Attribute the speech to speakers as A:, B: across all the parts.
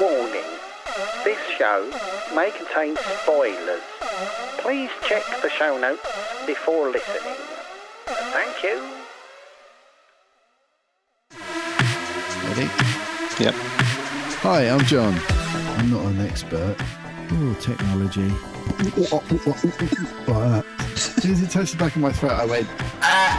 A: Warning. This show may contain spoilers. Please check the show notes before listening. Thank you.
B: Ready?
C: Yep.
B: Hi, I'm John. I'm not an expert. Oh, technology. Like that. As soon as it touched the back of my throat, I went, ah!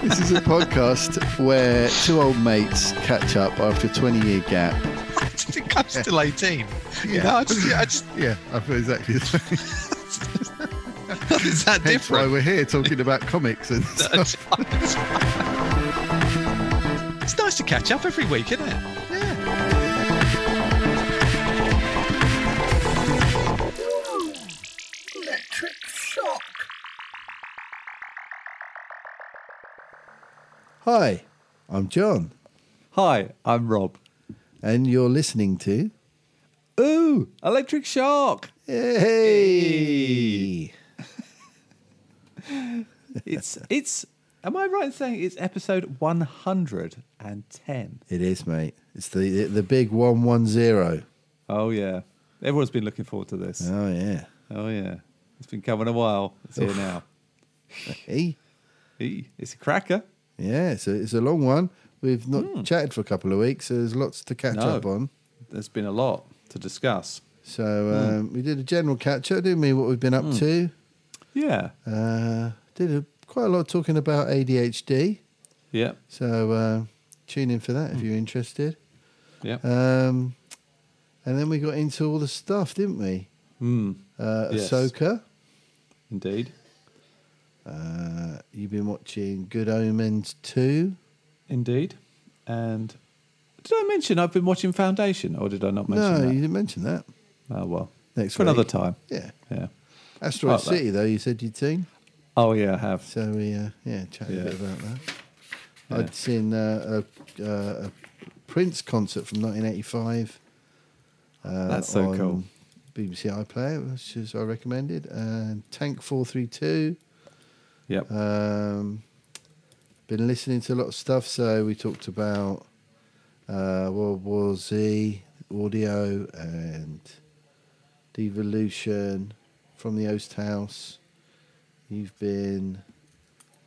B: this is a podcast where two old mates catch up after a 20 year gap.
C: I think I'm still 18. You know, I just, I just,
B: Yeah, I feel exactly the same.
C: it's
B: That's
C: that
B: why
C: different.
B: we're here talking about comics and stuff.
C: it's nice to catch up every week, isn't it?
B: Yeah.
A: Electric shock.
B: Hi, I'm John,
D: Hi, I'm Rob.
B: and you're listening to.
D: Ooh, electric shock.
B: Hey!
D: It's it's am I right in saying it's episode 110?
B: It is, mate. It's the the big one one zero.
D: Oh yeah. Everyone's been looking forward to this.
B: Oh yeah.
D: Oh yeah. It's been coming a while. It's here now.
B: Hey.
D: Eee, It's a cracker.
B: Yeah. So it's a long one. We've not chatted for a couple of weeks, so there's lots to catch
D: Hmm. No.
B: up on.
D: There's been a lot to discuss.
B: So
D: Hmm.
B: um, we did a general catch up, didn't we? What we've been up to.
D: Yeah.
B: Uh, did a, quite a lot talking about ADHD.
D: Yeah.
B: So uh, tune in for that
D: Hmm.
B: if you're interested.
D: Yeah.
B: Um, and then we got into all the stuff, didn't we?
D: Hmm.
B: Uh,
D: Yes.
B: Ahsoka.
D: Indeed.
B: Uh, you've been watching Good Omens 2.
D: Indeed. And did I mention I've been watching Foundation or did I not mention
B: no,
D: that?
B: you didn't mention that.
D: Oh well.
B: Next
D: For another
B: week.
D: time.
B: Yeah.
D: Yeah.
B: Asteroid
D: Like that.
B: City, though, you said you'd seen.
D: Oh yeah, I have.
B: So we, uh, yeah, chatted a
D: Yeah.
B: bit about that.
D: Yeah.
B: I'd seen uh, a, uh, a Prince concert from 1985. Uh,
D: That's so
B: on
D: cool.
B: BBC iPlayer, which is I recommended. And Tank 432.
D: Yep.
B: Um, been listening to a lot of stuff. So we talked about uh, World War Z, audio, and Devolution from the Oast House. You've been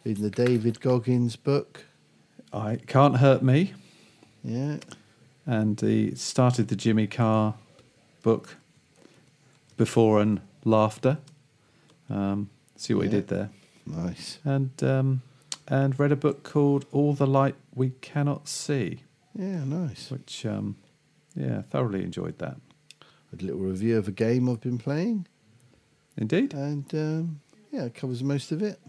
B: reading the David Goggins book.
D: I can't hurt me,
B: Yeah.
D: and he started the Jimmy Carr book before and laughter. Um, see what
B: Yeah.
D: he did there,
B: Nice.
D: and um, and read a book called All the Light We Cannot See,
B: Yeah, nice.
D: which um, yeah, thoroughly enjoyed that.
B: A little review of a game I've been playing.
D: Indeed,
B: And um, yeah, it covers most of it.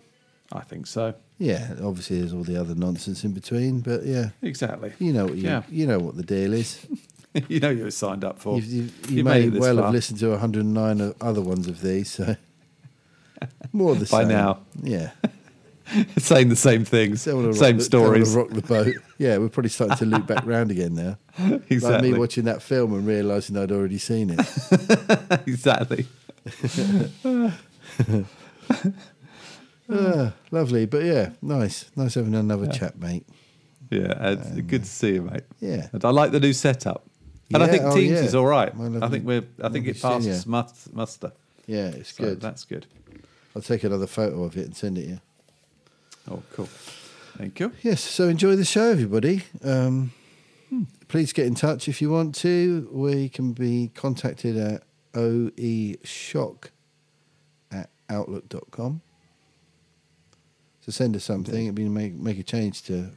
D: I think so.
B: Yeah, obviously there's all the other nonsense in between, but yeah,
D: Exactly.
B: you know what you,
D: Yeah.
B: you know what the deal is.
D: you know you were signed up for.
B: You've, you've, you
D: You
B: may
D: made it this
B: well
D: far.
B: have listened to 109 o- other ones of these, so more of the
D: By
B: same.
D: now.
B: yeah.
D: Saying the same things,
B: Don't wanna rock
D: same
B: the- don't wanna
D: stories.
B: rock the boat. Yeah, we're probably starting to loop back round again now. Like
D: exactly.
B: me watching that film and realizing I'd already seen it.
D: exactly.
B: Ah, lovely, but yeah, nice, nice having another chat, mate.
D: Yeah, it's good to see you, mate.
B: Yeah.
D: and I like the new setup, and I
B: Yeah,
D: think
B: oh,
D: Teams
B: yeah.
D: is all right.
B: Well,
D: I
B: lovely-
D: think we're, I think
B: lovely
D: it
B: seeing
D: passes
B: you.
D: must, muster.
B: Yeah, it's
D: So
B: good.
D: That's good.
B: I'll take another photo of it and send it you.
D: Oh, cool. Thank you.
B: Yes, so enjoy the show, everybody. Um,
D: Hmm.
B: Please get in touch if you want to. We can be contacted at oeshock at outlook.com. So send us something. It'd be make, make a change to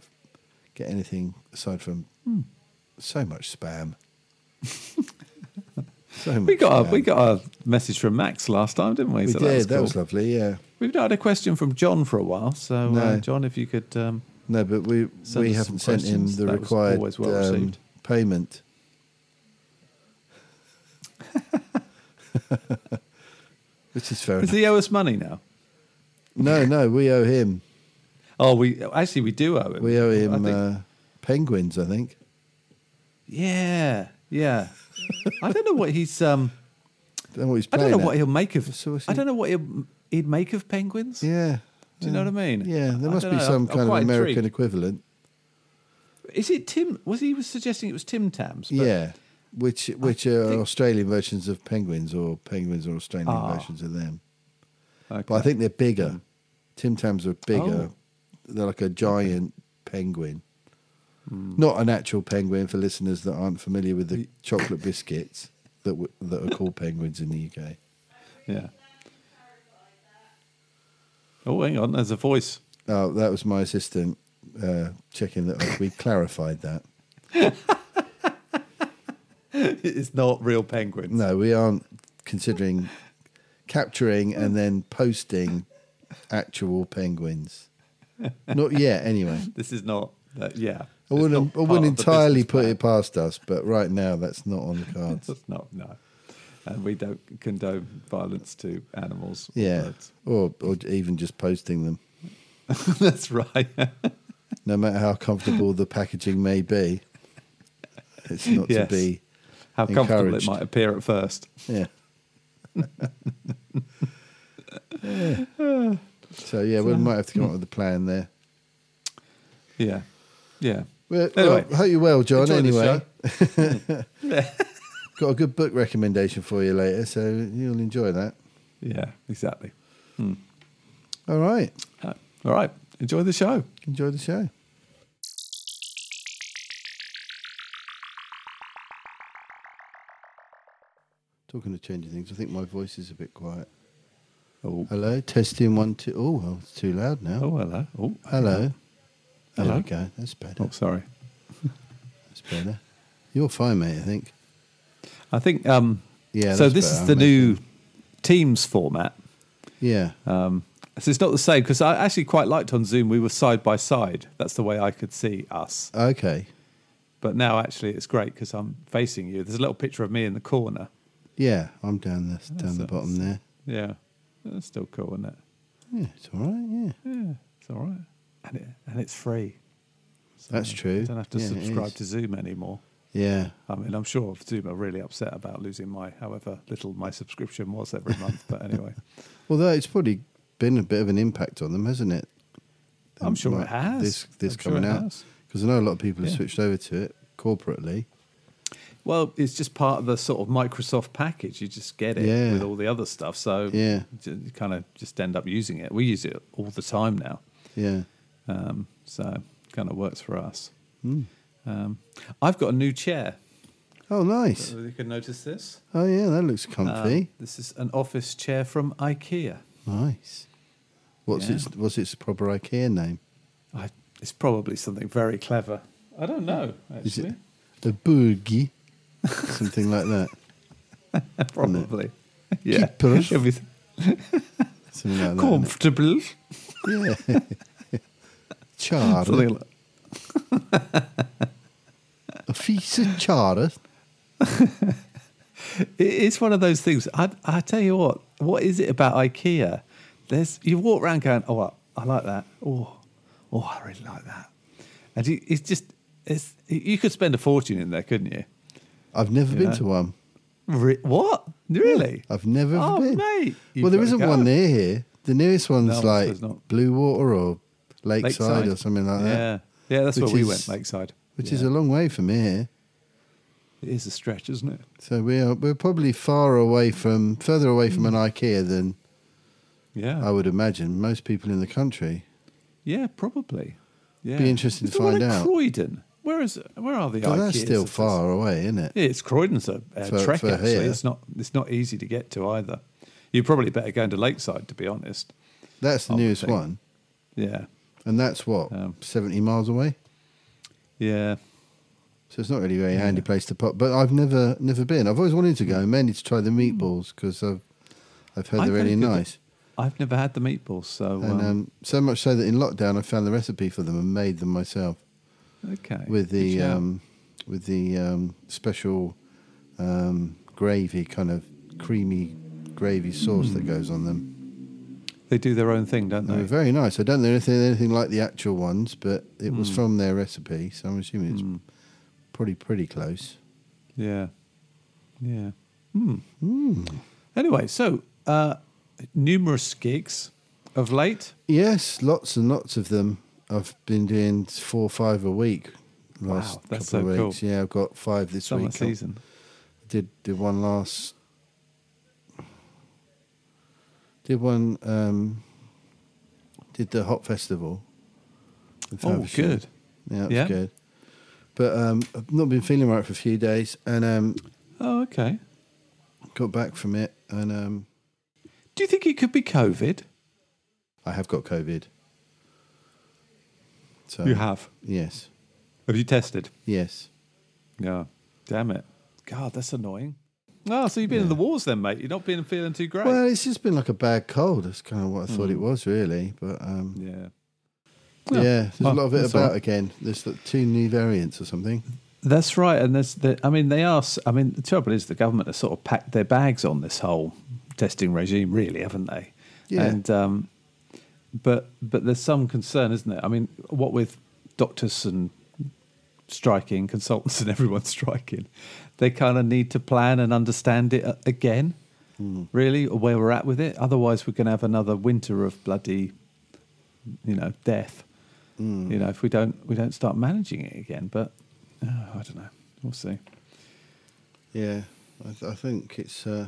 B: get anything aside from
D: Hmm.
B: so much spam. so much
D: We got a,
B: spam.
D: Uh, we got a message from Max last time, didn't we?
B: We
D: so
B: did.
D: That was
B: that was lovely, yeah.
D: We've not had a question from John for a while, so
B: No.
D: uh, John, if you could um,
B: No, but we
D: Send
B: we
D: us
B: haven't
D: some
B: sent him
D: questions.
B: the
D: That was
B: required
D: always well
B: um,
D: received.
B: payment. Which is fair
D: Does
B: enough.
D: he owe us money now?
B: No, no, we owe him.
D: Oh, we actually we do owe him.
B: We owe him
D: I think-
B: uh, penguins, I think.
D: yeah, yeah. I don't know what he's. Um,
B: Don't know what he's
D: I don't
B: playing
D: know what
B: at.
D: he'll make of.
B: So what's
D: I
B: he-
D: don't know what he'll, he'd make of penguins.
B: Yeah.
D: Do you know
B: Yeah.
D: what I mean?
B: Yeah, there
D: I
B: must
D: don't
B: be
D: know,
B: some
D: I'm- I'm
B: kind of
D: quite
B: American
D: intrigued.
B: equivalent.
D: Is it Tim? Was he was suggesting it was Tim Tams? but-
B: Yeah. Which which are
D: think-
B: Australian versions of penguins or penguins or Australian
D: Ah.
B: versions of them.
D: Okay.
B: But I think they're bigger. Tim Tams are bigger.
D: Oh.
B: They're like a giant penguin. Not an actual penguin for listeners that aren't familiar with the chocolate biscuits that w- that are called penguins in the UK.
D: Yeah. Oh, hang on. There's a voice.
B: Oh, that was my assistant uh, checking that we clarified that.
D: it's not real penguins.
B: No, we aren't considering capturing and then posting actual penguins. Not yet, anyway.
D: This is not. Uh, yeah.
B: I
D: It's
B: wouldn't,
D: not
B: I wouldn't
D: part of the
B: entirely
D: business
B: put
D: plan.
B: it past us, but right now that's not on the cards.
D: It's not. No. And we don't condone violence to animals. or
B: Yeah,
D: birds.
B: or or even just posting them,
D: That's right.
B: no matter how comfortable the packaging may be. It's not
D: Yes.
B: to be.
D: How comfortable it
B: Encouraged.
D: might appear at first.
B: Yeah. Yeah. So yeah, we might have to come
D: hmm.
B: up with a plan there.
D: Yeah. Yeah.
B: Well,
D: Anyway.
B: well, hope you're well, John.
D: Enjoy the
B: Anyway,
D: Yeah.
B: got a good book recommendation for you later, so you'll enjoy that.
D: yeah. Exactly.
B: All right,
D: Uh, all right. Enjoy the show.
B: enjoy the show. Talking of changing things, I think my voice is a bit quiet.
D: Oh.
B: Hello, testing one, two. Oh, well, it's too loud now.
D: Oh, hello. Oh,
B: Hello. There
D: Hello.
B: we go. That's better.
D: Oh, sorry.
B: That's better. You're fine, mate. I think.
D: I think. Um,
B: Yeah,
D: So
B: that's
D: this
B: better,
D: is the
B: mate.
D: new Teams format.
B: Yeah.
D: Um, so it's not the same because I actually quite liked on Zoom we were side by side. That's the way I could see us.
B: Okay.
D: But now actually it's great because I'm facing you. There's a little picture of me in the corner.
B: Yeah, I'm down the down the
D: That's-
B: bottom there.
D: Yeah, that's still cool, isn't it?
B: Yeah, it's all right. Yeah,
D: Yeah, it's all right, and it and it's free. So
B: That's true.
D: I don't have to
B: Yeah, it
D: subscribe
B: is.
D: to Zoom anymore.
B: yeah.
D: I mean, I'm sure Zoom are really upset about losing my, however little my subscription was every month. But anyway,
B: Although it's probably been a bit of an impact on them, hasn't it?
D: I'm
B: Um,
D: sure
B: like
D: it has.
B: This this
D: I'm sure
B: coming
D: it
B: out
D: has.
B: because I know a lot of people have
D: Yeah.
B: switched over to it corporately.
D: Well, it's just part of the sort of Microsoft package. You just get it
B: Yeah.
D: with all the other stuff. So
B: Yeah.
D: you kind of just end up using it. We use it all the time now.
B: Yeah.
D: Um, so kind of works for us. Um, I've got a new chair.
B: Oh, nice.
D: So you can notice this.
B: Oh, yeah, that looks
D: Um,
B: comfy.
D: this is an office chair from IKEA.
B: nice. What's
D: Uh, yeah.
B: its what's its proper IKEA name?
D: I, it's probably something very clever. I don't know,
B: Is
D: actually.
B: it a boogie? Something like that.
D: probably. Yeah.
B: Keepers.
D: It'll be
B: Something like that. innit?
D: comfortable.
B: Yeah. Chara.
D: Something like-
B: A piece of chara.
D: It- It's one of those things. I, I tell you what. What is it about IKEA? There's you walk around going, oh, I, I like that. Oh, oh, I really like that. And you, it's just it's you could spend a fortune in there, couldn't you?
B: I've never
D: You
B: been
D: know?
B: to one.
D: Re- what really?
B: I've never ever
D: Oh,
B: been.
D: mate, you've
B: well, there
D: gotta
B: isn't
D: go.
B: one near here. The nearest one's
D: No,
B: like
D: there's not.
B: Blue Water or Lakeside,
D: Lakeside.
B: or something like that,
D: Yeah, yeah, that's where
B: Which
D: we
B: is-
D: went, Lakeside.
B: which
D: yeah.
B: is a long way from here.
D: it is a stretch, isn't it?
B: So we are we're probably far away from further away from an
D: Hmm.
B: IKEA than
D: Yeah,
B: I would imagine most people in the country.
D: yeah, probably. Yeah,
B: interesting to
D: There's the one
B: find
D: in
B: out.
D: Croydon. Where is where are the
B: But
D: IKEAs?
B: that's still
D: of this?
B: far away, isn't it?
D: Yeah, it's Croydon's a, a
B: For-
D: trek
B: for
D: actually.
B: here.
D: It's not it's not easy to get to either. You're probably better going to Lakeside to be honest.
B: That's the
D: I would
B: nearest
D: think.
B: one,
D: Yeah,
B: and that's what
D: Um,
B: seventy miles away.
D: yeah,
B: So it's not really a very handy place to pop. But I've never
D: Hmm.
B: never been. I've always wanted to go, mainly to try the meatballs because I've I've heard
D: I've
B: they're really
D: had a good-
B: nice.
D: I've never had the meatballs, so
B: and
D: um,
B: um, so much so that in lockdown I found the recipe for them and made them myself
D: okay.
B: with the
D: Good shout.
B: um, with the um, special um, gravy kind of creamy gravy sauce
D: Hmm.
B: that goes on them.
D: they do their own thing, don't
B: They were
D: they?
B: very nice. I don't know if they're anything like the actual ones, but it
D: Hmm.
B: was from their recipe, so I'm assuming it's probably pretty close.
D: Yeah, yeah. Hmm. Anyway, so uh, numerous gigs of late.
B: Yes, lots and lots of them. I've been doing four or five a week. Last
D: Wow, that's
B: couple
D: so
B: of weeks.
D: cool.
B: Yeah, I've got five this
D: Summer
B: week.
D: season.
B: Did did one last. Did one. Um, did the Hot Festival. in
D: Oh,
B: Faversham.
D: good.
B: Yeah, that's
D: Yeah.
B: good. But um, I've not been feeling right for a few days, and um,
D: Oh, okay.
B: got back from it, and um,
D: Do you think it could be COVID?
B: I have got COVID. So
D: You have.
B: Yes.
D: Have you tested?
B: Yes.
D: Yeah. Damn it. God, that's annoying. Oh, so you've been in the wars then, mate. You're not been feeling too great.
B: Well, it's just been like a bad cold. That's kind of what I
D: Hmm.
B: thought it was, really. But um,
D: yeah.
B: yeah. there's
D: Well,
B: a lot of it
D: that's
B: about
D: all right.
B: again. There's like two new variants or something.
D: That's right, and there's the, I mean, they are. s- I mean, the trouble is the government has sort of packed their bags on this whole testing regime, really, haven't they?
B: Yeah.
D: And um, but but there's some concern, isn't there? I mean, what with doctors and striking, consultants and everyone striking, they kind of need to plan and understand it a- again, really, or where we're at with it. Otherwise, we're going to have another winter of bloody, you know, death.
B: Mm.
D: You know, if we don't we don't start managing it again, but oh, I don't know. We'll see.
B: Yeah, I, th- I think it's uh,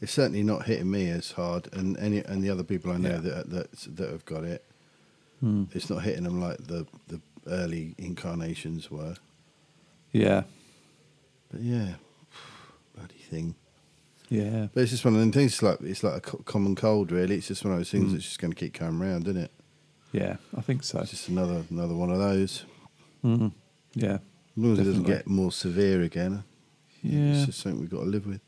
B: it's certainly not hitting me as hard, and any and the other people I know
D: Yeah.
B: that that that have got it, it's not hitting them like the the early incarnations were.
D: Yeah,
B: But yeah, bloody thing.
D: yeah,
B: But it's just one of them things. It's like it's like a co- common cold, really. It's just one of those
D: Mm.
B: things that's just going to keep coming round, isn't it?
D: yeah. I think so.
B: It's just another another one of those. As
D: Yeah,
B: long as it doesn't
D: Definitely.
B: get more severe again,
D: yeah.
B: it's just something we've got to live with.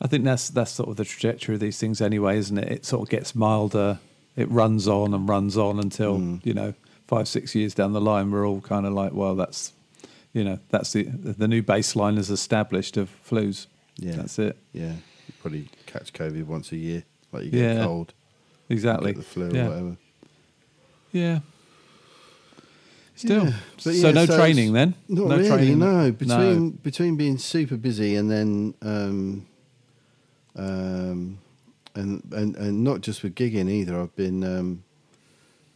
D: I think that's that's sort of the trajectory of these things, anyway, isn't it? It sort of gets milder. It runs on and runs on until
B: Hmm.
D: you know five six years down the line, we're all kind of like, well, that's you know that's the the new baseline is established of flus.
B: Yeah.
D: that's it.
B: Yeah, you probably catch COVID once a year, like you get
D: Yeah.
B: a cold,
D: Exactly.
B: get the flu
D: yeah.
B: or whatever.
D: Yeah. Still.
B: Yeah, but
D: so
B: yeah,
D: no
B: so
D: training
B: it's
D: then?
B: Not
D: no
B: really.
D: training.
B: No, between between being super busy and then um, um, and and and not just with gigging either. I've been um,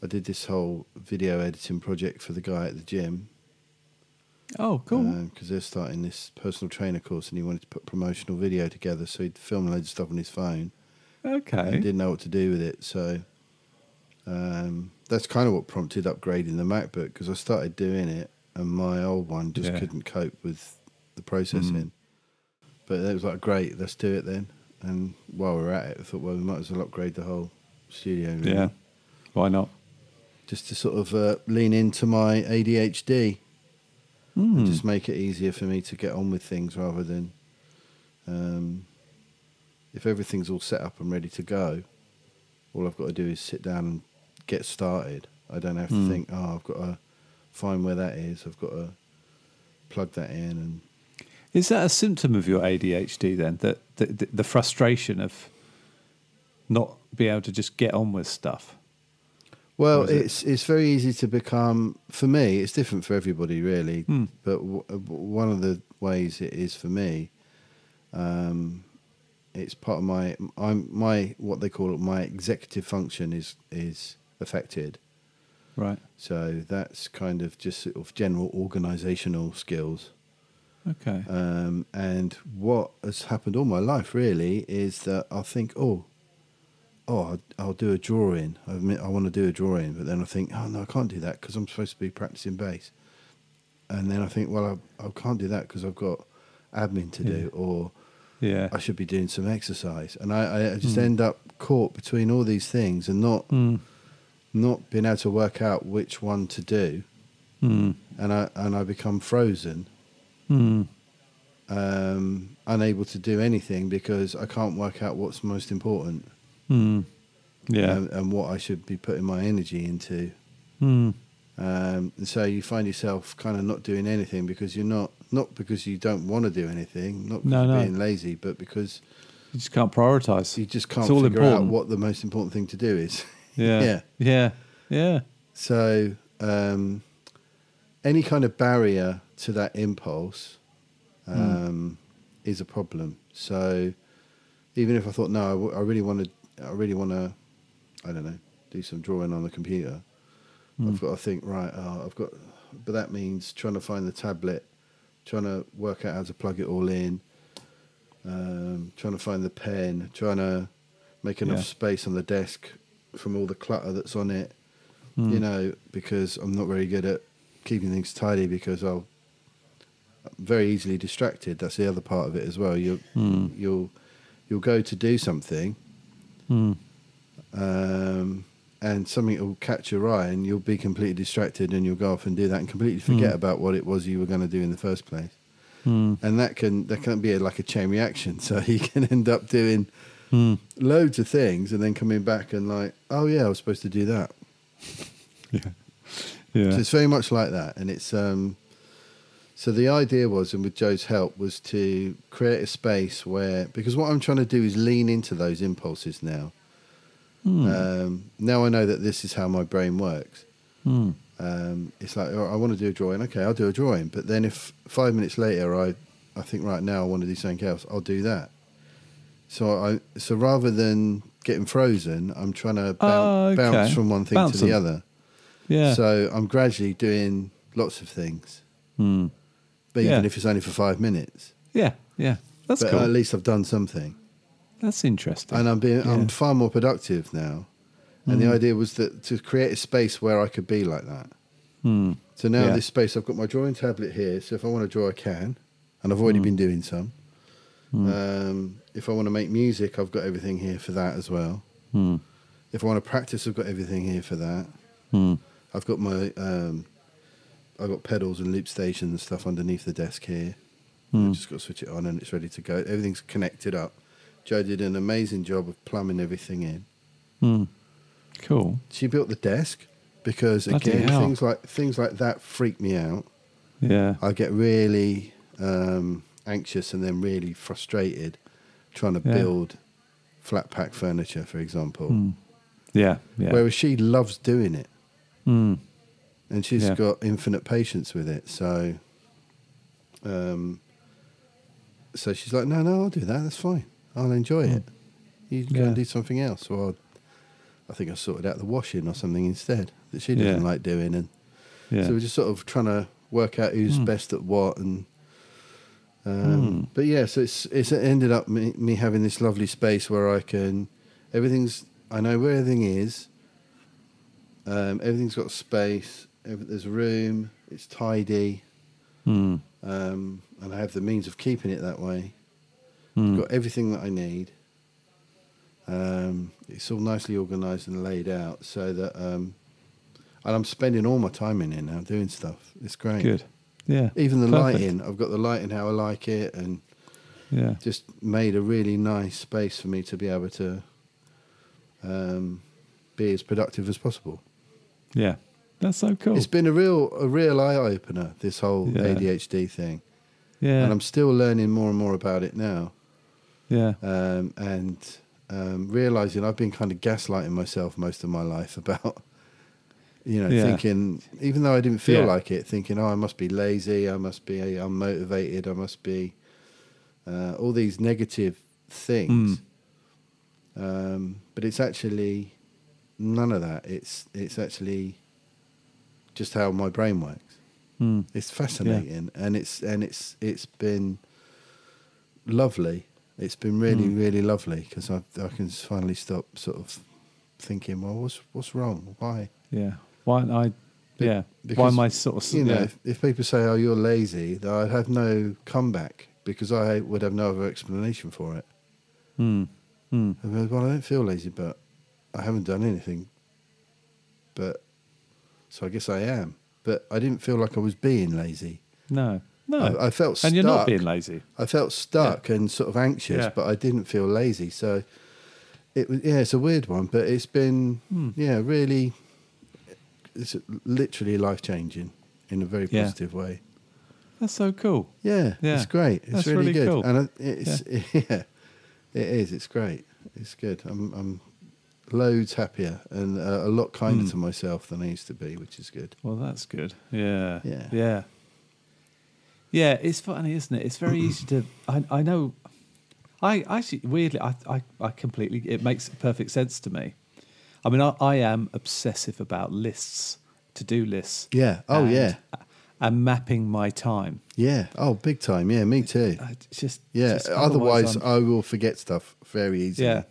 B: I did this whole video editing project for the guy at the gym
D: Oh, cool.
B: because they're starting this personal trainer course and he wanted to put promotional video together, so he'd film loads of stuff on his phone
D: okay.
B: and didn't know what to do with it. So um, that's kind of what prompted upgrading the MacBook because I started doing it and my old one just
D: Yeah. Mm.
B: couldn't cope with the processing. But it was like, great, let's do it then. And while we were at it, I thought, well, we might as well upgrade the whole studio. really,
D: Yeah. Why not?
B: Just to sort of uh, lean into my ADHD
D: Hmm.
B: and just make it easier for me to get on with things rather than um, if everything's all set up and ready to go, all I've got to do is sit down and get started. I don't have to
D: Mm.
B: think, oh, I've got to find where that is, I've got to plug that in. And
D: Is that a symptom of your ADHD then? That the, the, the frustration of not being able to just get on with stuff?
B: well,
D: is it-
B: it's it's very easy to become. For me, it's different for everybody, really.
D: Mm.
B: But w- one of the ways it is for me, um, it's part of my I'm my what they call it my executive function is is affected.
D: Right.
B: So that's kind of just sort of general organisational skills.
D: Okay.
B: Um, and what has happened all my life really is that I'll think, oh, oh, I'll, I'll do a drawing. I, admit, I want to do a drawing, but then I think, oh no, I can't do that because I'm supposed to be practicing bass. And then I think, well, I, I can't do that because I've got admin to do, or
D: yeah.
B: I should be doing some exercise. And I, I- I just end up caught between all these things and not
D: Mm.
B: not being able to work out which one to do.
D: Mm.
B: And I and I become frozen
D: Mm.
B: um, unable to do anything because I can't work out what's most important.
D: Hmm. Yeah.
B: and, and what I should be putting my energy into.
D: Hmm.
B: Um, and so you find yourself kind of not doing anything because you're not not because you don't want to do anything, not because
D: No,
B: you're
D: no.
B: being lazy, but because
D: You just can't prioritize.
B: you just can't
D: It's all
B: figure out
D: important.
B: what the most important thing to do is.
D: Yeah.
B: yeah.
D: Yeah. Yeah. Yeah.
B: So um, any kind of barrier to that impulse um, is a problem. So even if I thought, no, I, w- I really want to, I really want to, I don't know, do some drawing on the computer. I've got to think, right? Oh, I've got, but that means trying to find the tablet, trying to work out how to plug it all in, um, trying to find the pen, trying to make enough
D: Yeah.
B: space on the desk from all the clutter that's on it. You know, because I'm not very good at keeping things tidy because I'll I'm very easily distracted. That's the other part of it as well. You will you'll you'll go to do something,
D: Hmm.
B: um, and something will catch your eye, and you'll be completely distracted, and you'll go off and do that, and completely forget about what it was you were going to do in the first place.
D: Hmm.
B: And that can that can be a, like a chain reaction. So you can end up doing loads of things, and then coming back and like, oh yeah, I was supposed to do that.
D: Yeah.
B: So
D: Yeah.
B: it's very much like that, and it's um. So the idea was, and with Joe's help, was to create a space where because what I'm trying to do is lean into those impulses now. Um, now I know that this is how my brain works.
D: Hmm.
B: Um, it's like oh, I want to do a drawing. Okay, I'll do a drawing. But then if five minutes later I, I think right now I want to do something else, I'll do that. So I so rather than getting frozen, I'm trying to bounce,
D: Oh, okay.
B: bounce from one thing
D: Bounce
B: to the
D: them.
B: other.
D: Yeah.
B: So I'm gradually doing lots of things,
D: Hmm.
B: but even
D: Yeah.
B: if it's only for five minutes,
D: Yeah. Yeah. That's
B: but uh,
D: cool.
B: at least I've done something,
D: That's interesting.
B: and I'm being
D: Yeah. Mm.
B: I'm far more productive now. And the idea was that to create a space where I could be like that.
D: Hmm.
B: So now
D: Yeah.
B: this space, I've got my drawing tablet here. So if I want to draw, I can, and I've
D: Hmm.
B: already been doing some. Um, if I want to make music, I've got everything here for that as well.
D: Hmm.
B: If I want to practice, I've got everything here for that.
D: Hmm.
B: I've got my um, I've got pedals and loop station and stuff underneath the desk here.
D: Hmm.
B: I've just got to switch it on and it's ready to go. Everything's connected up. Joe did an amazing job of plumbing everything in.
D: Hmm. Cool.
B: She built the desk because
D: Bloody
B: again
D: hell.
B: things like things like that freak me out.
D: Yeah.
B: I get really um, anxious and then really frustrated trying to
D: Yeah.
B: build flat pack furniture, for example.
D: Yeah. Yeah.
B: Whereas she loves doing it.
D: Hmm.
B: and she's
D: Yeah.
B: got infinite patience with it. So, um, so she's like, no, no, I'll do that. That's fine. I'll enjoy it. You can go
D: Hmm. Yeah.
B: and do something else, or I'll, I think I sorted out the washing or something instead that she doesn't
D: Yeah.
B: like doing. And
D: Yeah. Hmm.
B: so we're just sort of trying to work out who's best at what. And um, but yeah, so it's it's ended up me, me having this lovely space where I can everything's I know where everything is. Um, everything's got space. ev- There's room. It's tidy,
D: Hmm.
B: um, and I have the means of keeping it that way.
D: Hmm.
B: Got everything that I need. Um, it's all nicely organised and laid out, so that um, and I'm spending all my time in here now doing stuff. It's great.
D: Good. Yeah.
B: Even the
D: Perfect.
B: lighting, I've got the lighting how I like it, and
D: Yeah.
B: just made a really nice space for me to be able to um, be as productive as possible.
D: Yeah. That's so cool.
B: It's been a real a real eye opener this whole
D: Yeah.
B: ADHD thing,
D: yeah.
B: and I'm still learning more and more about it now,
D: yeah.
B: um, and um, realizing I've been kind of gaslighting myself most of my life about. You know,
D: Yeah.
B: thinking even though I didn't feel
D: Yeah.
B: like it, thinking, "Oh, I must be lazy. I must be unmotivated. I must be uh, all these negative
D: Mm.
B: things." Um, but it's actually none of that. It's it's actually just how my brain works.
D: Hmm.
B: It's fascinating, and it's and it's it's been lovely. It's been really
D: Hmm.
B: really lovely because I I can finally stop sort of thinking. Well, what's what's wrong? Why?
D: Yeah. Why I?
B: Be-
D: Yeah. Why
B: because,
D: am I sort of?
B: You know,
D: yeah.
B: if, if people say, "Oh, you're lazy," then I'd have no comeback because I would have no other explanation for it.
D: Hmm. Hmm.
B: I goes, well, I don't feel lazy, but I haven't done anything. But so I guess I am. But I didn't feel like I was being lazy.
D: No. No.
B: I, I felt stuck.
D: and you're not being lazy.
B: I felt stuck and sort of anxious,
D: Yeah.
B: but I didn't feel lazy. So It was yeah, it's a weird one, but it's been
D: Hmm.
B: yeah, really. It's literally life changing in a very
D: Yeah.
B: positive way.
D: That's so cool.
B: Yeah,
D: Yeah.
B: it's great. It's
D: That's
B: really,
D: really
B: good,
D: cool.
B: and I- it's yeah. it is. It's great. It's good. I'm I'm loads happier and uh, a lot kinder
D: Hmm.
B: to myself than I used to be, which is good.
D: Well, that's good. Yeah.
B: Yeah.
D: Yeah. Yeah, it's funny, isn't it? It's very easy to. I, I know. I actually, weirdly, I, I, I completely. It makes perfect sense to me. I mean, I, I am obsessive about lists, to do lists.
B: Yeah. Oh,
D: and-
B: yeah.
D: And mapping my time.
B: Yeah. Oh, big time. Yeah, me too.
D: I- It's just.
B: Yeah.
D: just
B: otherwise,
D: I'm-
B: I will forget stuff very easily.
D: Yeah.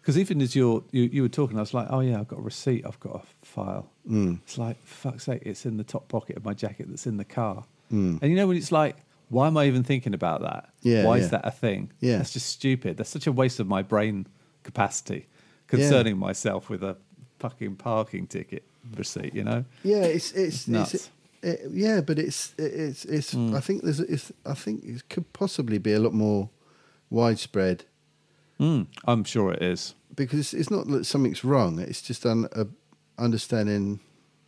D: Because even as you're, you, you were talking, I was like, oh, yeah, I've got a receipt, I've got a file. Mm. It's like, fuck's sake, it's in the top pocket of my jacket that's in the car. Mm. And you know, when it's like, why am I even thinking about that?
B: Yeah,
D: Why
B: yeah.
D: is that a thing?
B: Yeah.
D: That's just stupid. That's such a waste of my brain capacity concerning myself with a fucking parking ticket receipt, you know?
B: Yeah, it's it's,
D: nuts. Mm.
B: it's it, yeah, but it's it, it's it's. I think there's it's. I think it could possibly be a lot more widespread
D: Mm, I'm sure it is.
B: because it's, it's not that something's wrong. It's just un, uh, understanding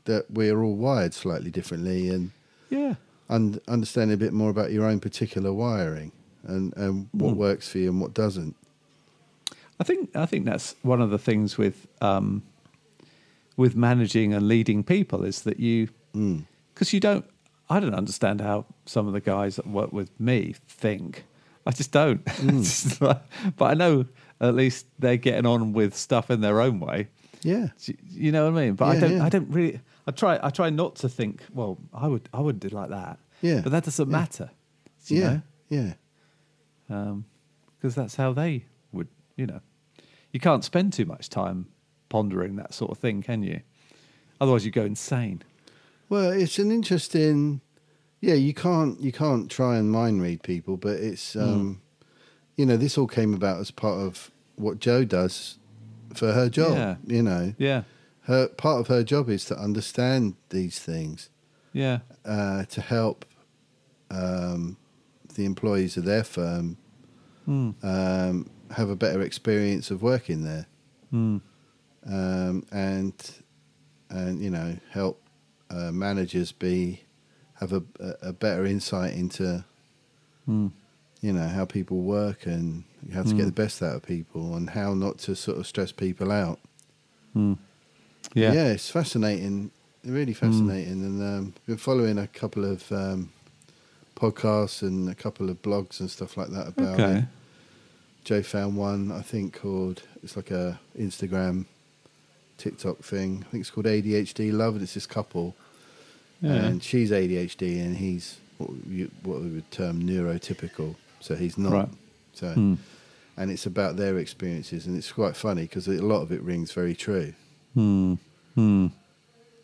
B: that we're all wired slightly differently and
D: Yeah.
B: and understanding a bit more about your own particular wiring and and what
D: Mm.
B: works for you and what doesn't.
D: I think I think that's one of the things with um, with managing and leading people is that you
B: Mm.
D: because you don't I don't understand how some of the guys that work with me think I just don't
B: Mm.
D: It's just like- but I know at least they're getting on with stuff in their own way
B: Yeah.
D: Do you- you know what I mean but I
B: Yeah,
D: don't
B: yeah.
D: I don't really I try I try not to think well I would I wouldn't do like that
B: Yeah,
D: but that doesn't matter you
B: Yeah.
D: know?
B: Yeah.
D: because that's how they would, you know. You can't spend too much time pondering that sort of thing, can you? Otherwise, you go insane.
B: Well, it's an interesting. Yeah, you can't you can't try and mind read people, but it's um, you know this all came about as part of what Joe does for her job.
D: Yeah.
B: You know,
D: Yeah,
B: her part of her job is to understand these things
D: yeah,
B: uh, to help um, the employees of their firm um, have a better experience of working there, um, and and you know help uh, managers be have a, a- a better insight into you know how people work and how to get the best out of people and how not to sort of stress people out
D: yeah, Hmm.
B: yeah, it's fascinating, really fascinating. And um, been following a couple of um, podcasts and a couple of blogs and stuff like that about
D: Okay.
B: it. Joe found one, I think, called it's like a Instagram, TikTok thing. I think it's called ADHD Love, and it's this couple,
D: Yeah.
B: and she's ADHD and he's what you what we would term neurotypical, so he's not.
D: Right. Hmm.
B: So. And it's about their experiences, and it's quite funny because a lot of it rings very true
D: Hmm.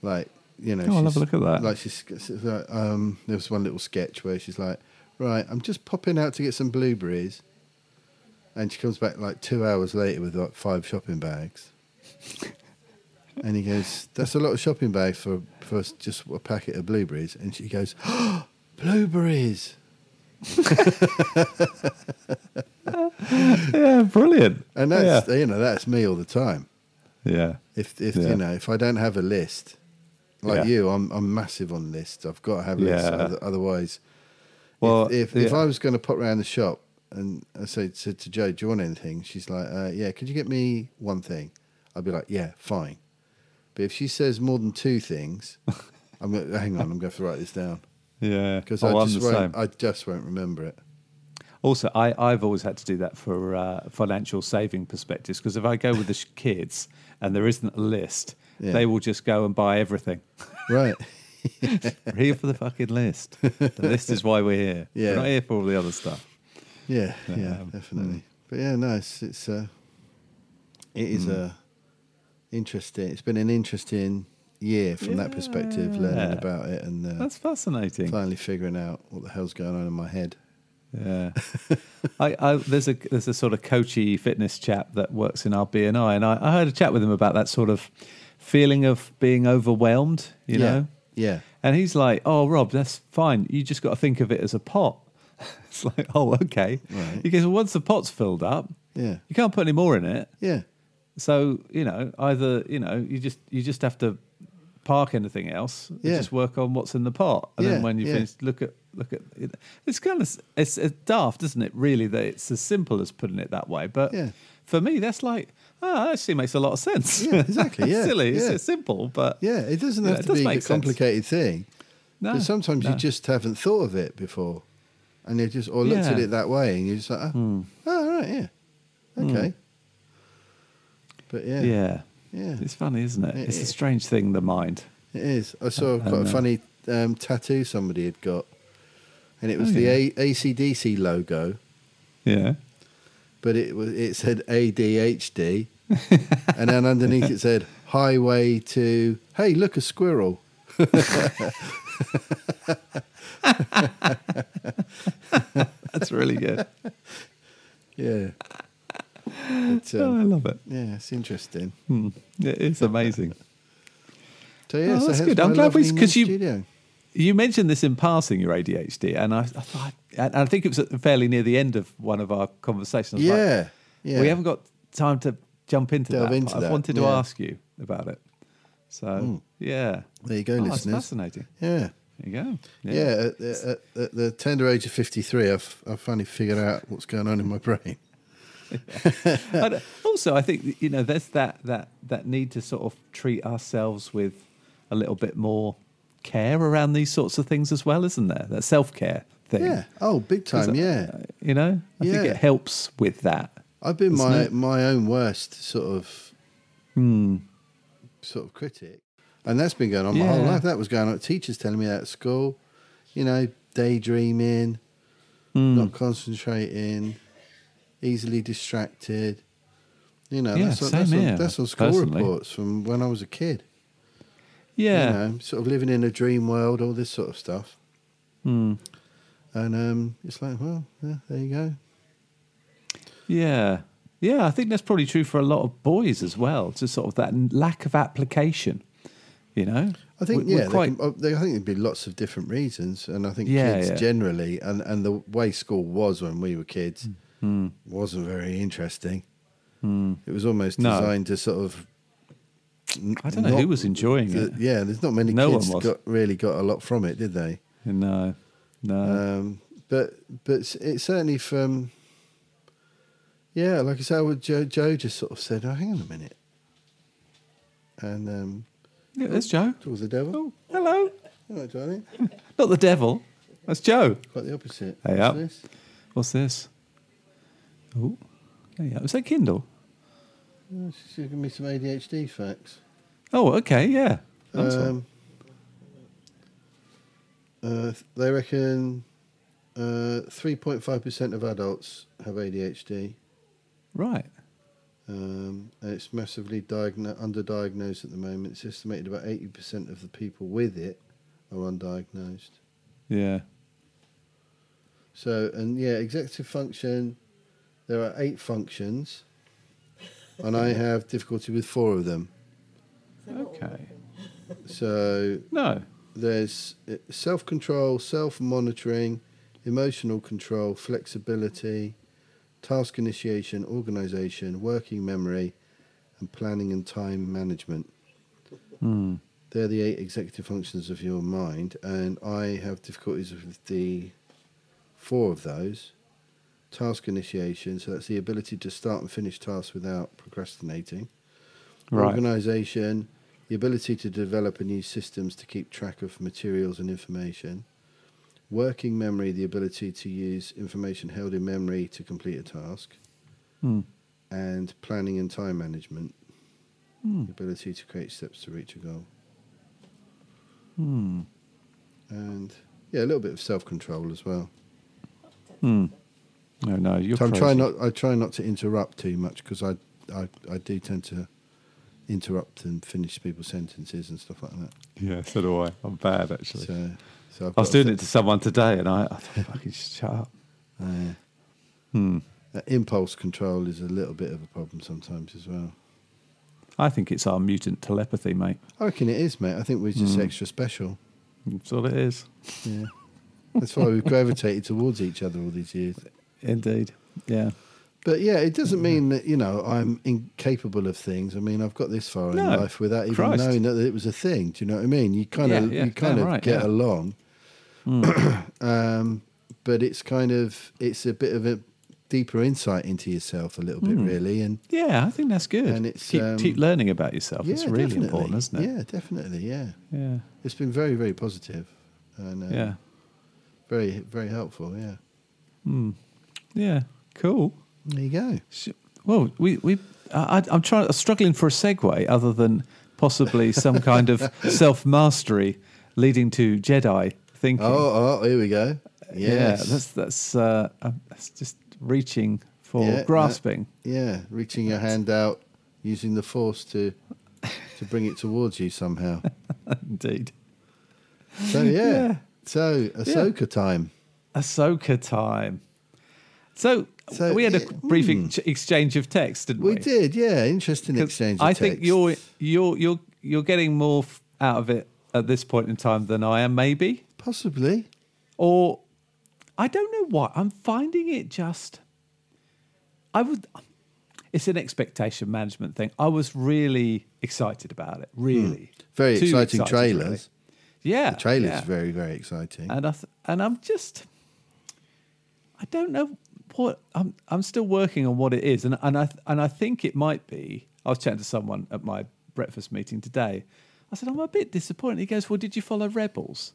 B: like you know
D: Oh, I'll have a
B: she's-
D: look at that.
B: like she's she's like, um there was one little sketch where she's like right i'm just popping out to get some blueberries and she comes back like two hours later with like five shopping bags and he goes that's a lot of shopping bags for for us- just a packet of blueberries and she goes oh, blueberries
D: yeah. Brilliant.
B: and that's you know that's me all the time
D: yeah,
B: if if
D: Yeah.
B: you know if i don't have a list like
D: Yeah.
B: you i'm i'm massive on lists i've got to have lists
D: Yeah.
B: oth- otherwise
D: Well,
B: if if, if
D: yeah.
B: I was going to pop round the shop and I said, said to Joe, "Do you want anything?" She's like, uh, "Yeah, could you get me one thing?" I'd be like, "Yeah, fine." But if she says more than two things, I'm gonna, hang on. I'm going to write this down
D: yeah.
B: because
D: oh,
B: I
D: I'm
B: just
D: the
B: won't.
D: same.
B: I just won't remember it.
D: Also, I, I've always had to do that for uh, financial saving perspectives because if I go with the sh- kids and there isn't a list,
B: Yeah.
D: they will just go and buy everything.
B: Right?
D: we're here for the fucking list. The list is why we're here.
B: Yeah.
D: We're not here for all the other stuff.
B: yeah, yeah,
D: Um,
B: definitely. But yeah, no, it's it's uh, it is
D: Mm.
B: a interesting. It's been an interesting year from that perspective, learning
D: Yeah.
B: about it and uh,
D: That's fascinating.
B: finally figuring out what the hell's going on in my head.
D: Yeah, I, I there's a there's a sort of coachy fitness chap that works in our BNI, and I, I had a chat with him about that sort of feeling of being overwhelmed, you
B: yeah.
D: know.
B: Yeah.
D: And he's like, "Oh, Rob, that's fine. You just got to think of it as a pot." it's like, "Oh, okay."
B: Right.
D: He goes, well, "Once the pot's filled up,
B: Yeah.
D: you can't put any more in it."
B: Yeah.
D: So you know, either you know, you just you just have to park anything else. and
B: Yeah.
D: Just work on what's in the pot, and
B: Yeah,
D: then when you
B: yeah.
D: finish, look at look at. It. It's kind of s- it's, it's daft, isn't it? Really, that it's as simple as putting it that way. But
B: Yeah.
D: for me, that's like ah, that actually makes a lot of sense.
B: Yeah, exactly, yeah,
D: silly. It's
B: yeah.
D: so simple, but
B: Yeah, it doesn't
D: Yeah,
B: have
D: it
B: to
D: does
B: be a
D: make sense.
B: complicated thing.
D: no,
B: but sometimes
D: no.
B: you just haven't thought of it before, and you just or looked at
D: Yeah. Hmm.
B: it that way, and you're just like, oh, oh right, yeah, okay. But yeah, yeah,
D: yeah. It's funny, isn't it?
B: It
D: it's a
B: is.
D: strange thing, the mind.
B: it is. I saw quite
D: um,
B: a funny um, tattoo somebody had got, and it was
D: Oh,
B: the
D: yeah.
B: A- ACDC logo,
D: Yeah.
B: but it was it said ADHD, and then underneath it said Highway to Hey, look a squirrel.
D: That's really good.
B: Yeah. But,
D: oh, I
B: um,
D: love it.
B: yeah, it's interesting.
D: Hmm. It is amazing.
B: So yeah,
D: Oh,
B: so
D: that's
B: hence
D: good. I'm
B: my
D: glad we-
B: lovely new
D: 'cause you-
B: studio.
D: You mentioned this in passing, your ADHD, and I, I thought, and I think it was at- fairly near the end of one of our conversations. I was like,
B: Yeah, yeah.
D: we haven't got time to jump into
B: Delve
D: that.
B: into
D: but I
B: that,
D: wanted to
B: yeah. Hmm.
D: ask you about it. So yeah,
B: There you go,
D: oh, that's
B: listeners.
D: fascinating.
B: Yeah,
D: There you go.
B: yeah. at, the- at, at the tender age of fifty-three, I've I've finally figured out what's going on in my brain.
D: And uh, also, I think that, you know there's that that that need to sort of treat ourselves with a little bit more care around these sorts of things as well, isn't there? That self care thing.
B: Yeah. Oh, big
D: 'Cause,
B: time. Yeah.
D: uh, you know, I think
B: Yeah.
D: it helps with that.
B: I've been
D: Isn't
B: my
D: it? Hmm.
B: my own worst sort of sort of critic, and that's been going on my whole
D: Yeah.
B: life. That was going on. Teachers telling me that at school, you know, daydreaming,
D: Hmm.
B: not concentrating, easily distracted. You know,
D: Yeah,
B: that's, on,
D: same
B: that's,
D: here,
B: on, that's on school
D: personally.
B: reports from when I was a kid.
D: Yeah.
B: you know, sort of living in a dream world, all this sort of stuff.
D: Hmm.
B: And um, it's like, well, yeah, there you go.
D: Yeah. Yeah, I think that's probably true for a lot of boys as well. Just sort of that n- lack of application, you know?
B: I think
D: We- we're
B: yeah, there can- uh, there- I think there'd be lots of different reasons, and I think
D: Yeah,
B: kids
D: yeah.
B: generally, and and the way school was when we were kids,
D: Hmm.
B: wasn't very interesting. It was almost
D: No.
B: designed to sort of. n-
D: I don't know
B: not-
D: who was enjoying
B: the-
D: it.
B: Yeah, there's not many
D: No one
B: kids
D: was.
B: got really got a lot from it, did they?
D: No, uh, no.
B: Um, but but s- it's certainly from. Yeah, like I say, well, Joe, Joe just sort of said, "Oh, hang on a minute," and um,
D: yeah, there's Joe.
B: towards the devil.
D: Oh, hello.
B: All right, darling.
D: Not the devil. That's Joe.
B: Quite the opposite.
D: Hey,
B: What's
D: up.
B: this?
D: What's this? Oh, there you go. Is that Kindle?
B: Oh, She's giving me some ADHD facts.
D: Oh, okay, yeah. Nice one.
B: Um, uh, they reckon uh, 3.5% of adults have ADHD,
D: Right.
B: um, and it's massively diagno- underdiagnosed at the moment. It's estimated about 80% of the people with it are undiagnosed.
D: Yeah.
B: So, and yeah, executive function, there are eight functions, and I have difficulty with four of them.
D: Okay.
B: So,
D: No.
B: there's eh, self control, self monitoring, emotional control, flexibility, task initiation, organization, working memory, and planning and time management.
D: Hmm.
B: They're the eight executive functions of your mind, and I have difficulties with the four of those. Task initiation, so that's the ability to start and finish tasks without procrastinating
D: Right.
B: organization, the ability to develop and use systems to keep track of materials and information, working memory, the ability to use information held in memory to complete a task,
D: Hmm.
B: and planning and time management,
D: Hmm.
B: the ability to create steps to reach a goal.
D: Hmm.
B: And yeah, a little bit of self control as well.
D: No, no. You're
B: So I'm
D: crazy.
B: trying not. I try not to interrupt too much because I, I, I do tend to interrupt and finish people's sentences and stuff like that.
D: Yeah, so do I. I'm bad, actually.
B: So, so I've
D: I was
B: got
D: doing
B: a-
D: it to someone today, and I, I thought, fucking shut up. Hmm.
B: uh, impulse control is a little bit of a problem sometimes as well.
D: I think it's our mutant telepathy, mate.
B: I reckon it is, mate. I think we're
D: Hmm.
B: just extra special.
D: That's all it is.
B: Yeah, that's why we've gravitated towards each other all these years.
D: Indeed. Yeah.
B: But yeah, it doesn't
D: Mm-hmm.
B: mean that you know I'm incapable of things. I mean, I've got this far in
D: No.
B: life without even
D: Christ.
B: knowing that it was a thing. Do you know what I mean? You kind of
D: Yeah, yeah,
B: you kind
D: damn
B: of
D: right,
B: get
D: yeah. Mm.
B: along, um, but it's kind of it's a bit of a deeper insight into yourself a little bit,
D: Mm.
B: really. And
D: Yeah, I think that's good.
B: And it's,
D: keep,
B: um,
D: keep learning about yourself.
B: yeah,
D: it's really
B: definitely.
D: important, isn't it?
B: Yeah, definitely. Yeah,
D: Yeah.
B: it's been very very positive and uh,
D: Yeah. Yeah.
B: very very helpful. Yeah,
D: Cool.
B: there you go.
D: Sh- Well, we we I, I- I'm trying I'm struggling for a segue other than possibly some kind of self mastery leading to Jedi thinking.
B: Oh, oh, here we go. Yes.
D: Yeah, that's that's uh, um, that's just reaching for
B: Yeah, no.
D: grasping.
B: Yeah, reaching your hand out, using the force to to bring it towards you somehow.
D: Indeed,
B: So yeah.
D: Yeah.
B: So Ahsoka time.
D: Ahsoka time. So,
B: So
D: we had a
B: it-
D: brief ex- exchange of text, didn't we?
B: We did, yeah. Interesting
D: 'Cause
B: exchange. Of
D: I think
B: text.
D: you're you're you're you're getting more f- out of it at this point in time than I am, maybe.
B: possibly.
D: Or I don't know why I'm finding it just. I would. It's an expectation management thing. I was really excited about it. Really,
B: Hmm. Very
D: Too
B: exciting
D: excited,
B: trailers.
D: really. Yeah,
B: The trailers
D: yeah. Uh,
B: very, very exciting.
D: and I th- and I'm just I don't know what I'm I'm still working on what it is and and I th- and I think it might be I was chatting to someone at my breakfast meeting today I said I'm a bit disappointed he goes well did you follow Rebels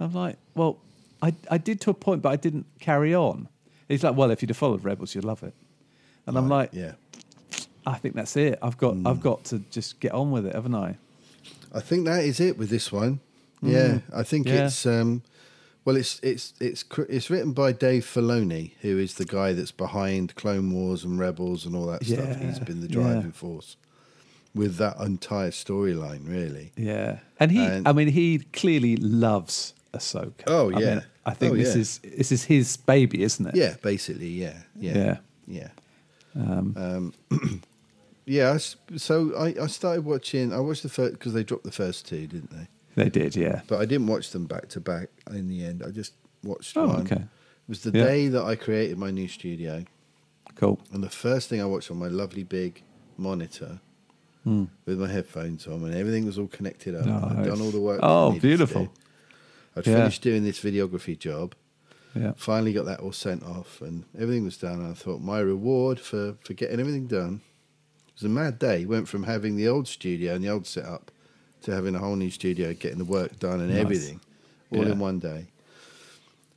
D: I'm like well I I did to a point but I didn't carry on he's like well if you'd have followed Rebels you'd love it and I'm like
B: yeah.
D: I think that's it I've got I've got to just get on with it haven't I
B: I think that is it with this one. Yeah, I think
D: Hmm. Yeah.
B: it's um, well, it's it's it's cr- it's written by Dave Filoni, who is the guy that's behind Clone Wars and Rebels and all that stuff. He's
D: Yeah,
B: been the
D: yeah.
B: driving force with that entire storyline, really.
D: Yeah, and he,
B: And-
D: I mean, he clearly loves Ahsoka.
B: Oh,
D: I,
B: yeah.
D: I think
B: Oh,
D: this
B: yeah.
D: is this is his baby, isn't it?
B: Yeah, basically, yeah, yeah, yeah,
D: Yeah.
B: yeah. Um, yeah. I s- So I, I started watching. I watched the first because they dropped the first two, didn't they?
D: they did. Yeah,
B: but I didn't watch them back to back in the end. I just watched
D: Oh,
B: one.
D: okay.
B: It was the
D: Yeah.
B: day that I created my new studio,
D: cool.
B: and the first thing I watched on my lovely big monitor
D: Hmm.
B: with my headphones on, and everything was all connected up. and I'd
D: Nice.
B: done all the work. that I
D: Oh,
B: needed to
D: beautiful.
B: do. I'd
D: Yeah.
B: finished doing this videography job,
D: Yeah,
B: finally got that all sent off, and everything was done. And I thought my reward for, for getting everything done it was a mad day. Went from having the old studio and the old setup to having a whole new studio, getting the work done and
D: Nice.
B: everything all
D: Yeah.
B: in one day.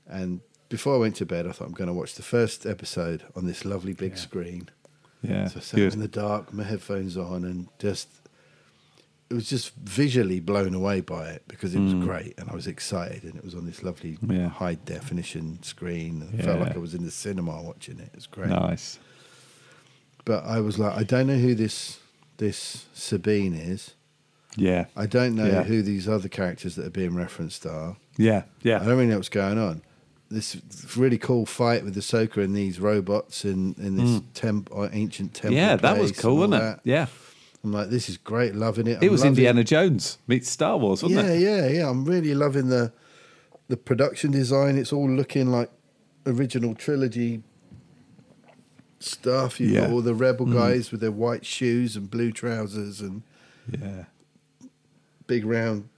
B: And before I went to bed, I thought I'm going to watch the first episode on this lovely big screen.
D: yeah,
B: So I sat in
D: good.
B: the dark, my headphones on, and just it was just visually blown away by it because it was great, and I was excited, and it was on this lovely
D: Mm. Yeah.
B: high definition screen. I felt like
D: Yeah.
B: I was in the cinema watching it. It was great,
D: Nice.
B: but I was like, I don't know who this this Sabine is.
D: Yeah,
B: I don't know
D: Yeah.
B: who these other characters that are being referenced are.
D: yeah,
B: I
D: yeah,
B: don't really know what's going on. This really cool fight with Ahsoka and these robots in, in this temp, uh, ancient temple.
D: Mm. yeah. That was
B: place
D: cool,
B: and all
D: wasn't it?
B: that.
D: Yeah,
B: I'm like, this is great, loving it.
D: it
B: I'm
D: was
B: loving-
D: Indiana Jones meets Star Wars, wasn't
B: yeah,
D: it?
B: yeah, yeah. I'm really loving the the production design. It's all looking like original trilogy stuff. You've got
D: Yeah. Mm.
B: all the rebel guys with their white shoes and blue trousers and
D: Yeah,
B: big round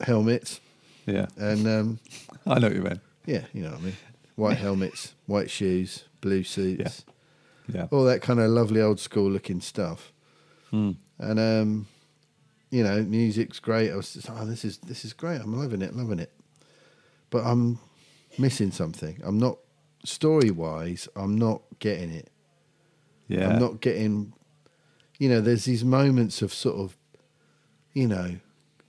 B: helmets.
D: yeah.
B: And um,
D: I know what you meant.
B: yeah, you know what I mean. White helmets, white shoes, blue suits,
D: Yeah,
B: all that kind of lovely old school looking stuff. And um, you know, music's great. I was just, oh, this is this is great. I'm loving it, loving it. But I'm missing something. I'm not story wise. I'm not getting it.
D: yeah.
B: I'm not getting, you know, there's these moments of sort of, you know,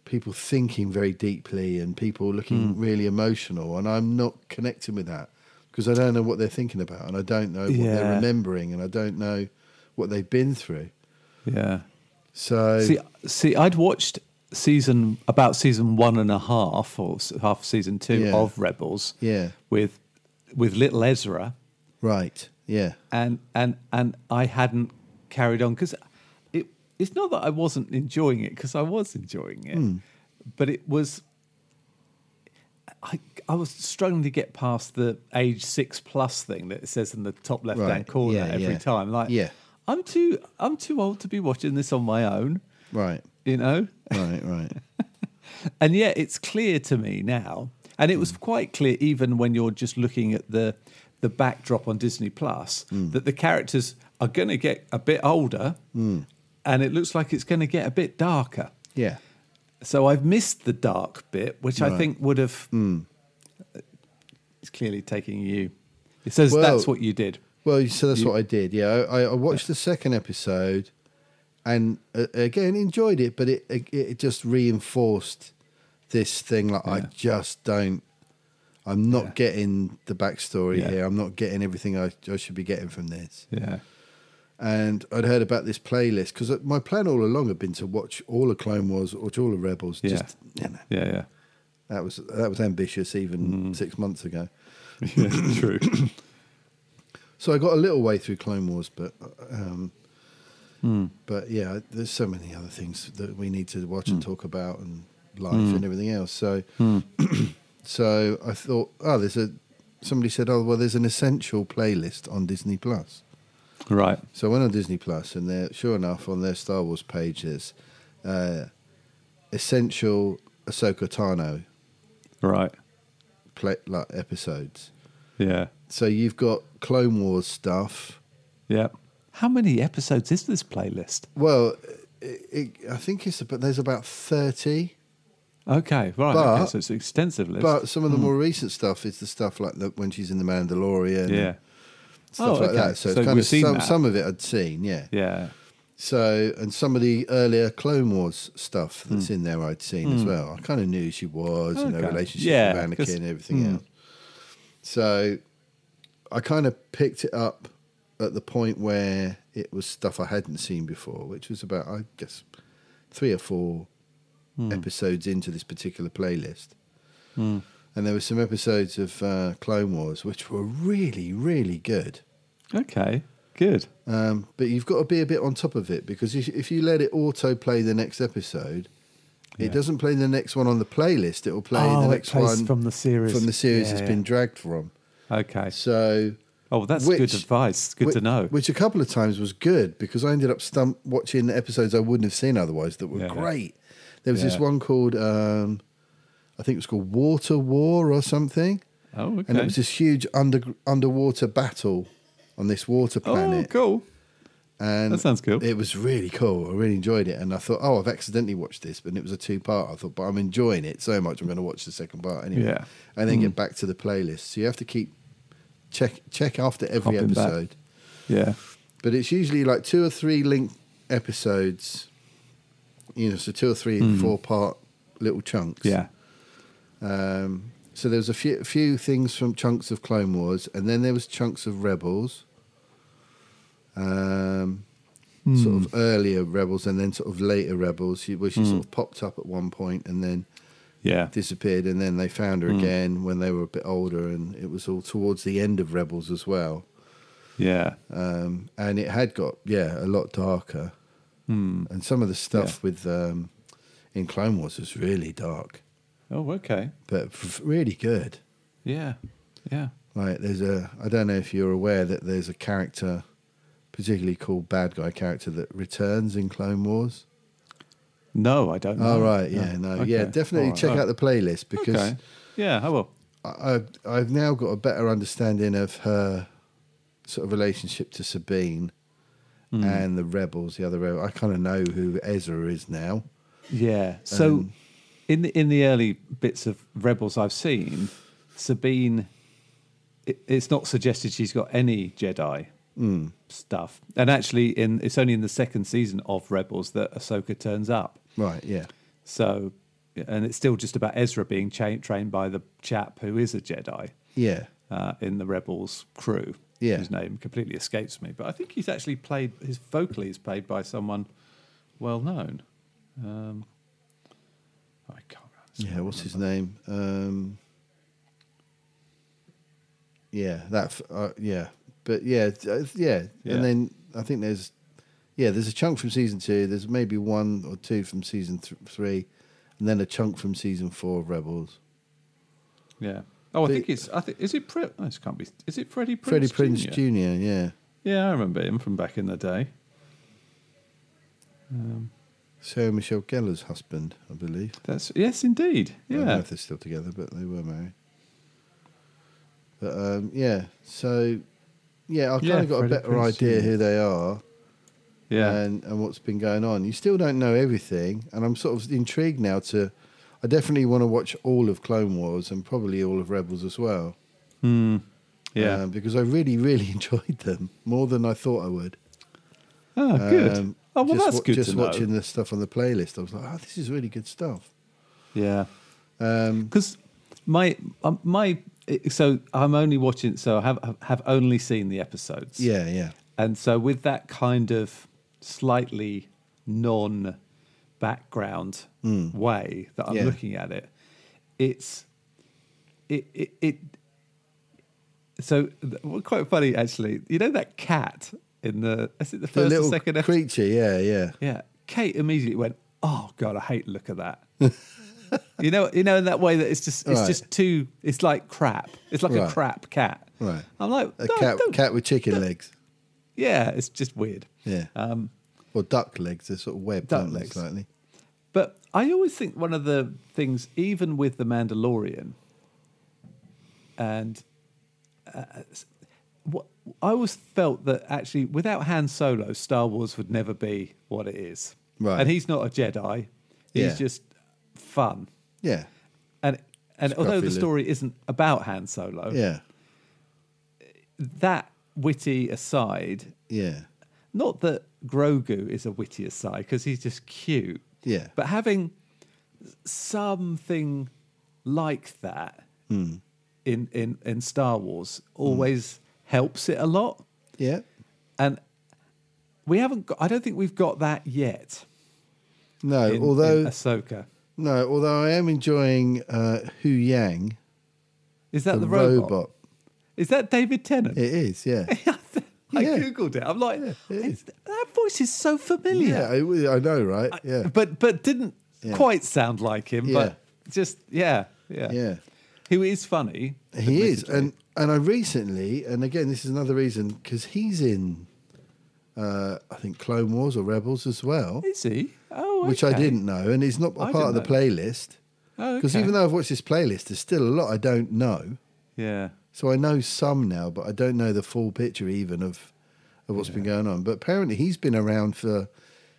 B: people thinking very deeply and people looking
D: Hmm.
B: really emotional. And I'm not connecting with that because I don't know what they're thinking about and I don't know what they're
D: Yeah.
B: remembering and I don't know what they've been through.
D: yeah.
B: So,
D: See, see, I'd watched season about season one and a half or s- half season two
B: Yeah.
D: of Rebels.
B: Yeah.
D: with with little Ezra,
B: right. Yeah.
D: and and and I hadn't carried on because it it's not that I
B: Hmm.
D: wasn't enjoying it because I was enjoying it, but it was I, I was struggling to get past the age six plus thing that it says in the top left hand
B: Right,
D: corner
B: yeah,
D: every
B: yeah.
D: time. Like,
B: Yeah.
D: I'm too I'm too old to be watching this on my own,
B: Right.
D: you know.
B: Right. Right.
D: And yet, it's clear to me now, and it was quite clear even when you're just looking at the the backdrop on Disney Plus that the characters are going to get a bit older, and it looks like it's going to get a bit darker.
B: yeah.
D: So I've missed the dark bit, which I think would have. It's clearly taking you. It says
B: Well-
D: that's what you did.
B: Well, you- so that's what I did. Yeah, I, I- I watched the second episode, and uh, again enjoyed it, but it, it it just reinforced this thing. Like I
D: Yeah.
B: just don't. I'm not
D: Yeah.
B: getting the backstory
D: Yeah.
B: here. I'm not getting everything I, I should be getting from this.
D: Yeah.
B: And I'd heard about this playlist because my plan all along had been to watch all of Clone Wars, watch all of Rebels.
D: Yeah.
B: Just you know,
D: Yeah. Yeah.
B: that was that was ambitious
D: Mm.
B: even six months ago.
D: yeah true.
B: So I got a little way through Clone Wars, but um, but yeah, there's so many other things that we need to watch and talk about and life and everything else. So so I thought, oh, there's a somebody said, oh, well, there's an essential playlist on Disney Plus.
D: right.
B: So I went on Disney Plus, and there, sure enough, on their Star Wars page, there's uh, essential Ahsoka Tano
D: Right.
B: play, like episodes.
D: Yeah.
B: So you've got Clone Wars stuff.
D: Yeah. How many episodes is this playlist?
B: Well, it, it, I think it's about there's about thirty,
D: Okay, right.
B: But-
D: okay, so it's an extensive list.
B: but some of the more recent stuff is the stuff like the, when she's in the Mandalorian,
D: yeah,
B: stuff
D: Oh,
B: like
D: okay.
B: that. So,
D: So
B: it's kind
D: we've
B: of
D: seen
B: some,
D: that.
B: some of it I'd seen, yeah.
D: yeah,
B: So and some of the earlier Clone Wars stuff that's in there I'd seen as well. I kind of knew who she was and her
D: Hmm. Okay.
B: relationship
D: Yeah,
B: with
D: 'cause- hmm.
B: Anakin and everything else. So I kind of picked it up at the point where it was stuff I hadn't seen before, which was about I guess three or four
D: Hmm.
B: episodes into this particular playlist. And there were some episodes of uh, Clone Wars which were really, really good.
D: okay, good.
B: Um, but you've got to be a bit on top of it because if, if you let it auto play the next episode,
D: Yeah.
B: it doesn't play the next one on the playlist. It will play
D: Oh,
B: the
D: it
B: next
D: plays
B: one
D: from the series.
B: from the series
D: Yeah,
B: it's
D: yeah.
B: been dragged from.
D: Okay.
B: So
D: Oh, that's
B: which-
D: good advice. Good
B: whi-
D: to know.
B: Which a couple of times was good because I ended up stump watching episodes I wouldn't have seen otherwise that were
D: Yeah.
B: great. There was this
D: Yeah.
B: one called um, I think it was called Water War or something,
D: oh, okay.
B: and it was this huge under underwater battle on this water
D: oh,
B: planet.
D: cool.
B: And
D: That sounds cool.
B: It was really cool. I really enjoyed it, and I thought, oh, I've accidentally watched this, but it was a two part. I thought, but I'm enjoying it so much, I'm going to watch the second part anyway.
D: Yeah. Mm.
B: and then get back to the playlist. So you have to keep check check after every
D: Hopping back.
B: episode,
D: Yeah,
B: but it's usually like two or three linked episodes. You know, so two or three four part little chunks.
D: Mm. yeah,
B: Um, so there was a few few things from chunks of Clone Wars, and then there was chunks of Rebels, um, sort of earlier Rebels, and then sort of later Rebels, she- where she sort of popped up at one point and then
D: yeah.
B: disappeared, and then they found her again when they were a bit older, and it was all towards the end of Rebels as well,
D: yeah,
B: um, and it had got yeah a lot darker, and some of the stuff with um, in Clone Wars was really dark,
D: Oh, okay.
B: but f- really good.
D: Yeah, yeah.
B: Like there's a I don't know if you're aware that there's a character, particularly called bad guy character that returns in Clone Wars.
D: No, I don't.
B: Oh
D: know.
B: right, yeah, no, yeah,
D: Okay.
B: definitely
D: All right.
B: check
D: Oh,
B: out the playlist because
D: Okay. Yeah, oh, I will.
B: I, I've I've now got a better understanding of her sort of relationship to Sabine
D: Hmm.
B: and the rebels. The other rebel, I kind of know who Ezra is now.
D: Yeah. So, in the, in the early bits of Rebels I've seen, Sabine, it, it's not suggested she's got any Jedi stuff, and actually, in it's only in the second season of Rebels that Ahsoka turns up.
B: Right, yeah,
D: So, and it's still just about Ezra being cha- trained by the chap who is a Jedi
B: yeah,
D: uh, in the Rebels crew.
B: Yeah.
D: Whose name completely escapes me, but I think he's actually played his vocally is played by someone well known. Um, I can't.
B: yeah. What's his name? Um, yeah, that. f- Uh, yeah, but yeah, t- uh, yeah,
D: Yeah.
B: and then I think there's, yeah, there's a chunk from season two. There's maybe one or two from season th- three, and then a chunk from season four of Rebels.
D: Yeah. Oh, I
B: The-
D: think it's. I think is it. Pre- oh, this can't be. Is it Freddie Prinze?
B: Freddie Prince
D: Jr.?
B: Jr. Yeah.
D: Yeah, I remember him from back in the day.
B: Sarah Michelle Gellar's husband, I believe.
D: That's yes, indeed.
B: I don't know
D: Yeah.
B: if they're still together, but they were married. But um, yeah, so yeah, I kind
D: Yeah,
B: of got
D: Freddie
B: a better
D: Prinze
B: idea
D: Jr..
B: who they are
D: Yeah.
B: and, and what's been going on. You still don't know everything, and I'm sort of intrigued now to. I definitely want to watch all of Clone Wars and probably all of Rebels as well.
D: Hmm. Yeah.
B: um, because I really, really enjoyed them more than I thought I would.
D: oh, good.
B: Um,
D: oh, well,
B: just
D: that's
B: wa-
D: good
B: Just
D: to know.
B: watching the stuff on the playlist, I was like, "Oh, this is really good stuff."
D: Yeah.
B: Um,
D: because my um, my so I'm only watching so I have have only seen the episodes
B: yeah, yeah,
D: and so with that kind of slightly non background way that I'm
B: Hmm. Yeah.
D: looking at it it's it it, it so th- well, quite funny actually you know that cat in the is it
B: the
D: the first or
B: little
D: second episode?
B: creature. Yeah, yeah.
D: Yeah. Kate immediately went, "Oh God, I hate the look of that." you know, you know, in that way that it's just it's
B: Right.
D: just too. It's like crap. It's like a
B: Right.
D: crap cat.
B: Right.
D: I'm like,
B: A
D: "No,
B: cat,
D: don't-
B: cat with chicken legs.
D: Yeah, it's just weird.
B: Yeah.
D: Um,
B: or duck legs. They're sort of webbed,
D: Duck
B: aren't they,
D: legs.
B: slightly?
D: but I always think one of the things, even with the Mandalorian, and uh, what I always felt that actually, without Han Solo, Star Wars would never be what it is.
B: Right.
D: And he's not a Jedi. He's
B: Yeah.
D: just fun.
B: Yeah,
D: and and
B: Scruffy
D: although the
B: Luke.
D: story isn't about Han Solo,
B: yeah,
D: that witty aside,
B: yeah,
D: not that Grogu is a witty aside because he's just cute,
B: yeah.
D: but having something like that
B: Hmm.
D: in in in Star Wars always
B: Hmm.
D: helps it a lot,
B: yeah,
D: and we haven't. Got, I don't think we've got that yet.
B: no,
D: In, in
B: although
D: Ahsoka
B: no, although I am enjoying uh, Hu Yang,
D: is that
B: the,
D: Uh, the, robot?
B: robot.
D: Is that David Tennant?
B: It is, yeah,
D: I
B: Yeah.
D: googled it. I'm like,
B: it
D: "It's- that voice is so familiar.
B: yeah. I, I know, right? Yeah,
D: But but didn't
B: Yeah.
D: quite sound like him. But just yeah, yeah,
B: yeah.
D: Who is funny?
B: He is,
D: admittedly.
B: and and I recently, and again, this is another reason because he's in, uh, I think Clone Wars or Rebels as well,
D: is he? Oh,
B: which I
D: okay.
B: didn't know, and it's not a
D: I
B: part of the
D: didn't know.
B: playlist.
D: Oh,
B: Because
D: okay.
B: even though I've watched this playlist, there's still a lot I don't know.
D: yeah,
B: So I know some now, but I don't know the full picture even of of what's been going on. But apparently, he's been around for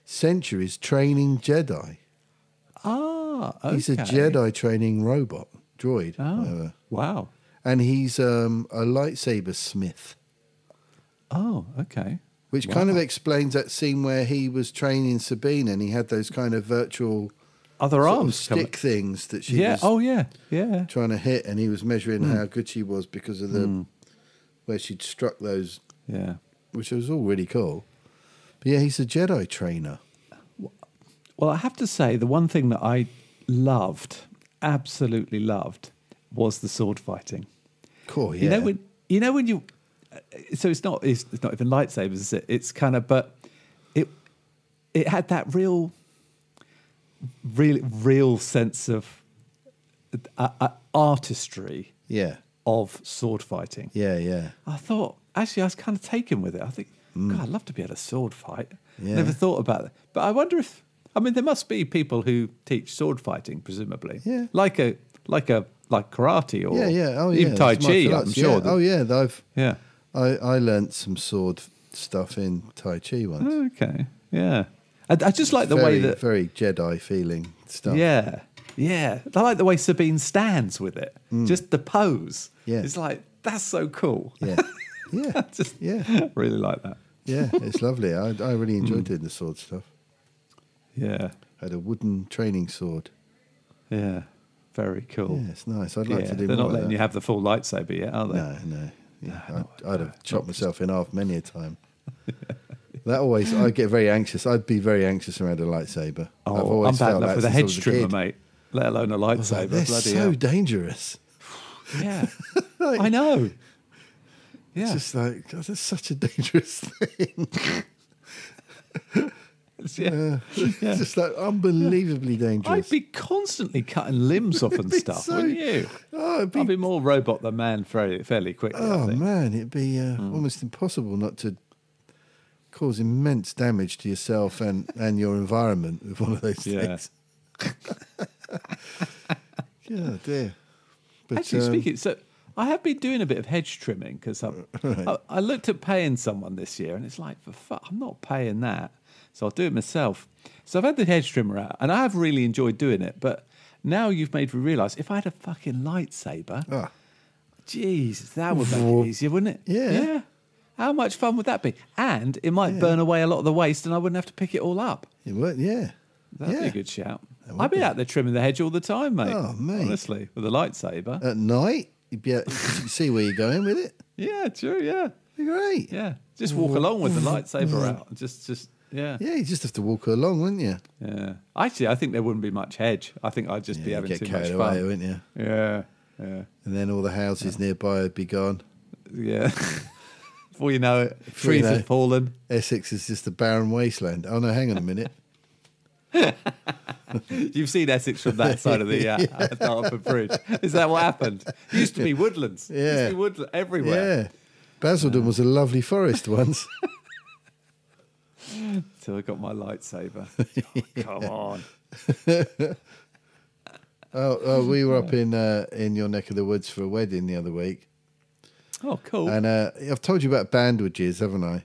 B: centuries training Jedi.
D: ah, okay.
B: He's a Jedi training robot droid,
D: Oh,
B: whatever.
D: wow.
B: and he's um, a lightsaber smith.
D: Oh, okay.
B: which
D: Wow.
B: kind of explains that scene where he was training Sabine and he had those kind of virtual
D: Other
B: sort of
D: arms come-
B: stick things that she
D: Yeah.
B: was
D: Oh, Hmm. yeah. Yeah.
B: trying to hit, and he was measuring how good she was because of the
D: Hmm.
B: where she'd struck those,
D: Yeah.
B: which was all really cool. But yeah, he's a Jedi trainer.
D: Well, I have to say, the one thing that I loved, absolutely loved, was the sword fighting.
B: Cool, yeah.
D: You know when you know when you uh, so it's not it's, it's not even lightsabers, is it? It's kind of but it it had that real real real sense of uh, uh, artistry
B: yeah,
D: of sword fighting.
B: yeah, yeah,
D: I thought actually I was kind of taken with it. I think God, I'd love to be at a sword fight.
B: Mm. Yeah.
D: Never thought about it, but I wonder if I mean there must be people who teach sword fighting, presumably.
B: Yeah.
D: like a like a like karate or
B: yeah, yeah. Oh, yeah.
D: even Tai
B: it's
D: Chi.
B: martial
D: I'm
B: arts,
D: sure.
B: Yeah.
D: that-
B: Oh, yeah. I've
D: yeah.
B: I I learnt some sword stuff in Tai Chi once.
D: Okay. Yeah. I, I just Mm. like the
B: very,
D: way that.
B: very Jedi feeling stuff.
D: Yeah. Yeah. I like the way Sabine stands with it. Just the pose.
B: Mm. Yeah.
D: It's like that's so cool.
B: yeah, yeah,
D: just
B: yeah.
D: really like that.
B: Yeah, it's lovely. I, I really
D: Mm.
B: enjoyed doing the sword stuff.
D: Yeah.
B: I had a wooden training sword.
D: Yeah. Very cool.
B: Yeah, it's nice. I'd like
D: Yeah,
B: to do more
D: They're not
B: of
D: letting
B: that.
D: you have the full lightsaber yet, are they?
B: No, no. Yeah, I'd, I'd have chopped myself in half many a time. that always, I get very anxious. I've been very anxious around a lightsaber. I've
D: Oh,
B: always
D: I'm bad
B: felt
D: enough
B: that
D: with a
B: since I
D: hedge
B: was
D: trimmer,
B: kid.
D: mate. Let alone a
B: I was like,
D: lightsaber.
B: They're
D: Bloody
B: so dangerous.
D: hell. Yeah.
B: Like,
D: I know.
B: It's
D: Yeah.
B: just like, God, that's such a dangerous thing.
D: yeah.
B: Uh, It's just like unbelievably dangerous.
D: I'd be constantly cutting limbs off and
B: be
D: stuff,
B: so-
D: wouldn't you?
B: oh, it'd be,
D: I'd be more robot than man fairly, fairly quickly. I
B: oh
D: think. Hmm.
B: man, it'd be uh, almost impossible not to cause immense damage to yourself and, and your environment with one of those
D: Yeah.
B: things. yeah, dear. But,
D: Actually,
B: um,
D: speaking, so I have been doing a bit of hedge trimming because I, I, I looked at paying someone this year, and it's like for fuck, I'm not paying that, so I'll do it myself. So I've had the hedge trimmer out, and I have really enjoyed doing it. But now you've made me realise if I had a fucking lightsaber,
B: ah,
D: jeez, that would make
B: Vroom.
D: it easier, wouldn't it?
B: Yeah.
D: Yeah. How much fun would that be? And it might burn away a lot of the waste, and I wouldn't have to pick it all up.
B: it worked, yeah.
D: That'd
B: yeah.
D: be a good shout. I'd be, out there trimming the hedge all the time, mate.
B: Oh, mate.
D: Honestly, with a lightsaber.
B: At night, you'd be able to see where you're going with it.
D: yeah, true. Yeah.
B: Be great.
D: Yeah, just walk along with the lightsaber out. Just, just, yeah,
B: Mm. Yeah, you just have to walk along, wouldn't you?
D: yeah. Actually, I think there wouldn't be much hedge. I think I'd just be
B: Yeah,
D: having
B: you'd
D: too
B: get
D: much
B: carried
D: fun.
B: away, wouldn't you?
D: Yeah, yeah,
B: And then all the houses nearby would be gone.
D: yeah. Before you know it,
B: you
D: trees
B: know-
D: have fallen.
B: Essex is just a barren wasteland. Oh no, hang on a minute.
D: You've seen Essex from that side of the uh, Dartford Bridge. Is that what happened? It used to be woodlands. It used
B: Yeah.
D: to be woodland everywhere.
B: yeah. Basildon was a lovely forest once.
D: Till I got my lightsaber. Oh, come on.
B: oh, oh, we were up in uh, in your neck of the woods for a wedding the other week,
D: Oh, cool.
B: and uh, I've told you about bandwidges, haven't I?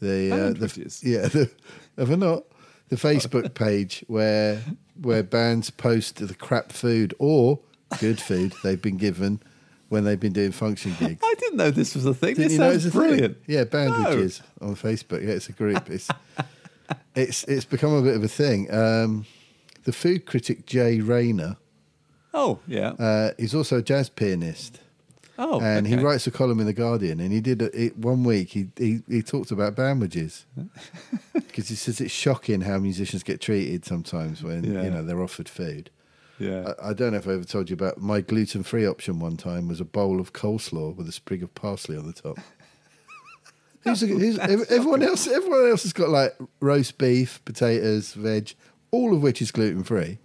B: The, uh,
D: Bandwidges?
B: the yeah, the, have I not? The Facebook page where where bands post the crap food or good food they've been given when they've been doing function gigs.
D: I didn't know this was a thing.
B: Didn't
D: this
B: you know
D: sounds
B: it's a thing?
D: brilliant.
B: Yeah,
D: No.
B: bandwidges on Facebook. Yeah, it's a group. It's it's it's become a bit of a thing. Um, the food critic Jay Rayner
D: Oh, yeah.
B: uh, is also a jazz pianist,
D: oh,
B: and he
D: okay.
B: writes a column in the Guardian. And he did a, it one week. He he, he talked about bandwidges because he says it's shocking how musicians get treated sometimes when
D: Yeah.
B: you know they're offered food.
D: Yeah.
B: I, I don't know if I ever told you about my gluten-free option. One time was a bowl of coleslaw with a sprig of parsley on the top. who's,
D: Oh,
B: who's, ev- everyone else, everyone else has got like roast beef, potatoes, veg, all of which is gluten-free.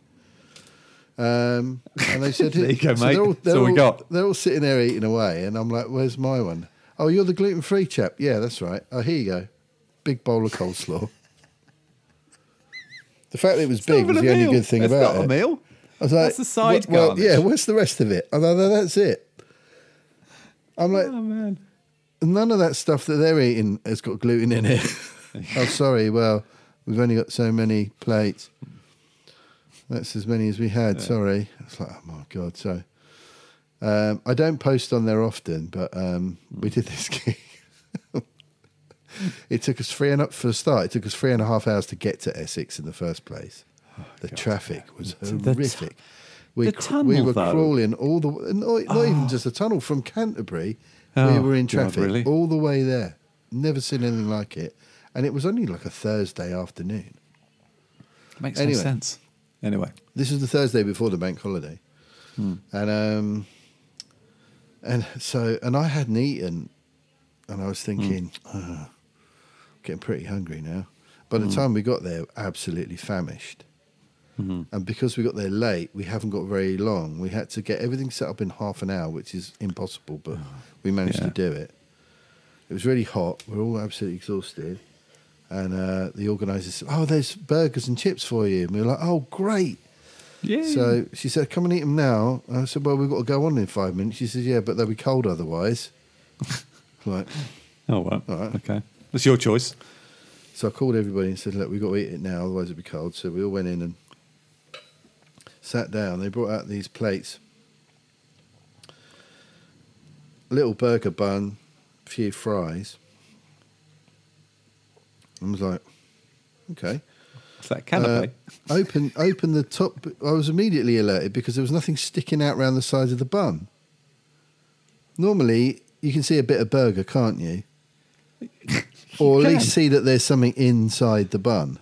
B: Um, and they said,
D: There you go, mate.
B: They're all,
D: That's
B: they're
D: all we
B: all-
D: got.
B: They're all sitting there eating away, and I'm like, "Where's my one? Oh, you're the gluten-free chap. Yeah, that's right. Oh, here you go, big bowl of coleslaw." The fact that it was big was the only good thing
D: it's
B: about
D: not
B: it.
D: a meal.
B: I was like,
D: That's the side
B: well, well,
D: garnish.
B: yeah, where's the rest of it? And I, that's it. I'm like,
D: Oh man.
B: none of that stuff that they're eating has got gluten in it. oh, sorry. Well, we've only got so many plates. That's as many as we had. Sorry. It's like, oh my god. So, um, I don't post on there often, but um, we did this gig. it took us three and up for a start. It took us three and a half hours to get to Essex in the first place. The traffic was
D: Oh, The tu-
B: horrific. we,
D: the
B: cr- we
D: tunnel,
B: were
D: though. Ah.
B: crawling all the way, not, not even just a tunnel from Canterbury
D: Oh,
B: we were in
D: God,
B: traffic
D: really?
B: all the way there. Never seen anything like it. And it was only like a Thursday afternoon.
D: Makes
B: Anyway.
D: no sense. Anyway.
B: This was the Thursday before the bank holiday. And um and so and I hadn't eaten and I was thinking, "Ah, getting pretty hungry now. By the time we got there, absolutely famished. And because we got there late, we haven't got very long. We had to get everything set up in half an hour, which is impossible, but we managed to
D: Yeah.
B: do it. It was really hot. We are all absolutely exhausted. And uh, the organizer said, Oh, there's burgers and chips for you. And we were like, Oh, great.
D: Yeah.
B: So she said, "Come and eat them now." And I said, "Well, we've got to go on in five minutes." She said, "Yeah, but they'll be cold otherwise." right.
D: oh well.
B: All right.
D: Okay. It's your choice.
B: So I called everybody and said, "Look, we've got to eat it now, otherwise it'll be cold." So we all went in and sat down. They brought out these plates: a little burger bun, a few fries. I was like, "Okay."
D: It's that
B: Uh,
D: canopy.
B: open open the top. I was immediately alerted because there was nothing sticking out round the sides of the bun. Normally, you can see a bit of burger, can't you? Or at
D: can.
B: least see that there's something inside the bun.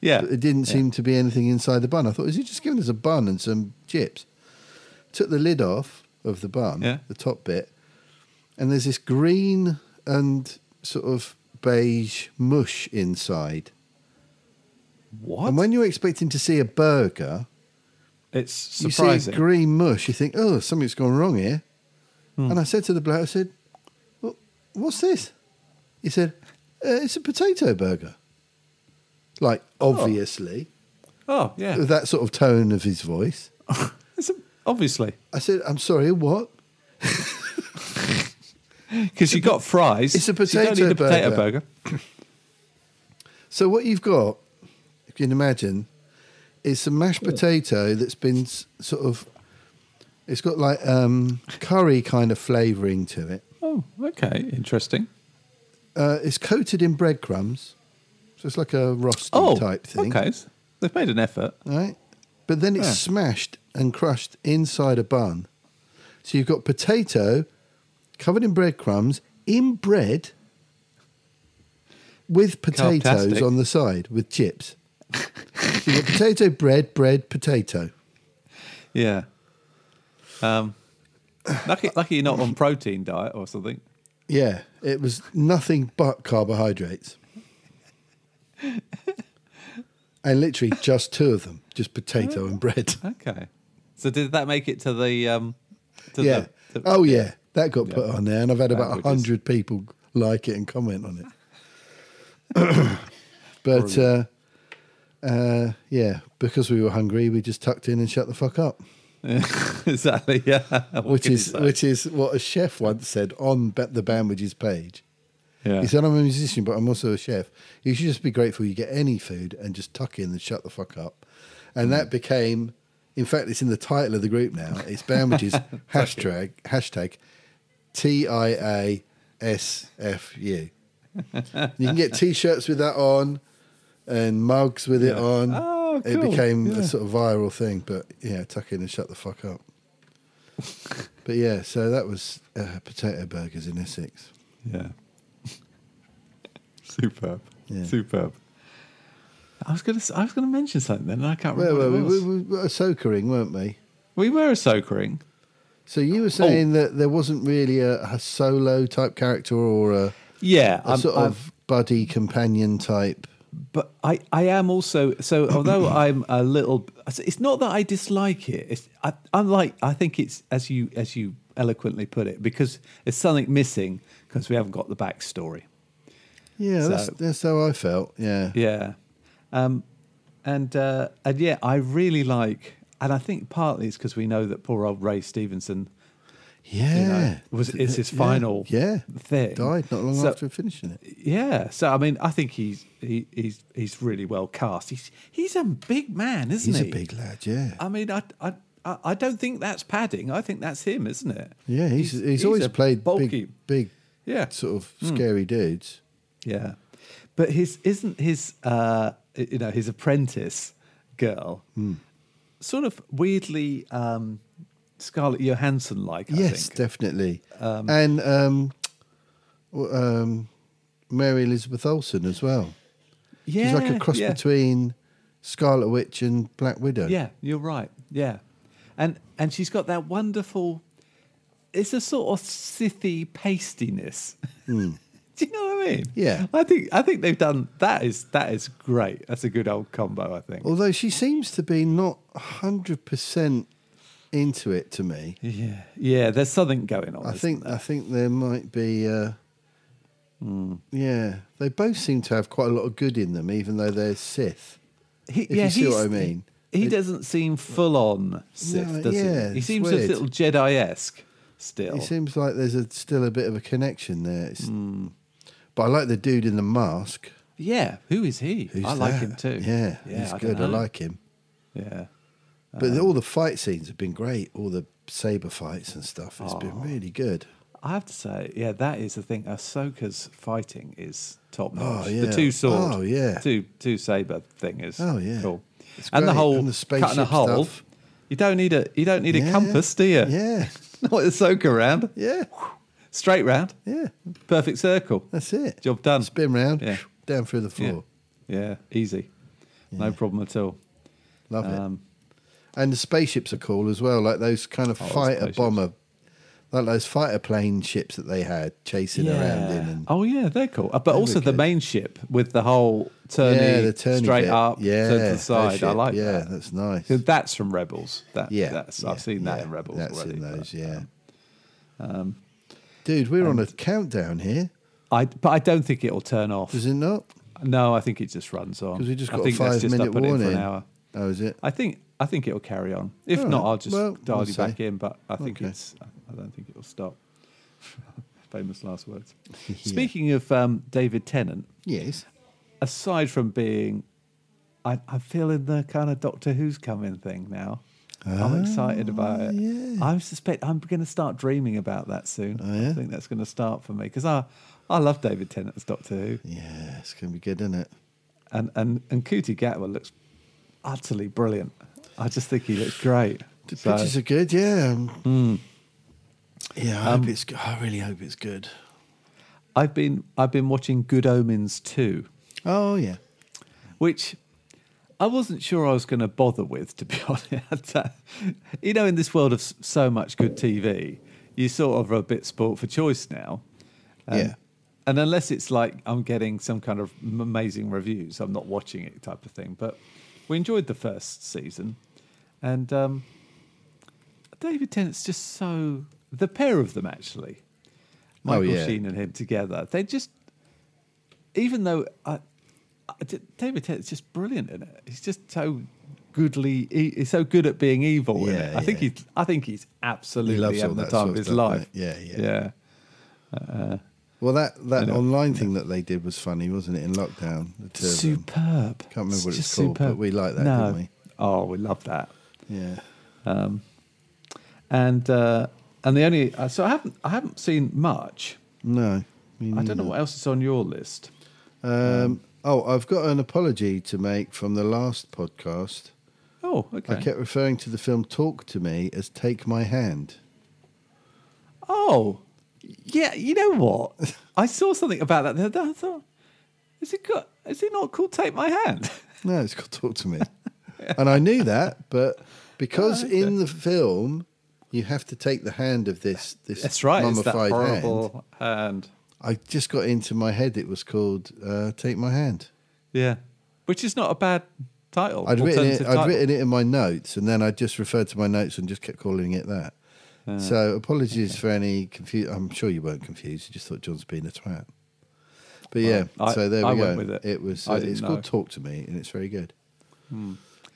D: yeah.
B: But it didn't seem to be anything inside the bun. I thought, is he just giving us a bun and some chips? Took the lid off of the bun,
D: Yeah.
B: the top bit, and there's this green and sort of beige mush inside
D: What?
B: And when you're expecting to see a burger,
D: it's
B: you see
D: surprising.
B: a green mush, you think, oh, something's gone wrong here. And I said to the bloke, I said, "Wha- what's this? He said, uh, it's a potato burger. Like, obviously,
D: oh yeah,
B: with that sort of tone of his voice.
D: it's a, obviously
B: I said, I'm sorry, what?
D: because you got fries.
B: it's a
D: so you don't
B: potato
D: need a potato
B: burger.
D: burger.
B: So what you've got, if you can imagine, is some mashed potato that's been s- sort of, it's got like um, curry kind of flavouring to it.
D: Oh, okay, interesting.
B: Uh, it's coated in breadcrumbs, so it's like a rosti
D: Oh,
B: type thing,
D: okay. s- They've made an effort.
B: right? But then it's
D: Yeah.
B: smashed and crushed inside a bun. So you've got potato covered in breadcrumbs in bread with potatoes
D: Carb-tastic.
B: on the side with chips. so you've got potato, bread, bread, potato.
D: Yeah. Um, lucky, lucky you're not on protein diet or something.
B: Yeah, it was nothing but carbohydrates. and literally just two of them, just potato and bread.
D: Okay. So did that make it to the? Um, to
B: yeah.
D: The, to-
B: oh yeah. that got
D: Yeah.
B: put on there, and I've had about
D: Languages.
B: hundred people like it and comment on it. but uh, uh, yeah, because we were hungry, we just tucked in and shut the fuck up,
D: exactly. Yeah. What
B: which
D: can you
B: is
D: say?
B: which is what a chef once said on Be- the Bandwages page.
D: yeah.
B: He said, "I'm a musician, but I'm also a chef. You should just be grateful you get any food and just tuck in and shut the fuck up."
D: Mm.
B: And that became, in fact, it's in the title of the group now. It's Bandwages hashtag hashtag T I A S F U. You can get T-shirts with that on, and mugs with it
D: Yeah.
B: on.
D: Oh,
B: It
D: cool.
B: became
D: Yeah.
B: a sort of viral thing. But yeah, tuck in and shut the fuck up. but yeah, so that was uh, potato burgers in Essex.
D: Yeah. Superb.
B: Yeah.
D: Superb. I was gonna. s- I was gonna mention something then, and I can't
B: Well,
D: remember.
B: well,
D: what
B: we,
D: it was.
B: we, we were soakering, weren't we?
D: We were a soakering.
B: So you
D: Oh.
B: were saying that there wasn't really a, a solo type character or a,
D: Yeah,
B: a sort of buddy companion type.
D: um, but I, I am also so although I'm a little it's not that I dislike it it's I, unlike I think it's as you as you eloquently put it because there's something missing because we haven't got the backstory
B: Yeah,
D: So-
B: that's, that's how I felt. Yeah.
D: yeah um and uh and yeah I really like and I think partly it's because we know that poor old Ray Stevenson
B: Yeah.
D: you know, was it's his final
B: Yeah.
D: thing
B: Died not long
D: So-
B: after finishing it.
D: yeah so I mean I think he's he, he's he's really well cast he's he's a big man isn't
B: He's
D: he
B: a big lad, yeah.
D: I mean, I, I, I I don't think that's padding. I think that's him, isn't it?
B: yeah, he's, he's, always
D: a
B: played
D: bulky. Hmm.
B: big, big
D: Yeah,
B: sort of scary dudes.
D: yeah. But his isn't his uh, you know his apprentice girl
B: Hmm.
D: sort of weirdly um, Scarlett Johansson like. I
B: yes,
D: think.
B: definitely. and um, w- um, Mary Elizabeth Olsen as well.
D: yeah,
B: She's like a cross
D: yeah.
B: between Scarlet Witch and Black Widow.
D: Yeah, you're right. Yeah, and and she's got that wonderful. It's a sort of sithy pastiness. Do you know what I mean?
B: Hmm. Yeah.
D: I think I think they've done that. Is that is great? That's a good old combo. I think.
B: Although she seems to be not 100% into it to me.
D: Yeah, yeah. There's something going on.
B: I
D: isn't
B: think
D: there?
B: I think there might be uh,
D: Hmm.
B: Yeah, they both seem to have quite a lot of good in them even though they're Sith.
D: He,
B: If you see what
D: he's-
B: I mean.
D: He doesn't seem full on Sith,
B: No,
D: does
B: yeah,
D: he? He
B: it's
D: seems a
B: weird.
D: little Jedi esque still.
B: It seems like there's a, still a bit of a connection there. It's,
D: Hmm.
B: But I like the dude in the mask.
D: yeah. Who is he?
B: Who's
D: I like
B: that?
D: him too.
B: Yeah,
D: yeah.
B: he's
D: I don't
B: good. I
D: know.
B: like him.
D: Yeah.
B: But
D: Um,
B: all the fight scenes have been great. All the saber fights and stuff. It's been really good.
D: I have to say, yeah, that is the thing. Ahsoka's fighting is top
B: Oh,
D: notch.
B: yeah.
D: The two sword,
B: Oh, yeah.
D: two two saber thing is
B: Oh, yeah.
D: cool.
B: It's
D: and the
B: great.
D: whole
B: And the
D: cutting a
B: spaceship
D: hole.
B: stuff.
D: You don't need a you don't need
B: Yeah.
D: a compass, do you?
B: Yeah,
D: Not with Ahsoka round.
B: yeah,
D: Straight round.
B: yeah.
D: Perfect circle.
B: That's it.
D: Job done.
B: Spin round,
D: Yeah.
B: down through the
D: Yeah.
B: floor.
D: Yeah, easy. No problem at all.
B: Love it.
D: Um,
B: And the spaceships are cool as well, like those kind of
D: Oh, those
B: fighter
D: spaceships.
B: bomber like those fighter plane ships that they had chasing around in. And,
D: oh yeah, they're cool. Uh, But
B: were
D: also the
B: good.
D: main ship with the whole turny,
B: yeah, the turning
D: straight
B: bit.
D: up
B: yeah,
D: to the
B: those
D: side. I
B: ship.
D: like
B: yeah,
D: that.
B: that's nice.
D: So That's from Rebels. That,
B: yeah,
D: that's,
B: yeah,
D: I've seen that
B: yeah,
D: in Rebels
B: That's
D: already.
B: in
D: but,
B: those,
D: um,
B: yeah. Dude, we're on a countdown here,
D: I but I don't think it'll turn off.
B: is it not?
D: No, I think it just runs on.
B: Because we just
D: I
B: got a
D: think that's
B: five
D: just
B: minute
D: up on it
B: warning.
D: For an hour.
B: Oh, is it?
D: I think I think it'll carry on. If
B: All
D: not,
B: right.
D: I'll just
B: Well,
D: dial
B: we'll
D: you back
B: see.
D: in. But I think
B: Okay.
D: it's. I don't think it'll stop. Famous last words. Speaking of um, David Tennant,
B: Yes.
D: aside from being, I, I'm feeling the kind of Doctor Who's coming thing now. I'm excited about it.
B: Ah, yeah.
D: I suspect I'm going to start dreaming about that soon.
B: Oh, yeah?
D: I think that's going to start for me because I, I love David Tennant as Doctor Who,
B: Yeah, it's going to be good, isn't it?
D: and and and Cootie Gatwa looks utterly brilliant. I just think he looks great.
B: The
D: So- Hmm.
B: pictures are good, yeah. Um, Yeah, I
D: Um,
B: hope it's. go- I really hope it's good.
D: I've been I've been watching Good Omens 2,
B: Oh yeah,
D: which I wasn't sure I was going to bother with, to be honest. you know, in this world of s- so much good TV, you sort of are a bit sport for choice now.
B: yeah.
D: And unless it's like I'm getting some kind of m- amazing reviews, I'm not watching it type of thing. But we enjoyed the first season. And um, David Tennant's just so. The pair of them, actually,
B: Oh,
D: Michael
B: yeah.
D: Sheen and him together, they just. Even though I, I- D- David Tennant's just brilliant in it. He's just so goodly. He, he's so good at being evil in
B: Yeah,
D: it. I think
B: yeah.
D: he's. I think he's absolutely
B: all
D: having the
B: that sort
D: time of
B: of
D: his
B: stuff,
D: life.
B: mate. Yeah, yeah.
D: yeah.
B: Well, that that
D: know.
B: online thing that they did was funny, wasn't it? In lockdown, the two of them.
D: Superb. Can't
B: remember what it's called, but we liked that, didn't we?
D: Oh, we love that.
B: Yeah.
D: And uh, and the only uh, so I haven't I haven't seen much.
B: No. Um, me
D: I don't know
B: neither.
D: what else is on your list.
B: Um, oh, I've got an apology to make from the last podcast.
D: Oh, okay.
B: I kept referring to the film "Talk to Me" as "Take My Hand."
D: Oh, yeah. You know what? I saw something about that. the other day. I thought, is it got? Is it not called Take My Hand?
B: No, it's called Talk to Me. and I knew that, but because
D: Oh,
B: in the film you have to take the hand of this this
D: That's right. It's that
B: mummified hand,
D: horrible hand.
B: I just got into my head it was called uh, Take My Hand.
D: Yeah, which is not a bad title.
B: I'd written it
D: alternative
B: I'd
D: title.
B: written it in my notes and then I just referred to my notes and just kept calling it that.
D: Uh,
B: so apologies for any confusion. I'm sure you weren't confused. You just thought John's being a twat. But yeah,
D: I-
B: so there we
D: I
B: go.
D: went with it.
B: was
D: I
B: uh,
D: didn't
B: it's
D: know.
B: called Talk to Me and it's very good.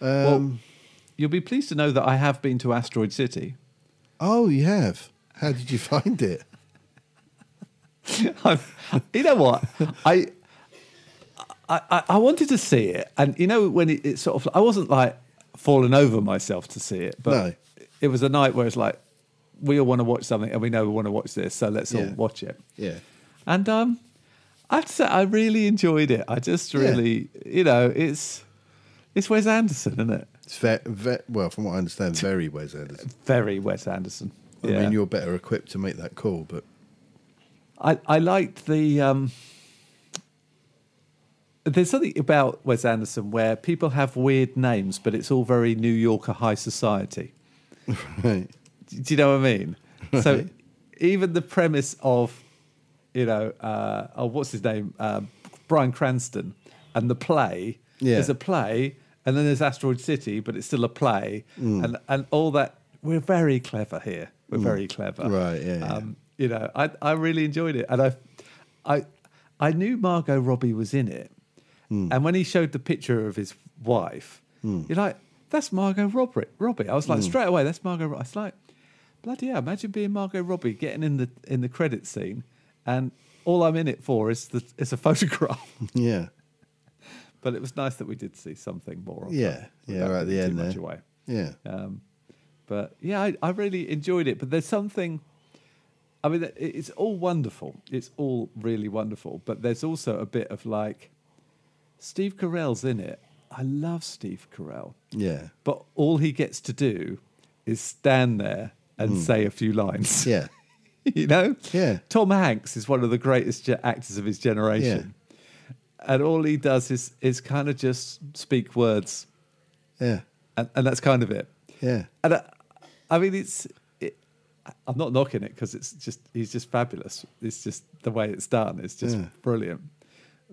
D: Well, you'll be pleased to know that I have been to Asteroid City.
B: Oh, you have. How did you find it?
D: I've, you know what? I, I I- I wanted to see it, and you know when it, it sort of I wasn't like falling over myself to see it, but it was a night where it's like we all want to watch something, and we know we want to watch this, so let's all
B: Yeah.
D: watch it.
B: Yeah.
D: And um, I have to say, I really enjoyed it. I just really, you know, it's it's Wes Anderson, isn't it?
B: It's ve- ve- well, from what I understand, very Wes Anderson.
D: Very Wes Anderson.
B: I
D: Yeah.
B: mean, you're better equipped to make that call, but
D: I, I liked the. Um, there's something about Wes Anderson where people have weird names, but it's all very New Yorker high society.
B: right.
D: D- Do you know what I mean? So even the premise of, you know, uh, oh, what's his name? Uh, Brian Cranston and the play.
B: Yeah.
D: There's a play, and then there's Asteroid City, but it's still a play. And, and all that. We're very clever here. We're very clever.
B: Right, yeah, yeah.
D: Um, you know, I, I really enjoyed it. And I, I, I knew Margot Robbie was in it.
B: Hmm.
D: And when he showed the picture of his wife, you're like, that's Margot Robbie. Robbie. I was
B: Hmm.
D: like, straight away, that's Margot Robbie. It's like, bloody hell, imagine being Margot Robbie getting in the in the credit scene and all I'm in it for is the is a photograph.
B: Yeah.
D: but it was nice that we did see something more of
B: Yeah.
D: that
B: Yeah,
D: without
B: right at the
D: giving
B: end
D: too much
B: there.
D: away.
B: Yeah.
D: But yeah, I, I really enjoyed it. But there's something. I mean, it- it's all wonderful. It's all really wonderful. But there's also a bit of like, Steve Carell's in it. I love Steve Carell,
B: Yeah.
D: but all he gets to do is stand there and say a few lines.
B: Hmm. Yeah.
D: you know.
B: Yeah.
D: Tom Hanks is one of the greatest ge- actors of his generation, and all he does is is kind of just speak words,
B: Yeah.
D: and, and that's kind of it.
B: Yeah.
D: And I, I mean, it's it, I'm not knocking it because it's just he's just fabulous. It's just the way it's done. It's just
B: Yeah.
D: brilliant.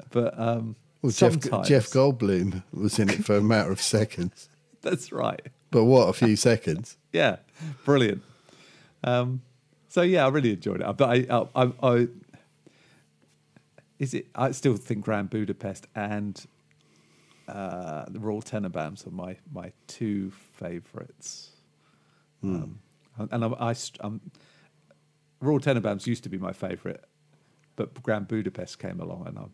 D: But um,
B: Well, Jeff,
D: sometimes
B: Jeff Goldblum was in it for a matter of seconds.
D: That's right.
B: But what, a few seconds.
D: Yeah, brilliant. Um, so yeah, I really enjoyed it. But I, I, I, I is it? I still think Grand Budapest and uh, the Royal Tenenbaums are my my two favourites. Um, and and I, I st- um, Royal Tenenbaums used to be my favourite, but Grand Budapest came along, and I'm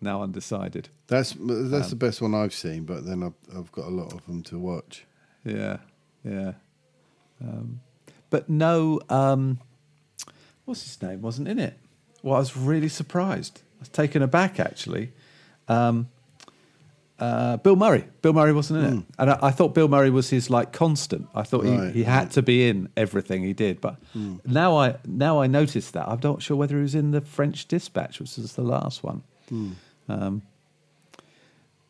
D: now undecided.
B: That's that's the best one I've seen, but then I've, I've got a lot of them to watch.
D: Yeah, yeah. Um, but no, um, what's his name wasn't in it. Well, I was really surprised. I was taken aback actually. Um, uh, Bill Murray. Bill Murray wasn't in it, and I, I thought Bill Murray was his like constant. I thought
B: Right,
D: he, he had to be in everything he did. But now I now I noticed that I'm not sure whether he was in the French Dispatch, which was the last one.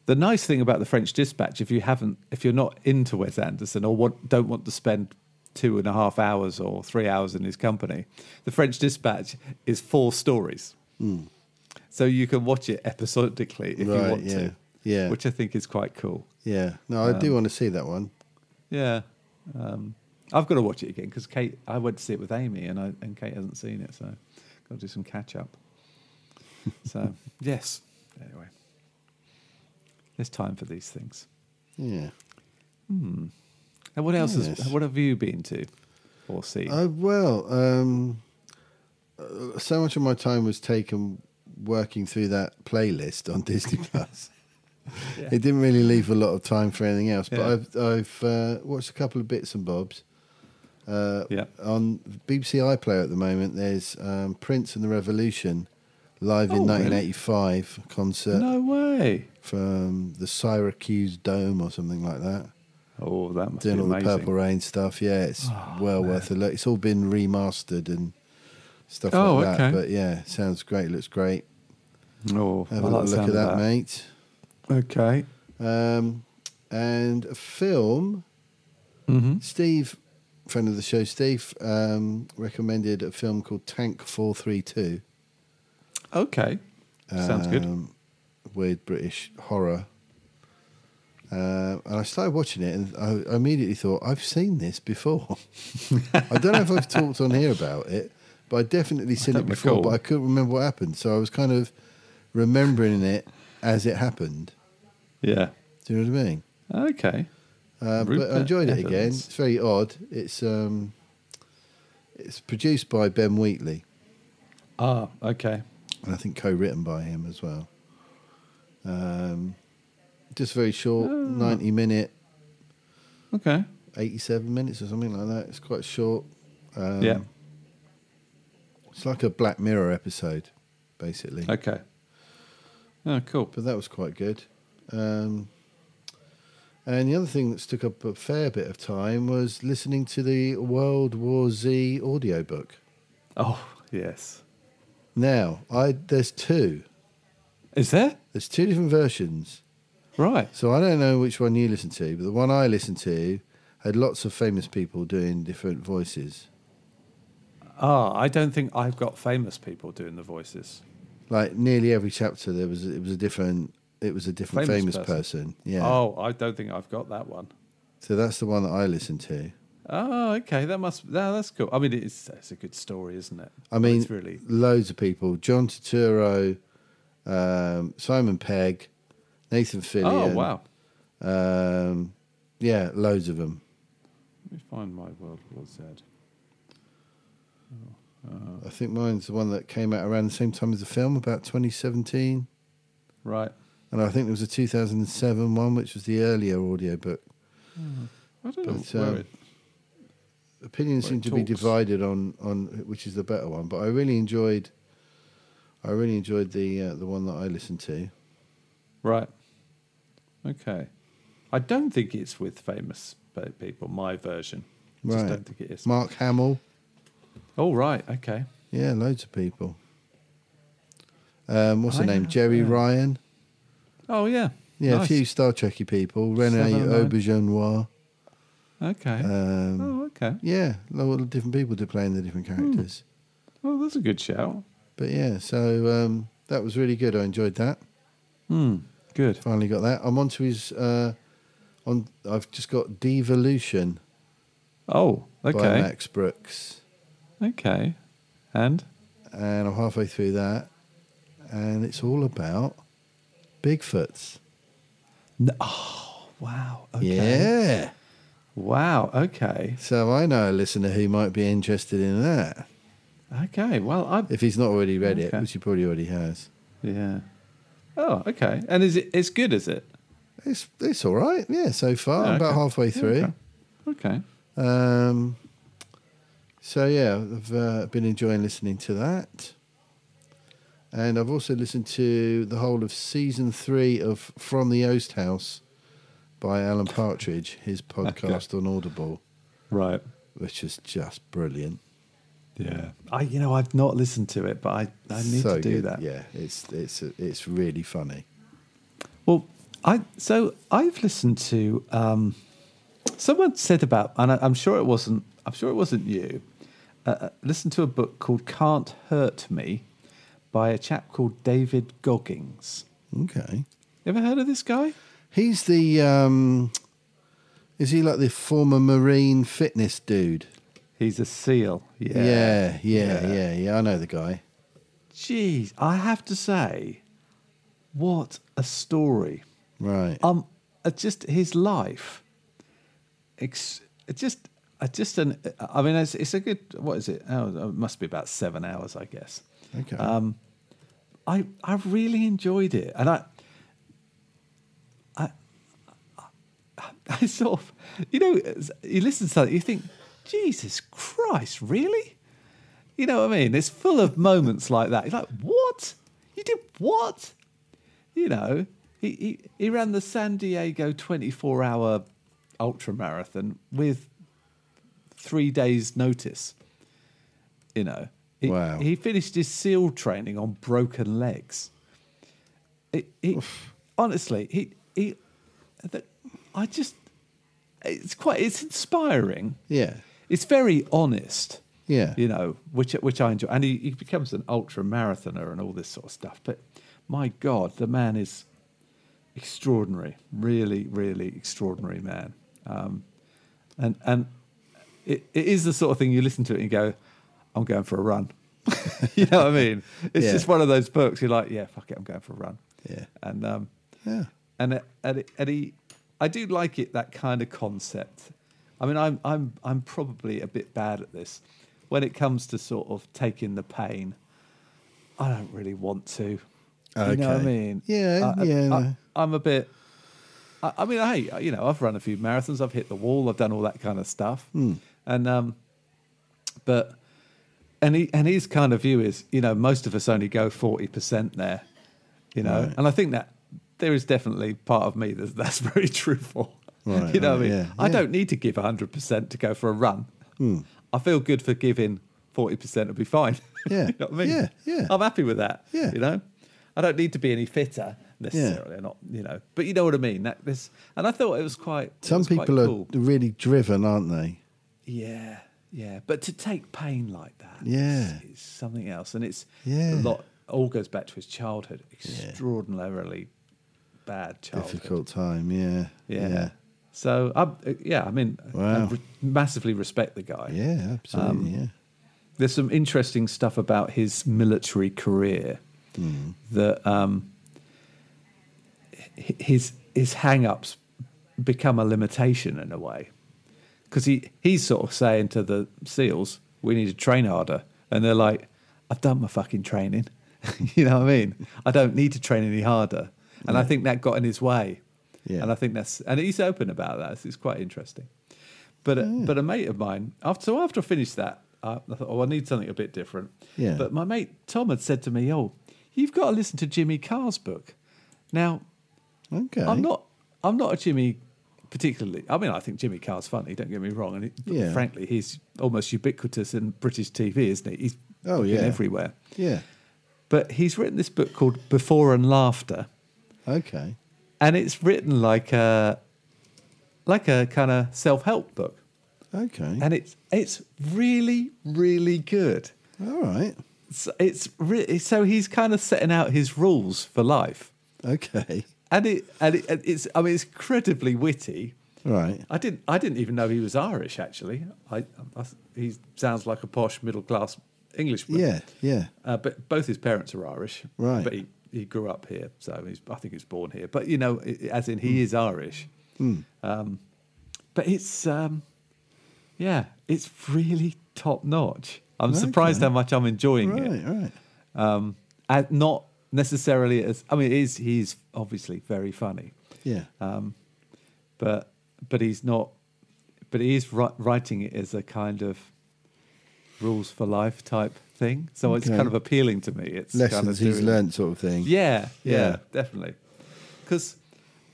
D: The nice thing about the French Dispatch, if you haven't, if you're not into Wes Anderson or want, don't want to spend two and a half hours or three hours in his company, the French Dispatch is four stories, so you can watch it episodically if you
B: Hmm. Right,
D: want to,
B: yeah, yeah.
D: which I think is quite cool.
B: Yeah. No, I do want to see that one.
D: Yeah, um, I've got to watch it again because Kate, I went to see it with Amy, and I, and Kate hasn't seen it, so got to do some catch up. So yes, anyway, there's time for these things.
B: Yeah.
D: And what else
B: Yes.
D: has what have you been to or seen?
B: Oh well, um, uh, so much of my time was taken working through that playlist on Disney Plus.
D: Yeah.
B: It didn't really leave a lot of time for anything else. But
D: Yeah.
B: I've I've uh, watched a couple of bits and bobs. Uh,
D: Yeah.
B: On BBC iPlayer at the moment, there's um, Prince and the Revolution live in
D: Oh, really?
B: 1985 concert
D: no way!
B: from the Syracuse Dome or something like that
D: Oh, that must
B: doing
D: be
B: all the
D: amazing. Oh,
B: Purple Rain stuff. Yeah, it's well worth a look. It's all been remastered and stuff
D: Oh,
B: like that.
D: okay.
B: But yeah, sounds great. Looks great.
D: Oh, I
B: Have a little
D: like the
B: look at
D: sound
B: that,
D: of
B: mate.
D: Okay.
B: Um, and a film.
D: Mm-hmm.
B: Steve, friend of the show, Steve um, recommended a film called Tank Four Three Two.
D: Okay. Sounds good.
B: Um, Weird British horror. Uh, and I started watching it, and I immediately thought, I've seen this before. I don't know if I've talked on here about it, but I definitely seen it
D: don't
B: before,
D: recall.
B: but I couldn't remember what happened. So I was kind of remembering it as it happened.
D: Yeah.
B: Do you know what I mean?
D: Okay.
B: Uh, but
D: Rupert
B: I enjoyed it again.
D: Evans.
B: It's very odd. It's um, it's produced by Ben Wheatley,
D: Ah, okay.
B: and I think co-written by him as well. Um, just very
D: Oh.
B: short, ninety minute,
D: Okay.
B: eighty-seven minutes or something like that. It's quite short. Um,
D: yeah.
B: it's like a Black Mirror episode, basically.
D: Okay. Oh, cool.
B: But that was quite good. Um, and the other thing that's took up a fair bit of time was listening to the World War Z audiobook.
D: Oh, yes.
B: Now, I there's two.
D: Is there?
B: There's two different versions.
D: Right.
B: So I don't know which one you listen to, but the one I listened to had lots of famous people doing different voices.
D: Ah, I don't think I've got famous people doing the voices.
B: Like nearly every chapter, there was it was a different it was a different famous,
D: Famous
B: person. Yeah.
D: Oh, I don't think I've got that one.
B: So that's the one that I listened to.
D: Oh, okay. That must. No, that's cool. I mean, it's it's a good story, isn't it?
B: I mean,
D: Oh, it's really.
B: loads of people: John Turturro, um, Simon Pegg, Nathan Fillion.
D: Oh, wow.
B: Um, yeah, loads of them.
D: Let me find my World War Z.
B: I think mine's the one that came out around the same time as the film, about 2017.
D: Right.
B: And I think there was a 2007 one, which was the earlier audiobook.
D: I don't
B: But,
D: know
B: um,
D: where it.
B: Opinions
D: Well,
B: seem
D: it
B: to be
D: talks.
B: divided on, on which is the better one, but I really enjoyed, I really enjoyed the uh, the one that I listened to.
D: Right. Okay. I don't think it's with famous pe- people. My version. I just
B: Right.
D: don't think it is.
B: Mark Hamill,
D: oh right. Okay.
B: yeah, loads of people. Um, what's
D: I
B: her name?
D: have
B: Jerry
D: heard.
B: Ryan.
D: Oh yeah.
B: Yeah,
D: Nice.
B: a few Star Trekky people. Rene
D: Seven oh nine.
B: Auberjonois.
D: Okay.
B: Um,
D: oh, Hmm. okay.
B: Yeah, a lot of different people did playing the different characters.
D: Oh, that's a good shout.
B: But yeah, so um, that was really good. I enjoyed that.
D: Hmm. Good.
B: Finally got that. I'm onto his. Uh, on I've just got Devolution
D: Oh,
B: by
D: okay.
B: Max Brooks,
D: Okay. And
B: and I'm halfway through that, and it's all about Bigfoots.
D: N- oh, wow. Okay.
B: Yeah.
D: Wow. Okay.
B: So I know a listener who might be interested in that
D: Okay. Well, I
B: if he's not already read
D: Okay.
B: it, which he probably already has.
D: yeah. Oh, okay. And is it? It's good, is it?
B: It's it's all right. Yeah, so far
D: Yeah,
B: I'm about
D: okay.
B: halfway
D: Yeah,
B: through.
D: Okay.
B: Um, so yeah, I've uh, been enjoying listening to that, and I've also listened to the whole of season three of From the Oast House by Alan Partridge, his podcast on Audible,
D: Right.
B: which is just brilliant.
D: Yeah. I you know I've not listened to it, but I, I need
B: So
D: to do
B: good.
D: that.
B: Yeah, it's it's it's really funny.
D: Well, I so I've listened to um, someone said about, and I, I'm sure it wasn't. I'm sure it wasn't you. Uh, Uh, listen to a book called "Can't Hurt Me" by a chap called David Goggins.
B: Okay,
D: You ever heard of this guy?
B: he's the um, is he like the former marine fitness dude?
D: He's a seal. Yeah.
B: yeah, yeah, yeah. yeah, yeah I know the guy.
D: Jeez, I have to say, what a story.
B: Right.
D: um, uh, just his life. Ex- just, uh, just an. I mean, it's, it's a good. What is it? Oh, it must be about seven hours, I guess.
B: Okay.
D: um, I I really enjoyed it, and I. I, I- I sort of, you know, as- you listen to something, you think, Jesus Christ, really? You know what I mean? It's full of moments like that. You're like, what? You did what? You know, he, he, he ran the San Diego 24 hour ultra marathon with three days' notice. You know, he,
B: Wow.
D: he finished his SEAL training on broken legs. He, he, honestly, he, he, the, I just, it's quite, it's inspiring.
B: yeah.
D: It's very honest.
B: Yeah.
D: You know, which which I enjoy, and he, he becomes an ultra marathoner and all this sort of stuff. But my God, the man is extraordinary, really, really extraordinary man. Um, and and it, it is the sort of thing you listen to it and go, I'm going for a run. you know what I mean? It's
B: Yeah.
D: just one of those books. You're like, yeah, fuck it, I'm going for a run.
B: Yeah.
D: And um,
B: Yeah.
D: and it- and it, and he, I do like it that kind of concept. I mean, I'm I'm I'm probably a bit bad at this when it comes to sort of taking the pain. I don't really want to. You know what I
B: Okay.
D: mean?
B: Yeah,
D: I,
B: yeah, no.
D: I, am a bit. I, I mean, hey, you know, I've run a few marathons. I've hit the wall. I've done all that kind of stuff.
B: Hmm.
D: And um, but and he and his kind of view is, you know, most of us only go forty percent there, you know,
B: Right.
D: and I think that there is definitely part of me that that's very true for.
B: Right,
D: you know, what I
B: right,
D: mean,
B: yeah,
D: I
B: yeah. Hmm.
D: don't need to give hundred percent to go for a run. I feel good for giving forty percent. It'll be fine.
B: Yeah,
D: you know what I mean.
B: yeah, yeah.
D: I'm happy with that.
B: Yeah.
D: you know, I don't need to be any fitter necessarily. Not you know, but you know what I mean. That this, and I thought it was quite. it
B: Some
D: was quite
B: people are
D: cool.
B: really driven, aren't they?
D: Yeah, yeah. But to take pain like that
B: Yeah.
D: is, is something else. And it's
B: Yeah.
D: a lot, all goes back to his childhood. Extraordinarily bad childhood.
B: Difficult time. Yeah.
D: Oh, Yeah. So, I, yeah, I mean, I
B: Wow.
D: re- massively respect the guy.
B: Yeah. Yeah, absolutely.
D: Um, There's some interesting stuff about his military career that um, h- his, his hang ups become a limitation in a way because he, he's sort of saying to the SEALs, we need to train harder. And they're like, I've done my fucking training. you know what I mean? I don't need to train any harder. And I think that got in his way.
B: Yeah.
D: And I think that's, and he's open about that. It's, it's quite interesting. But, a
B: Hmm.
D: but a mate of mine, after, so after I finished that, I, I thought, oh, I need something a bit different.
B: Yeah.
D: But my mate Tom had said to me, oh, you've got to listen to Jimmy Carr's book. Now,
B: Yeah. Okay.
D: I'm not. I'm not a Jimmy particularly. I mean, I think Jimmy Carr's funny. Don't get me wrong. And it,
B: Yeah.
D: frankly, he's almost ubiquitous in British TV, isn't he? He's
B: Oh,
D: fucking
B: yeah.
D: everywhere.
B: Yeah.
D: But he's written this book called Before and Laughter,
B: Okay.
D: and it's written like a like a kind of self help book.
B: Okay.
D: and it's it's really really good.
B: All right.
D: So it's re- so he's kind of setting out his rules for life,
B: Okay.
D: and it and, it, and it's I mean it's incredibly witty.
B: Right.
D: I didn't I didn't even know he was Irish actually. I, I he sounds like a posh middle class Englishman.
B: Yeah. Yeah.
D: Uh, but both his parents are Irish.
B: Right.
D: But he, he grew up here, so he's, I think he was born here. But you know, i- as in he
B: Hmm.
D: is Irish. Um, but it's um, yeah, it's really top notch. I'm surprised
B: Okay.
D: how much I'm enjoying it
B: Right. Right.
D: um, and not necessarily as I mean, it is he's obviously very funny,
B: Yeah.
D: Uh, but but he's not, but he is wri- writing it as a kind of rules for life type thing. So it's
B: Okay.
D: kind of appealing to me. It's kind of
B: Lessons he's
D: doing-
B: learned, sort of thing.
D: Yeah, yeah,
B: Yeah.
D: definitely. Because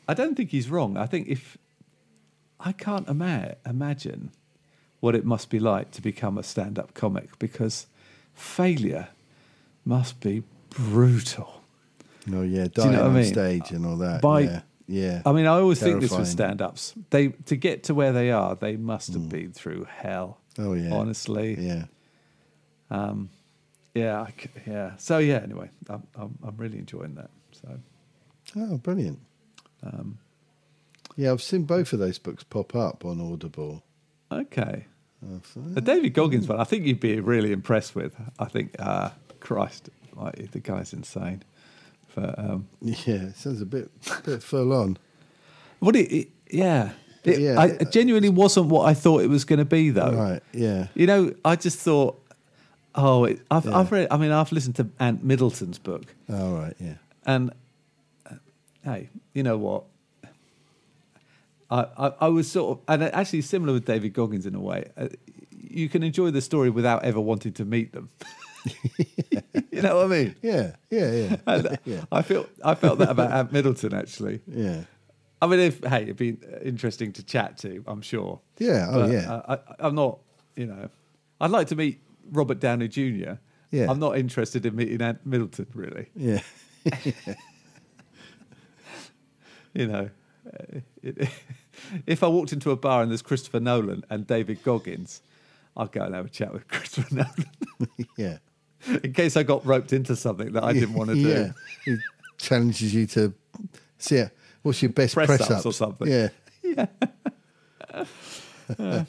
D: I don't think he's wrong. I think if I can't ima- imagine what it must be like to become a stand-up comic because failure must be brutal.
B: Oh yeah,
D: you
B: dying
D: know what
B: on
D: I mean?
B: stage and all that.
D: By-
B: yeah. Yeah.
D: I mean, I always think this with
B: Terrifying. Mm.
D: stand-ups. They to get to where they are, they must have been through hell.
B: Oh yeah.
D: honestly, yeah,
B: Yeah.
D: yeah, I c- yeah. So yeah, anyway, I'm, I'm I'm really enjoying that. So
B: Oh, brilliant.
D: Um,
B: yeah, I've seen both of those books pop up on Audible.
D: okay.
B: I thought,
D: The Uh, David Goggins one, I think you'd be really impressed with. I think, uh, Christ, like, the guy's insane. But um,
B: Yeah, it sounds a bit, bit full on.
D: what it, it yeah, it,
B: Yeah,
D: I,
B: it-
D: it genuinely wasn't what I thought it was going to be though.
B: Right, yeah.
D: You know, I just thought, oh, it, I've,
B: Yeah.
D: I've read. I mean, I've listened to Ant Middleton's book,
B: All right, yeah.
D: and uh, hey, you know what? I, I, I was sort of, and actually similar with David Goggins in a way. Uh, you can enjoy the story without ever wanting to meet them. you know what I mean?
B: Yeah, yeah, yeah.
D: And
B: yeah,
D: I felt I felt that about Ant Middleton actually.
B: yeah.
D: I mean, if hey, it'd be interesting to chat to, I'm sure.
B: Yeah, oh, yeah.
D: uh, I, I'm not, you know, I'd like to meet Robert Downey Jr.
B: Yeah.
D: I'm not interested in meeting Ant Middleton really.
B: Yeah.
D: you know, uh, it, if I walked into a bar and there's Christopher Nolan and David Goggins, I'll go and have a chat with Christopher Nolan
B: Yeah.
D: in case I got roped into something that I didn't want to do.
B: Yeah. He challenges you to see it. What's your best press,
D: Press ups or something.
B: Yeah. um,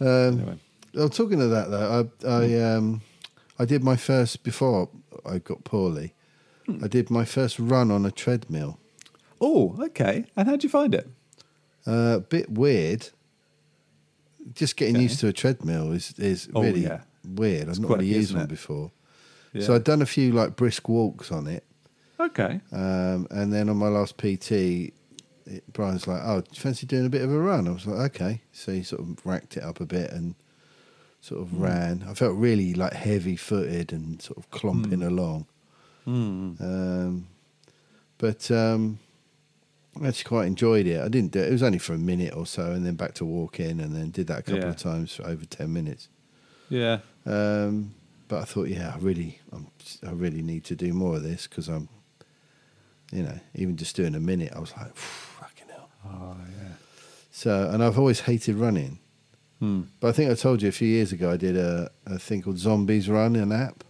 D: Anyway,
B: Well, talking of that though, I
D: Hmm.
B: I um I did my first before I got poorly.
D: Hmm.
B: I did my first run on a treadmill.
D: oh, okay. And how'd you find it?
B: Uh, a bit weird. Just getting
D: Okay.
B: used to a treadmill is is
D: Oh,
B: really
D: yeah.
B: weird. I've not
D: quirky,
B: really used
D: isn't
B: one
D: it?
B: before.
D: Yeah.
B: So I'd done a few like brisk walks on it,
D: Okay.
B: um, and then on my last PT, it, Brian's like, "Oh, do you fancy doing a bit of a run?" I was like, "Okay." So he sort of racked it up a bit and sort of ran. I felt really like heavy-footed and sort of clomping along. Um, but um, I actually quite enjoyed it. I didn't do it. It was only for a minute or so, and then back to walking, and then did that a couple
D: Yeah.
B: of times for over ten minutes.
D: Yeah.
B: Um, but I thought, yeah, I really, I'm, I really need to do more of this because I'm, you know, even just doing a minute, I was like, fucking hell.
D: Oh, yeah.
B: So, and I've always hated running,
D: Hmm.
B: but I think I told you a few years ago I did a, a thing called Zombies Run, an app.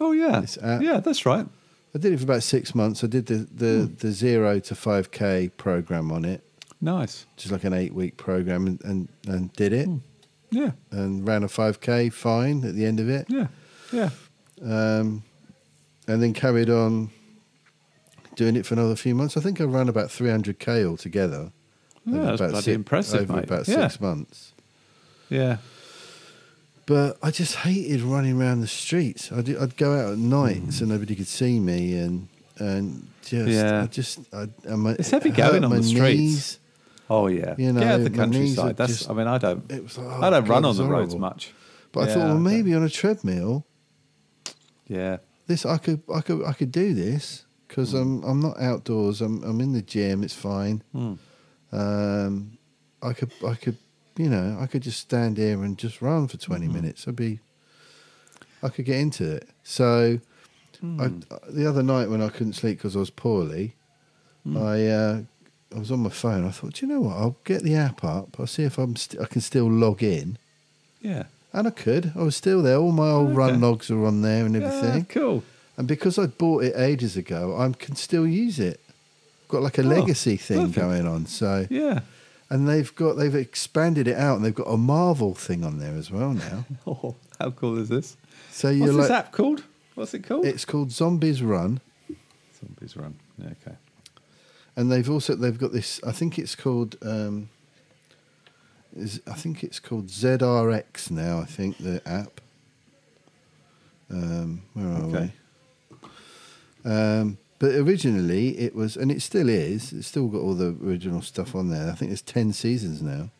D: Oh, yeah.
B: It's uh, at-
D: yeah, that's right.
B: I did it for about six months. I did the the,
D: Hmm.
B: the zero to five k program on it,
D: Nice.
B: just like an eight week program, and and, and did it
D: Hmm. Yeah.
B: and ran a five k fine at the end of it.
D: Yeah. Yeah.
B: um, and then carried on doing it for another few months. I think I ran about 300k altogether.
D: Yeah,
B: over
D: that's
B: about
D: bloody
B: si-
D: impressive,
B: Over
D: mate.
B: about
D: yeah.
B: six months.
D: Yeah.
B: But I just hated running around the streets. I'd, I'd go out at night
D: Hmm.
B: so nobody could see me, and and just
D: Yeah.
B: I just I, I, my,
D: It's heavy
B: it
D: going
B: hurt
D: on
B: my
D: the
B: knees.
D: streets. Oh, yeah.
B: You know,
D: yeah, the
B: my knees are
D: countryside. That's,
B: just-
D: I mean, I don't,
B: It was like, oh,
D: I don't run
B: God, it
D: on
B: was
D: the roads
B: horrible.
D: much.
B: But I
D: Yeah,
B: thought,
D: I
B: well,
D: don't-
B: maybe on a treadmill,
D: Yeah.
B: this I could I could I could do this because I'm I'm not outdoors. I'm I'm in the gym. It's fine. Um, I could I could you know I could just stand here and just run for twenty minutes. I'd be I could get into it. So I, the other night when I couldn't sleep because I was poorly, I uh, I was on my phone. I thought, do you know what? I'll get the app up. I'll see if I'm st- I can still log in.
D: Yeah.
B: And I could. I was still there. All my old
D: Okay.
B: run logs are on there and everything.
D: Ah, cool.
B: And because I bought it ages ago, I can still use it. Got like a
D: Oh,
B: legacy thing
D: perfect.
B: going on. So
D: Yeah.
B: and they've got they've expanded it out and they've got a Marvel thing on there as well now.
D: Oh, how cool Oh, is this?
B: So
D: What's
B: you're like
D: this app called? What's it called?
B: it's called Zombies Run
D: Zombies Run. Yeah, okay.
B: and they've also they've got this I think it's called um is, I think it's called ZRX now, I think the app. Um where are
D: Okay.
B: we? Um but originally it was and it still is, it's still got all the original stuff on there. I think there's 10 seasons now.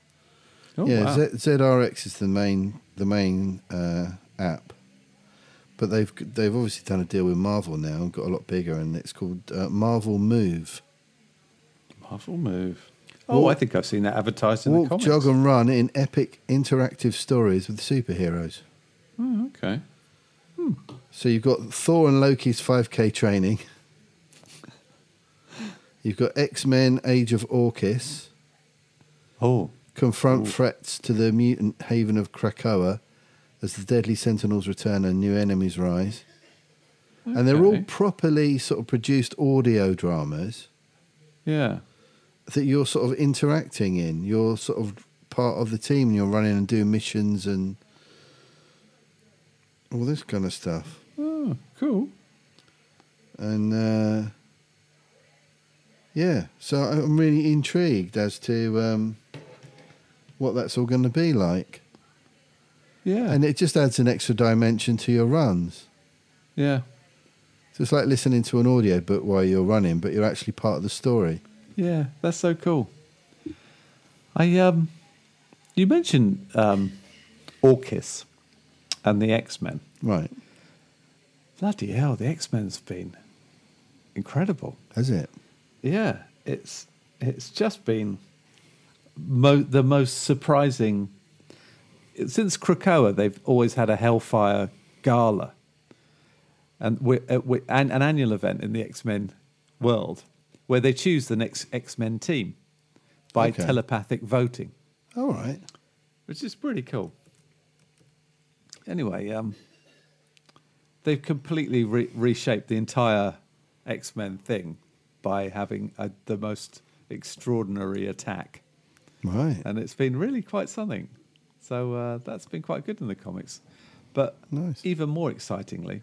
D: Oh,
B: yeah,
D: wow.
B: Z- ZRX is the main the main uh, app, but they've they've obviously done a deal with Marvel now and got a lot bigger, and it's called uh, Marvel Move.
D: Marvel Move. Oh,
B: Walk-
D: I think I've seen that advertised in the
B: Walk,
D: comics.
B: jog, and run in epic interactive stories with superheroes.
D: Oh, okay.
B: So you've got Thor and Loki's 5K training. You've got X Men: Age of Orcus.
D: Oh,
B: confront threats to the mutant haven of Krakoa as the deadly sentinels return and new enemies rise. And they're all
D: Okay.
B: properly sort of produced audio dramas
D: yeah.
B: that you're sort of interacting in. You're sort of part of the team and you're running and doing missions and all this kind of stuff.
D: Oh, cool.
B: And uh, yeah, so I'm really intrigued as to um, what that's all going to be like.
D: Yeah.
B: and it just adds an extra dimension to your runs.
D: yeah.
B: So it's like listening to an audio book while you're running, but you're actually part of the story.
D: Yeah. That's so cool. I um, you mentioned um, Orcus and the X Men.
B: Right.
D: Bloody hell, the X Men's been incredible.
B: Has it?
D: Yeah, it's it's just been mo- the most surprising. Since Krakoa, they've always had a Hellfire Gala, and we, uh, we, an, an annual event in the X Men world where they choose the next X Men team by
B: Okay.
D: telepathic voting,
B: All right.
D: which is pretty cool. Anyway, um, they've completely re- reshaped the entire X Men thing by having a, the most extraordinary attack,
B: Right.
D: and it's been really quite something. So uh, that's been quite good in the comics, but
B: Nice.
D: even more excitingly,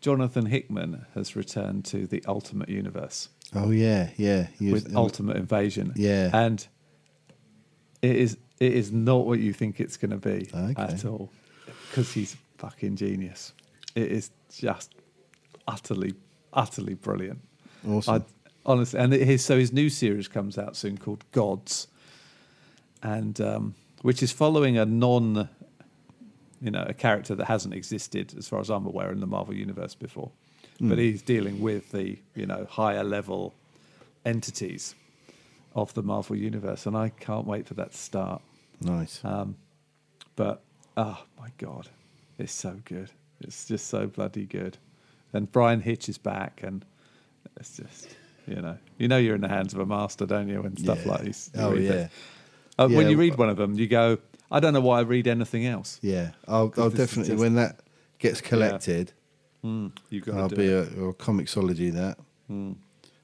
D: Jonathan Hickman has returned to the Ultimate Universe
B: Oh yeah, yeah. You-
D: with Ultimate Invasion.
B: Yeah.
D: and it is it is not what you think it's going to be
B: Okay.
D: at all, because he's fucking genius. It is just utterly, utterly brilliant.
B: Awesome.
D: honestly, and his so his new series comes out soon called Gods, and um, which is following a non, you know, a character that hasn't existed as far as I'm aware in the Marvel universe before, but he's dealing with the you know higher level entities of the Marvel universe, and I can't wait for that to start.
B: Nice.
D: Uh, But oh my god, it's so good. It's just so bloody good. And Brian Hitch is back, and it's just you know, you know, you're in the hands of a master, don't you? When stuff
B: Yeah.
D: like this. you
B: Oh
D: read
B: yeah,
D: that. Uh, When
B: Yeah.
D: you read one of them, you go, I don't know why I read anything else.
B: yeah. I'll, I'll
D: This is
B: definitely
D: just-
B: when that gets collected,
D: You've got
B: I'll
D: to do
B: be
D: it. Hmm.
B: a, a comicsology that.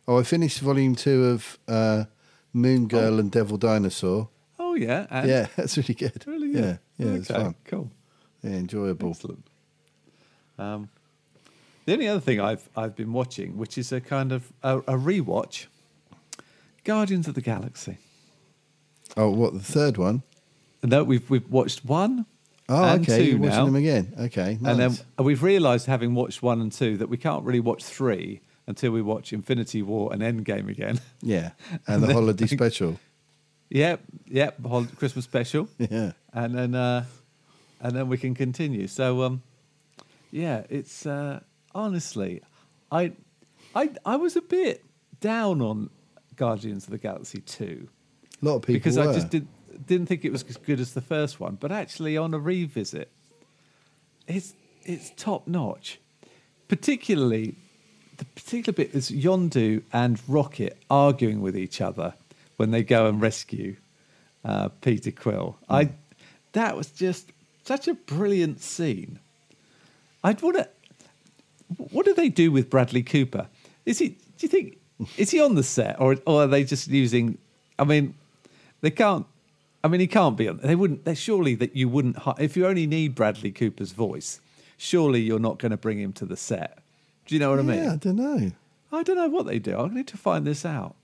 B: Oh, I finished volume two of uh, Moon Girl and Devil Dinosaur.
D: oh yeah, Oh. and
B: Yeah, that's really good.
D: really good.
B: Yeah, yeah,
D: okay,
B: it's fun.
D: cool.
B: Yeah, enjoyable.
D: Excellent. Um, the only other thing I've I've been watching, which is a kind of a, a rewatch, Guardians of the Galaxy.
B: Oh, what the third one?
D: No, we've we've watched one.
B: Oh,
D: and
B: okay.
D: 2
B: You're watching
D: now,
B: them again. Okay, nice.
D: and then we've realised, having watched one and two, that we can't really watch three until we watch Infinity War and Endgame again.
B: Yeah, and the
D: then-
B: holiday special.
D: yep, yep, hol- Christmas special.
B: Yeah,
D: and then uh, and then we can continue. So um, yeah, it's uh, honestly, I I I was a bit down on Guardians of the Galaxy two
B: a lot of people
D: because
B: were.
D: I just did, didn't think it was as good as the first one. But actually, on a revisit, it's it's top notch, particularly the particular bit is Yondu and Rocket arguing with each other when they go and rescue uh, Peter Quill.
B: Hmm.
D: I that was just such a brilliant scene. I'd want to. What do they do with Bradley Cooper? Is he? Do you think is he on the set, or or are they just using? I mean, they can't. I mean, he can't be on. They wouldn't. They surely that you wouldn't. hi- If you only need Bradley Cooper's voice, surely you're not going to bring him to the set. Do you know what I mean?
B: Yeah, I don't know.
D: I don't know what they do. I need to find this out.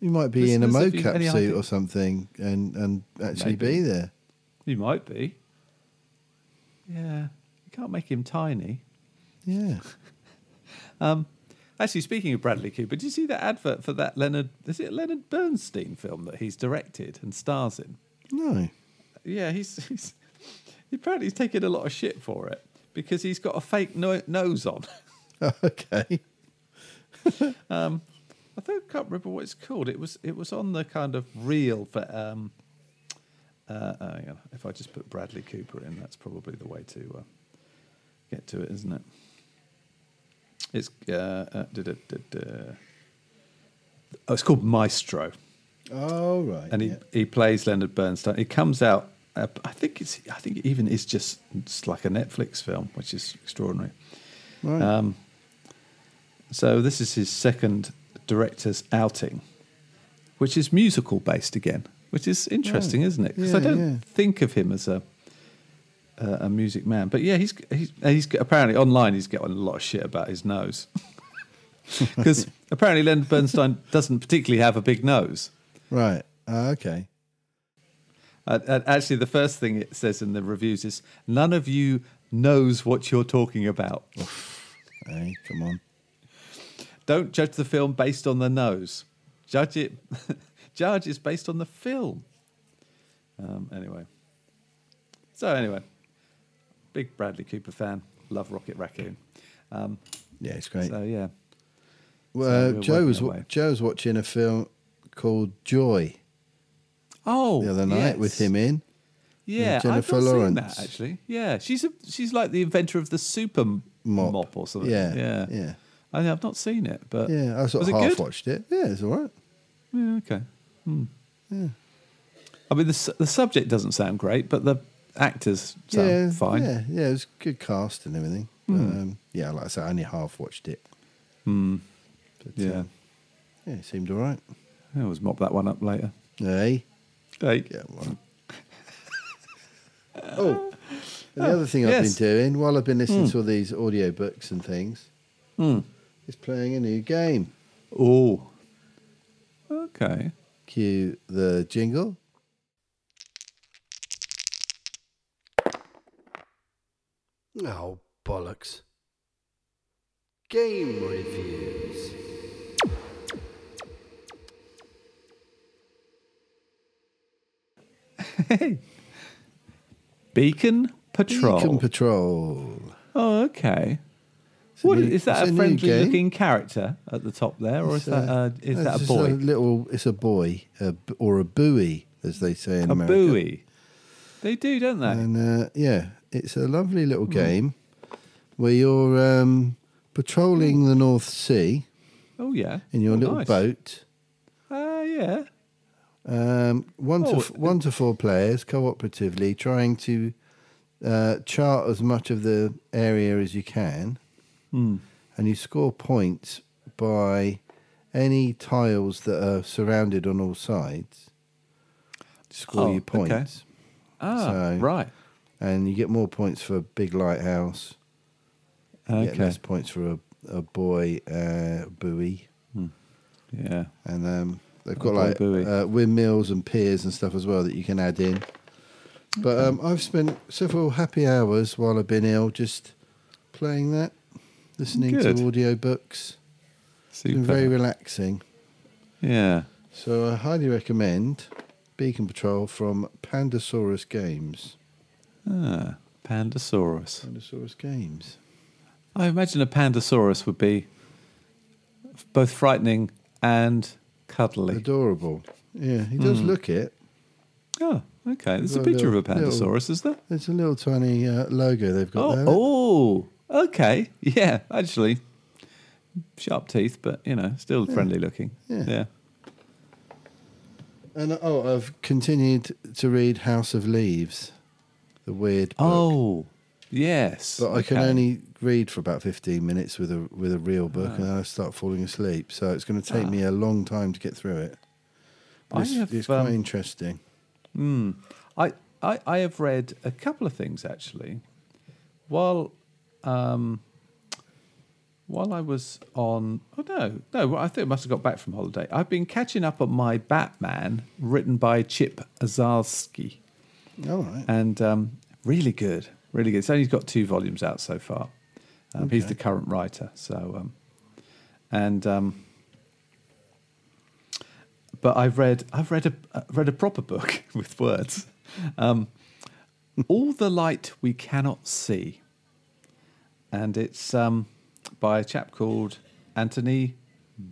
B: You might be in a
D: Listeners, have you any
B: mocap
D: idea?
B: suit or something and, and actually
D: Maybe.
B: be there.
D: He might be. Yeah, you can't make him tiny.
B: Yeah.
D: Actually, speaking of Bradley Cooper, did you see that advert for that Leonard? Is it Leonard Bernstein film that he's directed and stars in?
B: No.
D: Yeah, he's, he's apparently he's taking a lot of shit for it because he's got a fake no- nose on.
B: okay.
D: I think I can't remember what it's called. It was it was on the kind of reel for. Um, uh, uh, hang on. If I just put Bradley Cooper in, that's probably the way to uh, get to it, isn't it? It's uh, uh, duh, duh, duh, duh. oh, it's called Maestro,
B: All right.
D: and he,
B: yeah.
D: he plays Leonard Bernstein. It comes out. Uh, I think it's. I think it even is just it's like a Netflix film, which is extraordinary. Um,
B: Right.
D: So this is his second director's outing, which is musical based again, which is interesting,
B: Right.
D: isn't it? Because I
B: Yeah,
D: don't
B: yeah.
D: think of him as a uh, a a music man, but yeah, he's he's, uh, he's apparently online. He's getting a lot of shit about his nose because apparently Leonard Bernstein doesn't particularly have a big nose.
B: right. Ah, okay.
D: Uh, uh, actually, the first thing it says in the reviews is none of you knows what you're talking about.
B: Hey, come on.
D: Don't judge the film based on the nose. Judge it. judge is based on the film. Um, anyway. So anyway, big Bradley Cooper fan. Love Rocket Raccoon. Um,
B: Yeah, it's great.
D: so yeah.
B: well, uh,
D: so we're
B: Joe
D: working
B: was
D: our
B: wa-
D: way.
B: Joe was watching a film called Joy
D: Oh,
B: the other night with him in.
D: Yeah,
B: Jennifer
D: I've not seen
B: Lawrence.
D: that actually. Yeah, she's a, she's like the inventor of the super mop,
B: Mop.
D: or something.
B: Yeah,
D: yeah,
B: yeah.
D: I, I've not seen it, but
B: Yeah, I sort of
D: was it
B: half
D: good?
B: watched it. Yeah, it's all right.
D: Yeah, okay. Hmm. I mean, the su- the subject doesn't sound great, but the actors sound
B: yeah,
D: fine. Hmm.
B: Yeah, yeah, it was good cast and everything. Um, yeah, like I said, I only half watched it. But,
D: Yeah.
B: um, yeah, it seemed all right.
D: I always mop that one up later.
B: Hey,
D: Hey.
B: get one. oh, and the other thing
D: yes. Hmm.
B: I've been doing while I've been listening to all these audiobooks and things is playing a new game.
D: Oh. Okay.
B: Cue the jingle.
E: Oh, bollocks. Game reviews.
D: Beacon Patrol.
B: Beacon Patrol.
D: oh, okay.
B: It's a
D: What
B: new-
D: is
B: it's
D: that? A
B: new
D: friendly
B: game.
D: looking character at the top there, or is
B: It's,
D: that
B: uh,
D: a, is
B: no,
D: that
B: it's
D: a
B: just
D: boy?
B: little, it's a buoy, a b or a buoy, as they say in
D: A
B: America.
D: buoy. They do, don't they?
B: And uh, yeah, it's a lovely
D: Hmm.
B: little game where you're um, patrolling the North Sea
D: oh yeah.
B: in your
D: Oh,
B: little
D: nice.
B: boat.
D: Ah, yeah.
B: Um, one to
D: Oh,
B: f- one to four players cooperatively, trying to uh, chart as much of the area as you can,
D: Hmm.
B: and you score points by any tiles that are surrounded on all sides. Score
D: Oh,
B: your
D: okay.
B: points,
D: Ah,
B: So-
D: right.
B: and you get more points for a big lighthouse. You get
D: Okay.
B: less points for a a buoy uh, buoy,
D: Yeah.
B: and um, they've got
D: buoy
B: like
D: buoy.
B: uh, windmills and piers and stuff as well that you can add in. But um, I've spent several happy hours while I've been ill just playing that, listening
D: Good.
B: to audiobooks. It's
D: Super.
B: been very relaxing.
D: yeah.
B: So I highly recommend Beacon Patrol from Pandasaurus Games.
D: Ah, Pandasaurus.
B: Pandasaurus Games.
D: I imagine a pandasaurus would be f- both frightening and cuddly.
B: Adorable. Yeah, he does
D: Hmm.
B: look it.
D: Oh, okay. There's a
B: got a
D: picture of a
B: little- little-
D: pandasaurus, is there?
B: There's a little tiny uh, logo they've got
D: Oh,
B: there.
D: oh, okay. Yeah, actually, sharp teeth, but you know, still friendly looking.
B: Yeah.
D: yeah.
B: And oh, I've continued to read House of Leaves, the weird book.
D: Oh, yes.
B: But I can
D: Okay.
B: only read for about fifteen minutes with a with a real book,
D: Ah.
B: and I start falling asleep. So it's going to take me a long time to get through it. But
D: I
B: It's,
D: have,
B: it's quite
D: um,
B: interesting.
D: I, I, I have read a couple of things actually. While um, while I was on, oh no, no, well, I think I must have got back from holiday. I've been catching up on my Batman, written by Chip Azalsky,
B: All right.
D: and um, really good, really good. It's only got two volumes out so far. Um, He's the current writer, so um, and um, but I've read I've read a uh, read a proper book with words. Um, All the light we cannot see, and it's um, by a chap called Anthony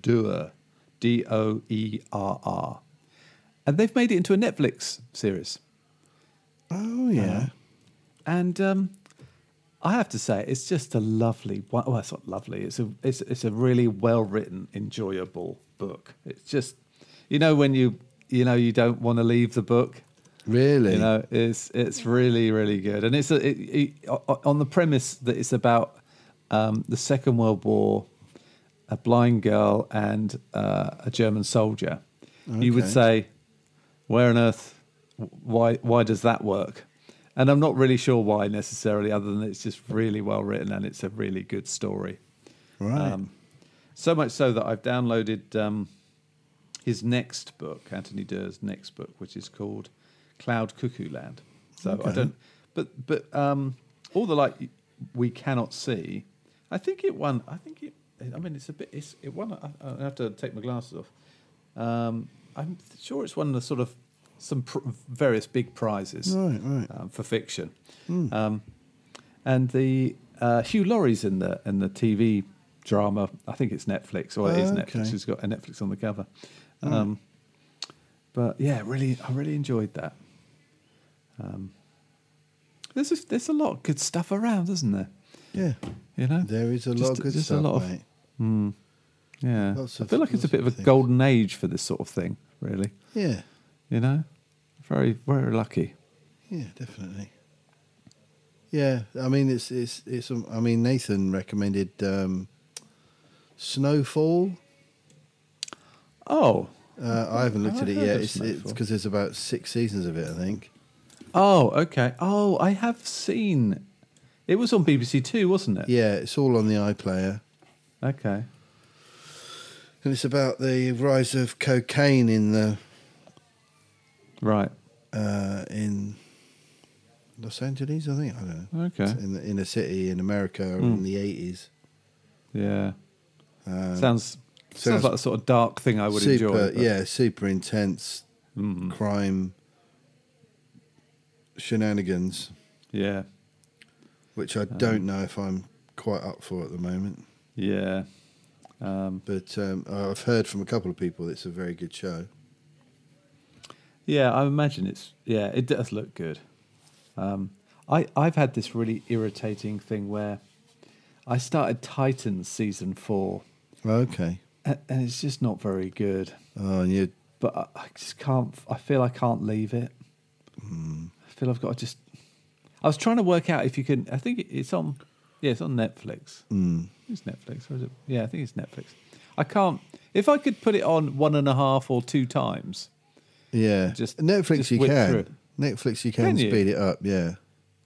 D: Doerr, D O E R R, and they've made it into a Netflix series.
B: Oh yeah.
D: And um, I have to say, it's just a lovely. wo- Well, it's not lovely. It's a it's it's a really well written, enjoyable book. It's just, you know, when you you know you don't want to leave the book.
B: Really?
D: You know, it's it's really really good, and it's a, it, it, o- o- on the premise that it's about um, the Second World War, a blind girl and uh, a German soldier. You would
B: Okay.
D: say, where on earth, why why does that work? And I'm not really sure why necessarily, other than it's just really well written and it's a really good story.
B: right.
D: um, So much so that I've downloaded um, his next book, Anthony Durr's next book, which is called Cloud Cuckoo Land. So I don't, but but um, all the light we cannot see. I think it won. I think it. I mean, it's a bit. It's, it won. I, I have to take my glasses off. Um, I'm sure it's won the sort of some pr- various big prizes
B: Right, right. Hmm.
D: um, for fiction. Um, and the uh, Hugh Laurie's in the in the TV drama. I think it's Netflix, or it is
B: Oh,
D: Netflix.
B: okay. Hmm.
D: It's got a Netflix on the cover. Um, But yeah, really, I really enjoyed that. Um, there's a, there's a lot of good stuff around, isn't there?
B: yeah.
D: You know,
B: There is a lot
D: Just-
B: of good
D: just a
B: stuff,
D: lot of-
B: mate.
D: yeah.
B: lots
D: I
B: of-
D: feel like it's a
B: lots
D: bit
B: of
D: of a
B: things.
D: golden age for this sort of thing. Really,
B: Yeah.
D: you know, very very lucky.
B: Yeah, definitely. Yeah, I mean it's it's it's. um, I mean Nathan recommended um, Snowfall.
D: Oh,
B: Uh, I haven't looked
D: Have
B: at
D: I
B: it
D: Oh, heard
B: yet.
D: of
B: It's it's
D: Snowfall?
B: because there's about six seasons of it, I think.
D: Oh, okay. Oh, I have seen. It was on BBC Two, wasn't it?
B: Yeah, it's all on the iPlayer,
D: Okay.
B: and it's about the rise of cocaine in the
D: Right.
B: uh, in Los Angeles, I think. I don't know.
D: Okay. Hmm.
B: It's in the inner city in America in the eighties.
D: Yeah. sounds sounds like the sort of dark thing I would
B: um, super,
D: enjoy. but- mm, Hmm.
B: yeah, super intense crime shenanigans,
D: Yeah.
B: which I don't know if I'm quite up for at the moment.
D: Yeah. Hmm.
B: But um, I've heard from a couple of people it's a very good show.
D: Yeah. I imagine it's. Yeah. It does look good. Um, I I've had this really irritating thing where I started Titans season four,
B: Okay.
D: a- and it's just not very good.
B: Oh, and you
D: but I, I just can't. I feel I can't leave it.
B: Hmm.
D: I feel I've got to just. I was trying to work out if you can. I think it- it's on. Yeah, it's on Netflix.
B: Hmm.
D: Mm. It's Netflix, or is it? Yeah, I think it's Netflix. I can't. If I could put it on one and a half or two times,
B: yeah.
D: Just-
B: Netflix,
D: just
B: you
D: whip
B: can.
D: through it.
B: Netflix, you can,
D: Can you?
B: speed it up. Yeah,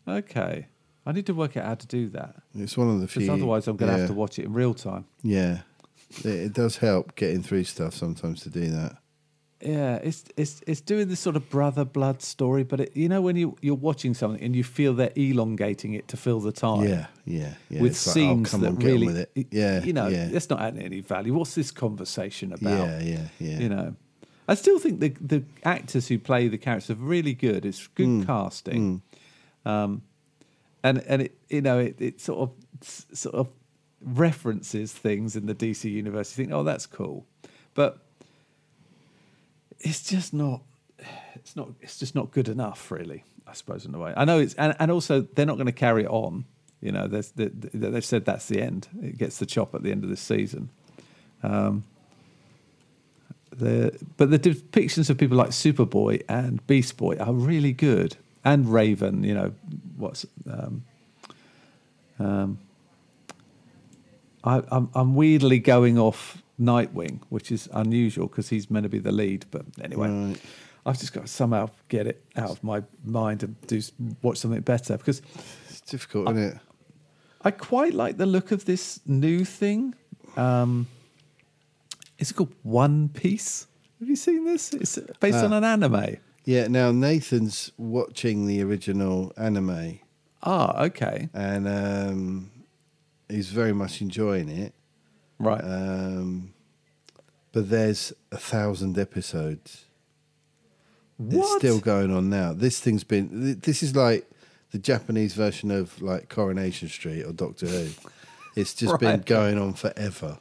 D: okay. I need to work out how to do that
B: it's one of the few.
D: because otherwise I'm going to
B: yeah,
D: have to watch it in real time.
B: Yeah, it, it does help getting through stuff sometimes to do that.
D: Yeah, it's it's it's doing this sort of brother blood story, but it, you know when you you're watching something and you feel they're elongating it to fill the time.
B: Yeah, yeah, yeah.
D: with
B: It's like, oh,
D: scenes
B: come
D: that
B: on, get on
D: really,
B: with it.
D: y-
B: Yeah,
D: you know,
B: yeah.
D: that's not adding any value. What's this conversation about?
B: yeah, yeah, yeah.
D: You know, I still think the the actors who play the characters are really good. It's good casting, um, and and it you know it, it sort of s- sort of references things in the DC universe. You think, oh, that's cool, but it's just not it's not it's just not good enough really i suppose in a way i know it's and, and also they're not going to carry it on You know, there's, they, they- they've said that's the end. It gets the chop at the end of this season. Um, the, but the depictions of people like Superboy and Beast Boy are really good, and Raven. You know, what's um, I, I'm, I'm weirdly going off Nightwing, which is unusual because he's meant to be the lead. But anyway, I've just got to somehow get it out of my mind and do s- watch something better because
B: It's difficult, isn't it?
D: I quite like the look of this new thing. Um, it's called One Piece. Have you seen this? It's based
B: Uh,
D: on an anime.
B: Yeah. Now Nathan's watching the original anime,
D: Ah, okay,
B: and um, he's very much enjoying it.
D: right.
B: Um, but there's a thousand episodes. It's
D: What?
B: still going on now. This thing's been. th- This is like the Japanese version of like Coronation Street or Doctor Who. It's just been
D: Right.
B: going on forever.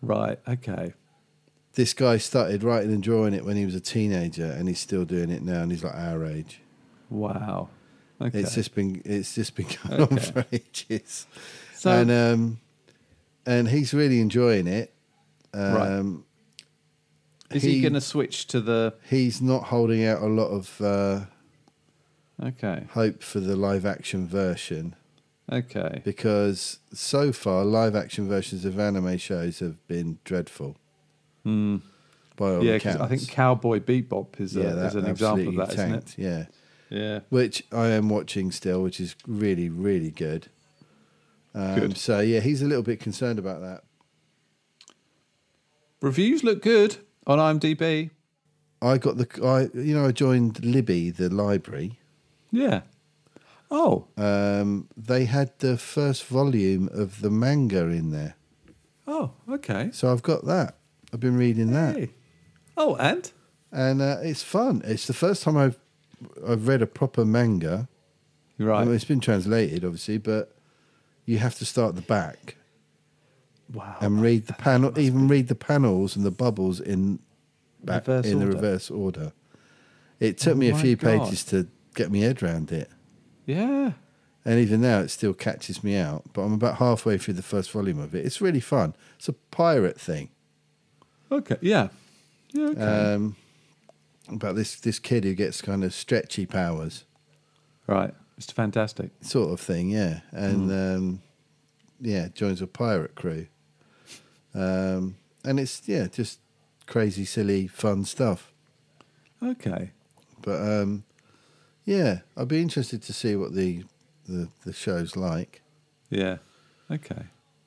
D: right. Okay.
B: This guy started writing and drawing it when he was a teenager, and he's still doing it now, and he's like our age.
D: Wow. Okay.
B: It's just been it's just been going on
D: Okay.
B: for ages,
D: So-
B: and um, and he's really enjoying it.
D: Right.
B: Um,
D: Is he,
B: he-
D: going to switch to the?
B: He's not holding out a lot of uh,
D: Okay.
B: hope for the live action version
D: Okay.
B: because so far live action versions of anime shows have been dreadful. By all
D: Hmm. Yeah, 'cause
B: accounts,
D: I think Cowboy Bebop is, a,
B: that
D: is an example of
B: absolutely
D: that,
B: tanked,
D: not
B: Yeah.
D: it? Yeah.
B: which I am watching still, which is really, really good. Um,
D: Good.
B: So yeah, he's a little bit concerned about that.
D: Reviews look good on IMDb.
B: I got the I you know I joined Libby the library.
D: Yeah. Oh.
B: Um, they had the first volume of the manga in there,
D: Oh. Okay.
B: so I've got that. I've been reading that,
D: Hey. Oh, and
B: and uh, it's fun. It's the first time I've I've read a proper manga.
D: You're
B: I
D: right.
B: mean, it's been translated, obviously, but you have to start at the back
D: wow.
B: and read the panel, even read the panels and the bubbles in back
D: Reverse
B: in the
D: order. Oh
B: reverse order. It took me a
D: my
B: few
D: God.
B: pages to get my head round it,
D: yeah.
B: and even now it still catches me out. But I'm about halfway through the first volume of it. It's really fun. It's a pirate thing.
D: Okay. Yeah. Yeah. Okay.
B: Um, about this this kid who gets kind of stretchy powers,
D: right. It's fantastic.
B: sort of thing, yeah,
D: Hmm.
B: and um, yeah, joins a pirate crew, um, and it's yeah, just crazy, silly, fun stuff.
D: Okay.
B: But um, yeah, I'd be interested to see what the the, the show's like.
D: Yeah. Okay.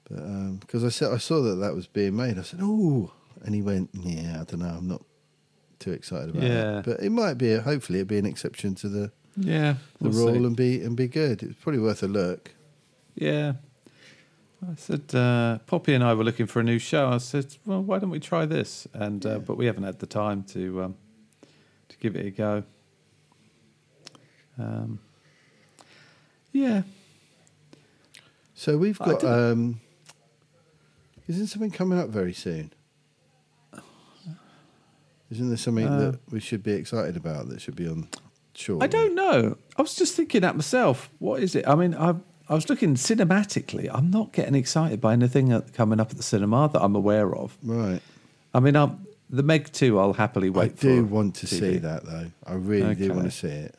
B: But because I said I saw that that was being made, I said, "Oh," and he went, "Yeah, I don't know, I'm not too excited about
D: Yeah.
B: it." But it might be. Hopefully, it'd be an exception to the
D: Yeah.
B: the
D: we'll see.
B: rule and be and be good. It's probably worth a look.
D: Yeah. I said, uh, Poppy and I were looking for a new show. I said, well, why don't we try this? And uh, but we haven't had the time to um, to give it a go. Um, yeah.
B: So we've
D: I
B: got.
D: didn't-
B: Um, isn't something coming up very soon? Isn't there something
D: Uh,
B: that we should be excited about that should be on? Sure.
D: I don't know. I was just thinking at myself, what is it? I mean, I I was looking cinematically. I'm not getting excited by anything that- coming up at the cinema that I'm aware of.
B: Right.
D: I mean, I'm, the Meg 2, I'll happily
B: I
D: wait for.
B: do want to
D: TV.
B: see that though. I really do
D: Okay.
B: want to see it.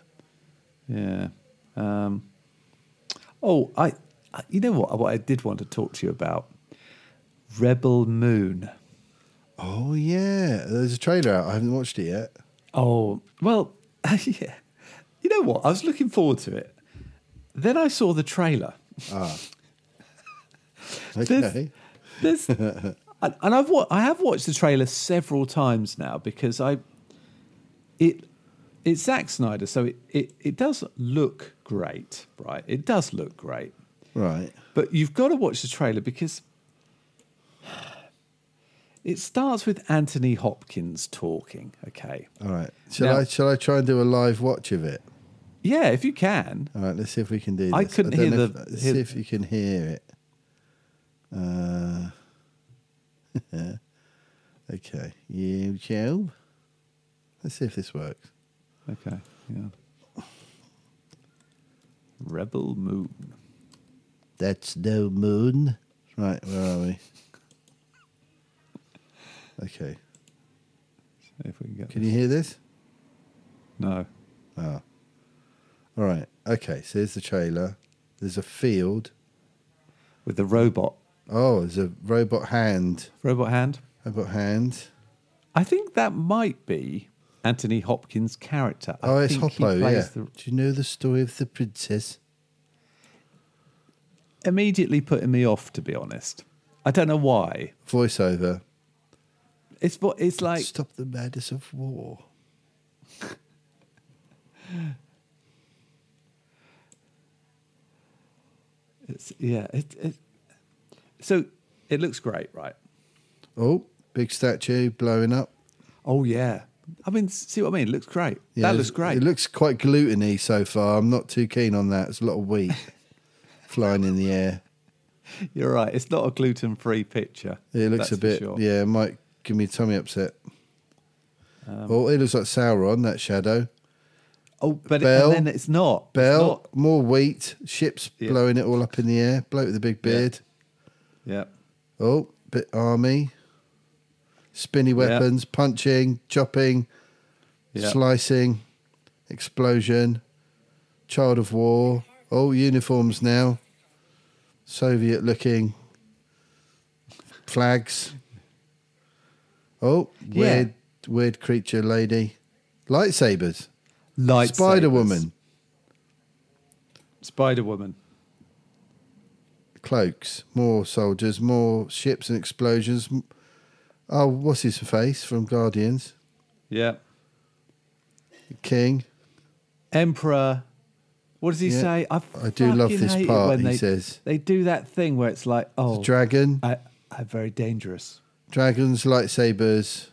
D: Yeah. Um, oh, I, I. You know what? What I did want to talk to you about Rebel Moon.
B: Oh yeah, there's a trailer out. I haven't watched it yet.
D: Oh well, yeah. You know what? I was looking forward to it. Then I saw the trailer.
B: Okay.
D: There's, and, and I've wa- I have watched the trailer several times now because I it it's Zack Snyder, so it, it, it does look great, right? It does look great.
B: Right.
D: But you've got to watch the trailer because it starts with Anthony Hopkins talking, okay?
B: All right. Shall
D: Now-
B: I shall I try and do a live watch of it?
D: Yeah, if you can.
B: All right. Let's see if we can do. This.
D: I couldn't
B: don't
D: hear
B: know
D: the-
B: If, let's
D: hear-
B: see if you can hear it. Uh. okay. YouTube. Let's see if this works.
D: Okay, yeah. Rebel Moon.
B: That's no moon. Right, where are we? Okay.
D: If we can get
B: Can you hear this?
D: no.
B: All right. Okay, so here's the trailer. There's a field.
D: With the robot.
B: Oh, there's a robot hand.
D: Robot hand.
B: Robot hand.
D: I think that might be Anthony Hopkins' character. I
B: Oh, it's
D: think he
B: Hoplo, yeah.
D: plays the-
B: Do you know the story of the princess?
D: immediately putting me off, to be honest. I don't know why.
B: Voiceover.
D: It's what it's like.
B: Stop the madness of war.
D: It's, yeah. It, it, so it looks great, right?
B: Oh, big statue blowing up.
D: Oh yeah. I mean, see what I mean? It looks great.
B: Yeah,
D: that looks great.
B: It looks quite gluteny so far. I'm not too keen on that. It's a lot of wheat flying in the air.
D: You're right. It's not a gluten-free picture.
B: It looks
D: that's
B: a
D: for
B: bit,
D: sure.
B: yeah, it might give me tummy upset.
D: Um,
B: oh, it looks like Sauron, that shadow.
D: Oh, but
B: Bell-
D: it, and then it's not. It's
B: Bell,
D: not.
B: more wheat, ships
D: Yeah.
B: blowing it all up in the air. Bloke with a big beard.
D: Yeah.
B: Oh, bit army. Spinny weapons, punching, chopping,
D: Yeah.
B: slicing, explosion, child of war. All uniforms now. Soviet looking flags. Oh, weird, weird creature lady. Lightsabers.
D: Light
B: Spider Woman.
D: Spider Woman.
B: Cloaks. More soldiers, more ships and explosions. M- Oh, what's his face from Guardians?
D: Yeah.
B: King.
D: Emperor. What does he
B: Yeah.
D: say? I,
B: I do love
D: fucking
B: this
D: hate it
B: part,
D: when
B: he
D: they,
B: says.
D: They do that thing where it's like, oh,
B: Dragon.
D: I, I'm very dangerous.
B: Dragons, lightsabers.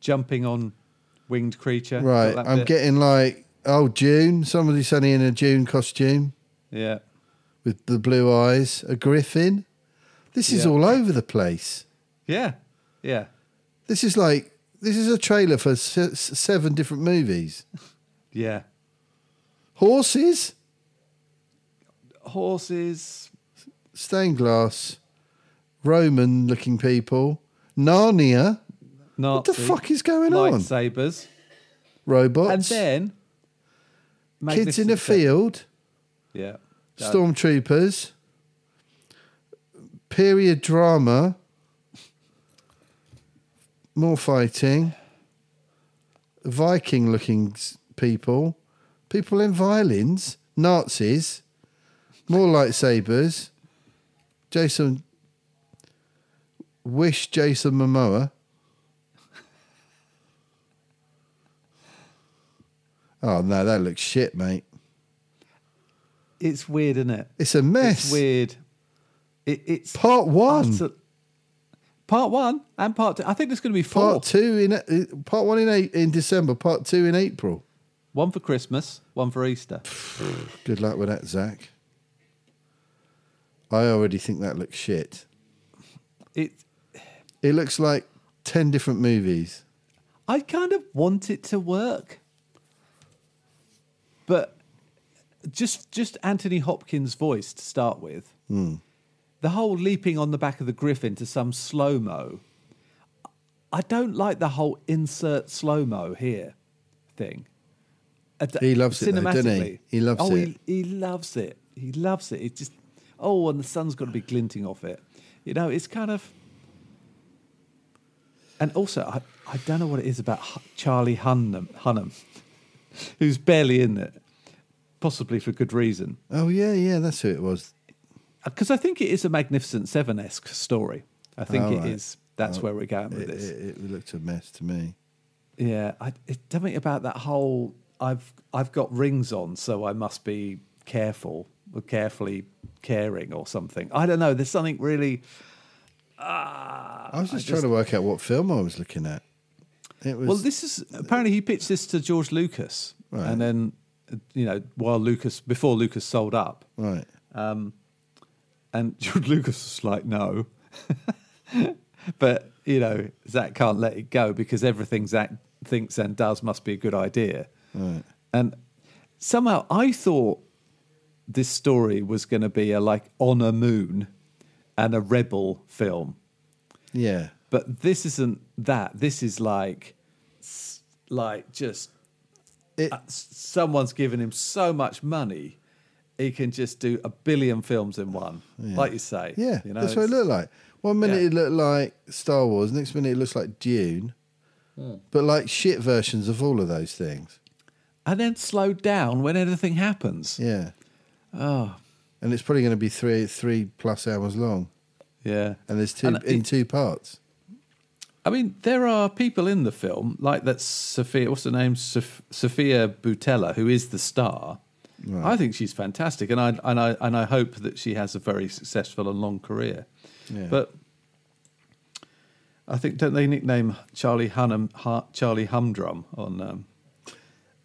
D: Jumping on winged creature. Got
B: Right.
D: that
B: I'm
D: bit?
B: getting like, oh, June. Somebody's suddenly in a June costume
D: Yeah.
B: with the blue eyes. A griffin. This is
D: Yeah.
B: all over the place.
D: Yeah. Yeah.
B: This is like, this is a trailer for se- se- seven different movies.
D: Yeah.
B: Horses,
D: Horses.
B: stained glass, Roman looking people, Narnia. What the
D: Nazis.
B: fuck is going on?
D: Lightsabers. And
B: Robots,
D: then.
B: kids in
D: Magnificent
B: a
D: Seven.
B: field.
D: Yeah. Uh,
B: Stormtroopers, period drama, more fighting, Viking looking people, people in violins, Nazis, more lightsabers, Jason, wish Jason Momoa. Oh no, that looks shit, mate.
D: It's weird, isn't it?
B: It's a mess.
D: It's weird. It, it's
B: Part one.
D: utter- part one and part two. I think there's going to be four.
B: Part two in uh, part one in eight, in December. Part two in April.
D: One for Christmas, one for Easter.
B: Good luck with that, Zach. I already think that looks shit.
D: It.
B: It looks like ten different movies.
D: I kind of want it to work, but just just Anthony Hopkins' voice to start with. The whole leaping on the back of the griffin to some slow mo. I don't like the whole insert slow mo here thing. I d-
B: He loves it though, doesn't he?
D: cinematically.
B: He loves
D: oh,
B: it.
D: He, he loves it. He loves it. It just oh, and the sun's got to be glinting off it. You know, it's kind of. And also, I, I don't know what it is about H- Charlie Hunnam, Hunnam, who's barely in it, possibly for good reason,
B: Oh yeah, yeah, that's who it was.
D: because Uh, I think it is a Magnificent Seven esque story. I think
B: All
D: it is.
B: right.
D: That's
B: Oh,
D: where we're going with
B: It,
D: this.
B: it, it looked a mess to me.
D: Yeah, I, it's something about that whole I've I've got rings on, so I must be careful, or carefully caring, or something. I don't know. There's something really. ah,
B: I was just trying to work out what film I was looking at. It was
D: Well, this is apparently he pitched this to George Lucas,
B: Right.
D: and then you know while Lucas before Lucas sold up,
B: right.
D: and George Lucas was like, no. but you know Zach can't let it go because everything Zach thinks and does must be a good idea.
B: Right.
D: And somehow I thought this story was going to be a like on a moon and a rebel film.
B: Yeah.
D: But this isn't that. This is like, s- like just uh,
B: It,
D: s- someone's given him so much money, he can just do a billion films in one, like you say.
B: yeah.
D: you know,
B: that's what it
D: it's-
B: looked like. One minute
D: Yeah.
B: it looked like Star Wars, next minute it looks like Dune.
D: Hmm.
B: But like shit versions of all of those things.
D: and then slowed down when anything happens.
B: Yeah.
D: Oh,
B: And it's probably going to be three three plus hours long.
D: yeah.
B: And there's two
D: And
B: in
D: it-
B: two parts.
D: I mean, there are people in the film like that. Sophia, what's her name? Sof- Sophia Butella, who is the star. I think she's fantastic, and I and I and I hope that she has a very successful and long career.
B: Yeah.
D: But I think don't they nickname Charlie Hunnam ha, Charlie Humdrum on? Um,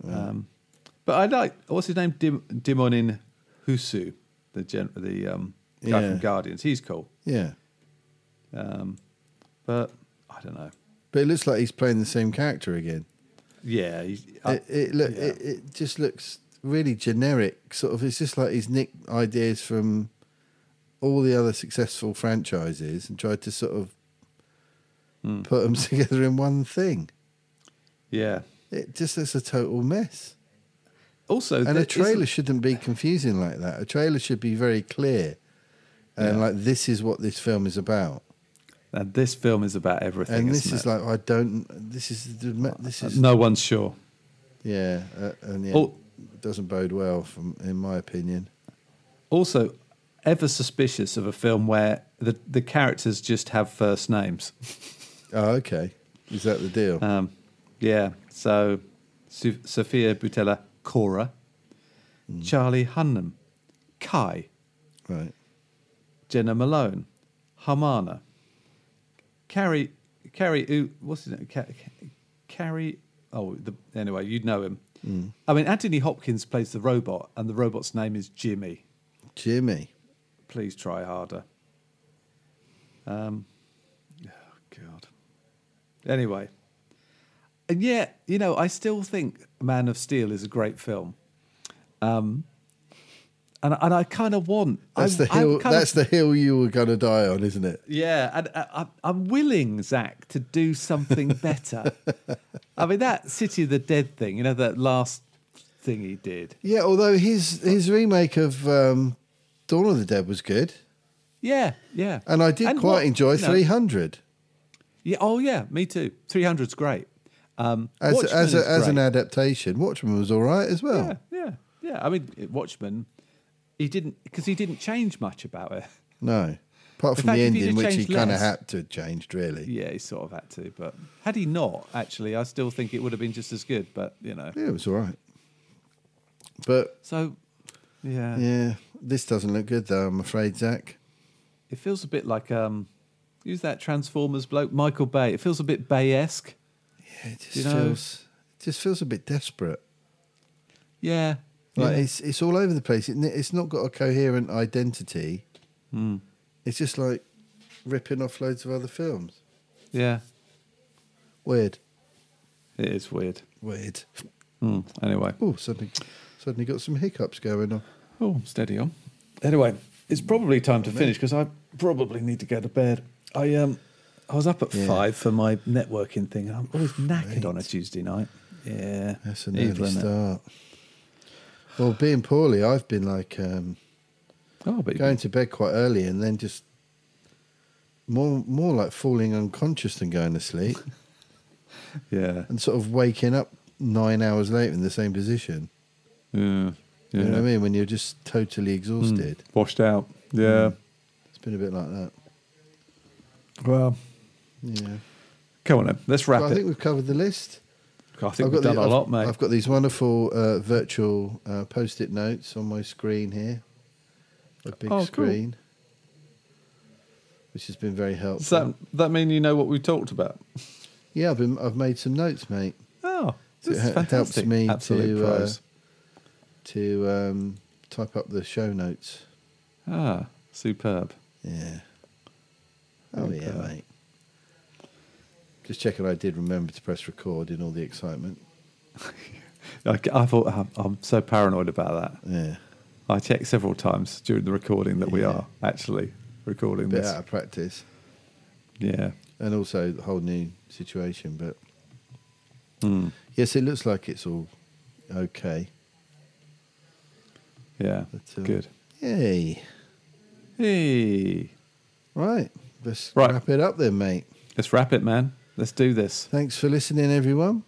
D: um, but I like what's his name Dim, Dimonin Husu, the gen, the um, guy
B: Yeah.
D: from Guardians. He's cool, Um,
B: Yeah.
D: but I don't know.
B: But it looks like he's playing the same character again.
D: Yeah, uh, he's,
B: it it, look,
D: yeah.
B: it it just looks really generic. Sort of, it's just like he's nicked ideas from all the other successful franchises and tried to sort of
D: Hmm.
B: put them together in one thing.
D: yeah.
B: It just looks a total mess.
D: Also,
B: And
D: there
B: a trailer
D: isn't-
B: shouldn't be confusing like that. A trailer should be very clear and like this is what this film is about.
D: And uh, this film is about everything.
B: And this
D: isn't
B: is
D: it? Uh,
B: like I don't. This is the- this is
D: no one's sure.
B: yeah, uh, and yeah,
D: Oh.
B: doesn't bode well from in my opinion.
D: Also, ever suspicious of a film where the the characters just have first names.
B: Oh, okay. Is that the deal?
D: Um, yeah. So, Su- Sophia Butella, Cora,
B: Hmm.
D: Charlie Hunnam, Kai,
B: right.
D: Jenna Malone, Hamana, Carrie Carrie U what's his name? Ca- Carrie oh the, anyway, you'd know him.
B: Mm.
D: I mean Anthony Hopkins plays the robot and the robot's name is Jimmy.
B: Jimmy.
D: Please try harder. Um oh god. Anyway. And yet, you know, I still think Man of Steel is a great film. Um and, and I kind of want
B: That's
D: I-
B: the
D: I
B: hill.
D: kind of-
B: That's the hill you were going to die on, isn't it?
D: yeah, and I, I, I'm willing, Zach, to do something better. I mean, that City of the Dead thing, you know, that last thing he did.
B: Yeah. Although his his remake of um, Dawn of the Dead was good,
D: Yeah, yeah.
B: and I did quite
D: what-
B: enjoy
D: you know,
B: Three Hundred
D: Yeah, oh yeah, me too. 300's great. Um,
B: as
D: Watchmen
B: as
D: is
B: a, as an
D: great.
B: adaptation. Watchmen was all right as well.
D: yeah, yeah, yeah. I mean, Watchmen. He didn't because he didn't change much about it.
B: No, apart
D: In
B: from
D: fact,
B: the
D: if he'd
B: ending,
D: have
B: which he
D: changed
B: kind of
D: less-
B: had to have changed, really.
D: Yeah, he sort of had to. But had he not, actually, I still think it would have been just as good. But you know,
B: Yeah, it was all right. But
D: so yeah.
B: yeah, this doesn't look good though. I'm afraid, Zach.
D: It feels a bit like um, who's that Transformers bloke? Michael Bay. It feels a bit Bay-esque.
B: It just
D: You know-
B: feels it just feels a bit desperate.
D: Yeah.
B: Like
D: yeah.
B: it's it's all over the place. It, it's not got a coherent identity.
D: Hmm.
B: It's just like ripping off loads of other films.
D: yeah.
B: Weird,
D: It is weird.
B: weird.
D: Hmm, Anyway.
B: Oh, suddenly, suddenly got some hiccups going on.
D: Oh, steady on. Anyway, it's probably time to finish because I probably need to go to bed. I um, I was up at
B: Yeah.
D: five for my networking thing, and I'm always knackered on a Tuesday night. Yeah,
B: That's an
D: evil,
B: early
D: innit?
B: start. Well, being poorly, I've been like um,
D: Oh, but
B: going to bed quite early and then just more more like falling unconscious than going to sleep
D: yeah,
B: and sort of waking up nine hours later in the same position.
D: yeah,
B: You know what I
D: yeah. Hmm.
B: mean? When you're just totally exhausted.
D: Washed out. Yeah.
B: It's been a bit like that.
D: Well,
B: Yeah.
D: come on then. Let's wrap
B: Well, Mm. I
D: it.
B: think we've covered the list.
D: I think we've done
B: the-
D: a
B: I've-
D: lot, mate.
B: I've got these wonderful uh, virtual uh, post-it notes on my screen here, a big
D: Oh, cool.
B: screen, which has been very helpful.
D: Does that that mean you know what we talked about?
B: yeah, I've been I've made some notes, mate,
D: Oh,
B: So
D: this
B: it
D: is
B: he- helps
D: fantastic.
B: me
D: Absolute
B: to, uh,
D: pros.
B: to um, type up the show notes.
D: ah, superb.
B: Yeah. Oh yeah,
D: Okay.
B: mate. Just checking I did remember to press record in all the excitement.
D: I, I thought I'm, I'm so um, paranoid about that.
B: Yeah.
D: I checked several times during the recording that we are actually recording
B: bit
D: this.
B: out of practice,
D: Yeah.
B: and also the whole new situation. But
D: Hmm.
B: yes, it looks like it's all okay.
D: Yeah.
B: But, uh,
D: Good.
B: Yay!
D: Hey.
B: Right, let's
D: Right.
B: wrap it up then, mate.
D: Let's wrap it, man. Let's do this.
B: Thanks for listening, everyone.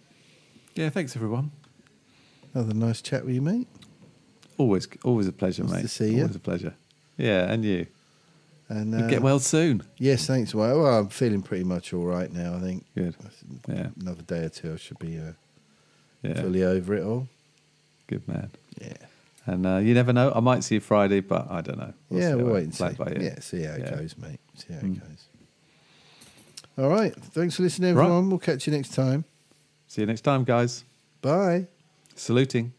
D: Yeah, thanks everyone.
B: Another nice chat with you, mate.
D: Always always a pleasure,
B: Nice
D: mate.
B: to see you.
D: Always a pleasure. Yeah, and you.
B: And
D: And
B: uh,
D: Get well soon.
B: Yes, thanks. Well, well, I'm feeling pretty much all right now. I think
D: Good. Yeah.
B: another day or two, I should be uh,
D: Yeah.
B: fully over it all.
D: Good man.
B: Yeah,
D: And uh, you never know. I might see you Friday, but I don't know.
B: yeah.
D: see
B: We'll
D: how-
B: wait and see.
D: play it by ear.
B: Yeah, see how it
D: Yeah. Hmm.
B: goes, mate. See how it goes. All right. Thanks for listening, everyone. We'll catch you next time.
D: See you next time, guys.
B: Bye.
D: Saluting.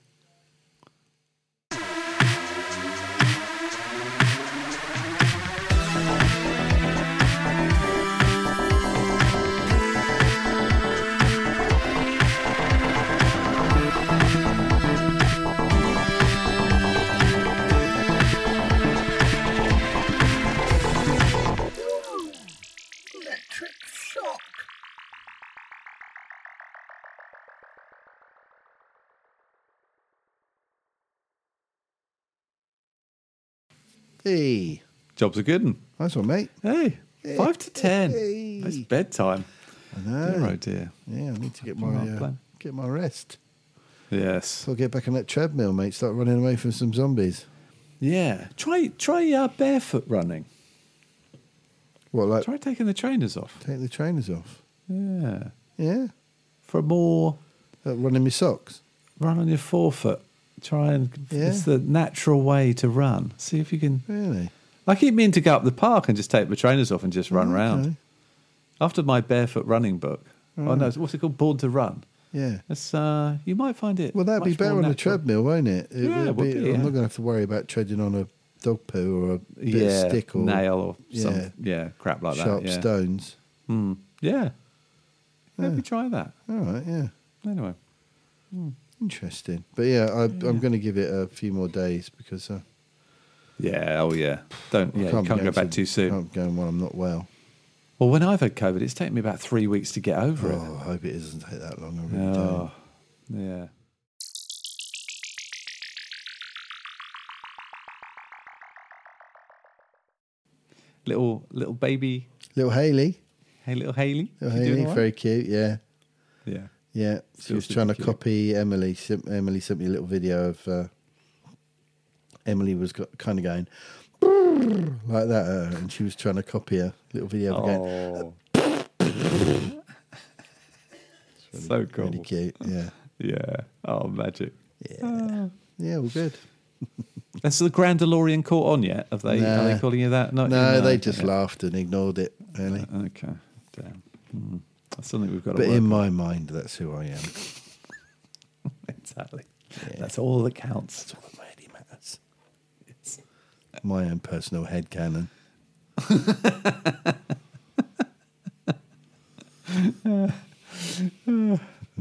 A: Electric shock.
B: Hey,
D: Jobs are good. un.
B: nice one, mate.
D: Hey, five to ten.
B: Hey.
D: It's bedtime.
B: I know.
D: Dear, oh dear.
B: Yeah, I need to get
D: All right,
B: my uh,
D: plan.
B: get my rest.
D: Yes.
B: So I'll get back on that treadmill, mate. Start running away from some zombies.
D: Yeah. Try try uh, barefoot running.
B: What, like
D: Try taking the trainers off.
B: take the trainers off?
D: Yeah.
B: Yeah,
D: For a more
B: like running my socks.
D: run on your forefoot. Try and
B: Yeah.
D: it's the natural way to run. See if you can.
B: Really?
D: I keep meaning to go up the park and just take my trainers off and just run
B: Oh, Okay.
D: round. After my barefoot running book. Oh no, it's- what's it called? Born to Run.
B: Yeah.
D: It's, uh, you might find it.
B: Well, that'd be
D: much more
B: better on a
D: natural.
B: treadmill, won't it? it
D: Yeah,
B: would
D: it
B: be-
D: would be,
B: I'm
D: yeah.
B: not going to have to worry about treading on a dog poo or a bit
D: yeah,
B: of stick or
D: nail or
B: Yeah.
D: some yeah crap like
B: sharp
D: that. Yeah.
B: stones.
D: Mm. Yeah. Maybe try that.
B: All right, yeah.
D: Anyway.
B: Interesting. But yeah, I, I'm going to give it a few more days because uh,
D: Yeah. Oh yeah. Don't. Yeah.
B: I
D: you
B: can't,
D: Can't,
B: be
D: go
B: going
D: back
B: to-
D: too soon.
B: Can't go while I'm not well.
D: Well, when I've had COVID, it's taken me about three weeks to get over
B: Oh, I hope it doesn't take that long. I
D: it.
B: really don't.
D: Oh. Yeah. Little little baby,
B: Little Haley,
D: hey little Haley.
B: little
D: She doing
B: Haley,
D: all right?
B: very cute. Yeah,
D: Yeah.
B: yeah. She
D: Still
B: was
D: super
B: trying to
D: cute.
B: copy Emily. Sim- Emily sent me a little video of uh, Emily was go- kind of going like that, uh, and she was trying to copy her little video of her going
D: Oh. so cool.
B: really cute. Yeah,
D: Yeah. Oh, magic.
B: yeah, all good.
D: Has the Grand Delorean caught on yet? Have they? Are
B: Nah.
D: they calling you that? Not
B: No,
D: yet?
B: they just
D: Okay.
B: laughed and ignored it.
D: Uh,
B: Really,
D: Okay. Damn. Hmm. That's something we've got
B: but
D: to work
B: in my mind, that's who I am.
D: Exactly. That's all that counts.
B: That's all that really matters. My own personal head cannon.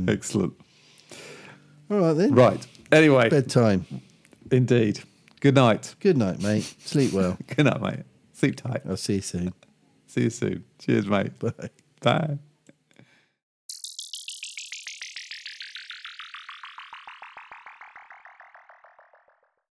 D: Excellent.
B: All right then.
D: Right. Anyway,
B: Bedtime.
D: indeed. Good night.
B: Good night, mate. Sleep well.
D: Good night, mate. Sleep tight.
B: I'll see you soon.
D: See you soon. Cheers, mate.
B: Bye.
D: Bye.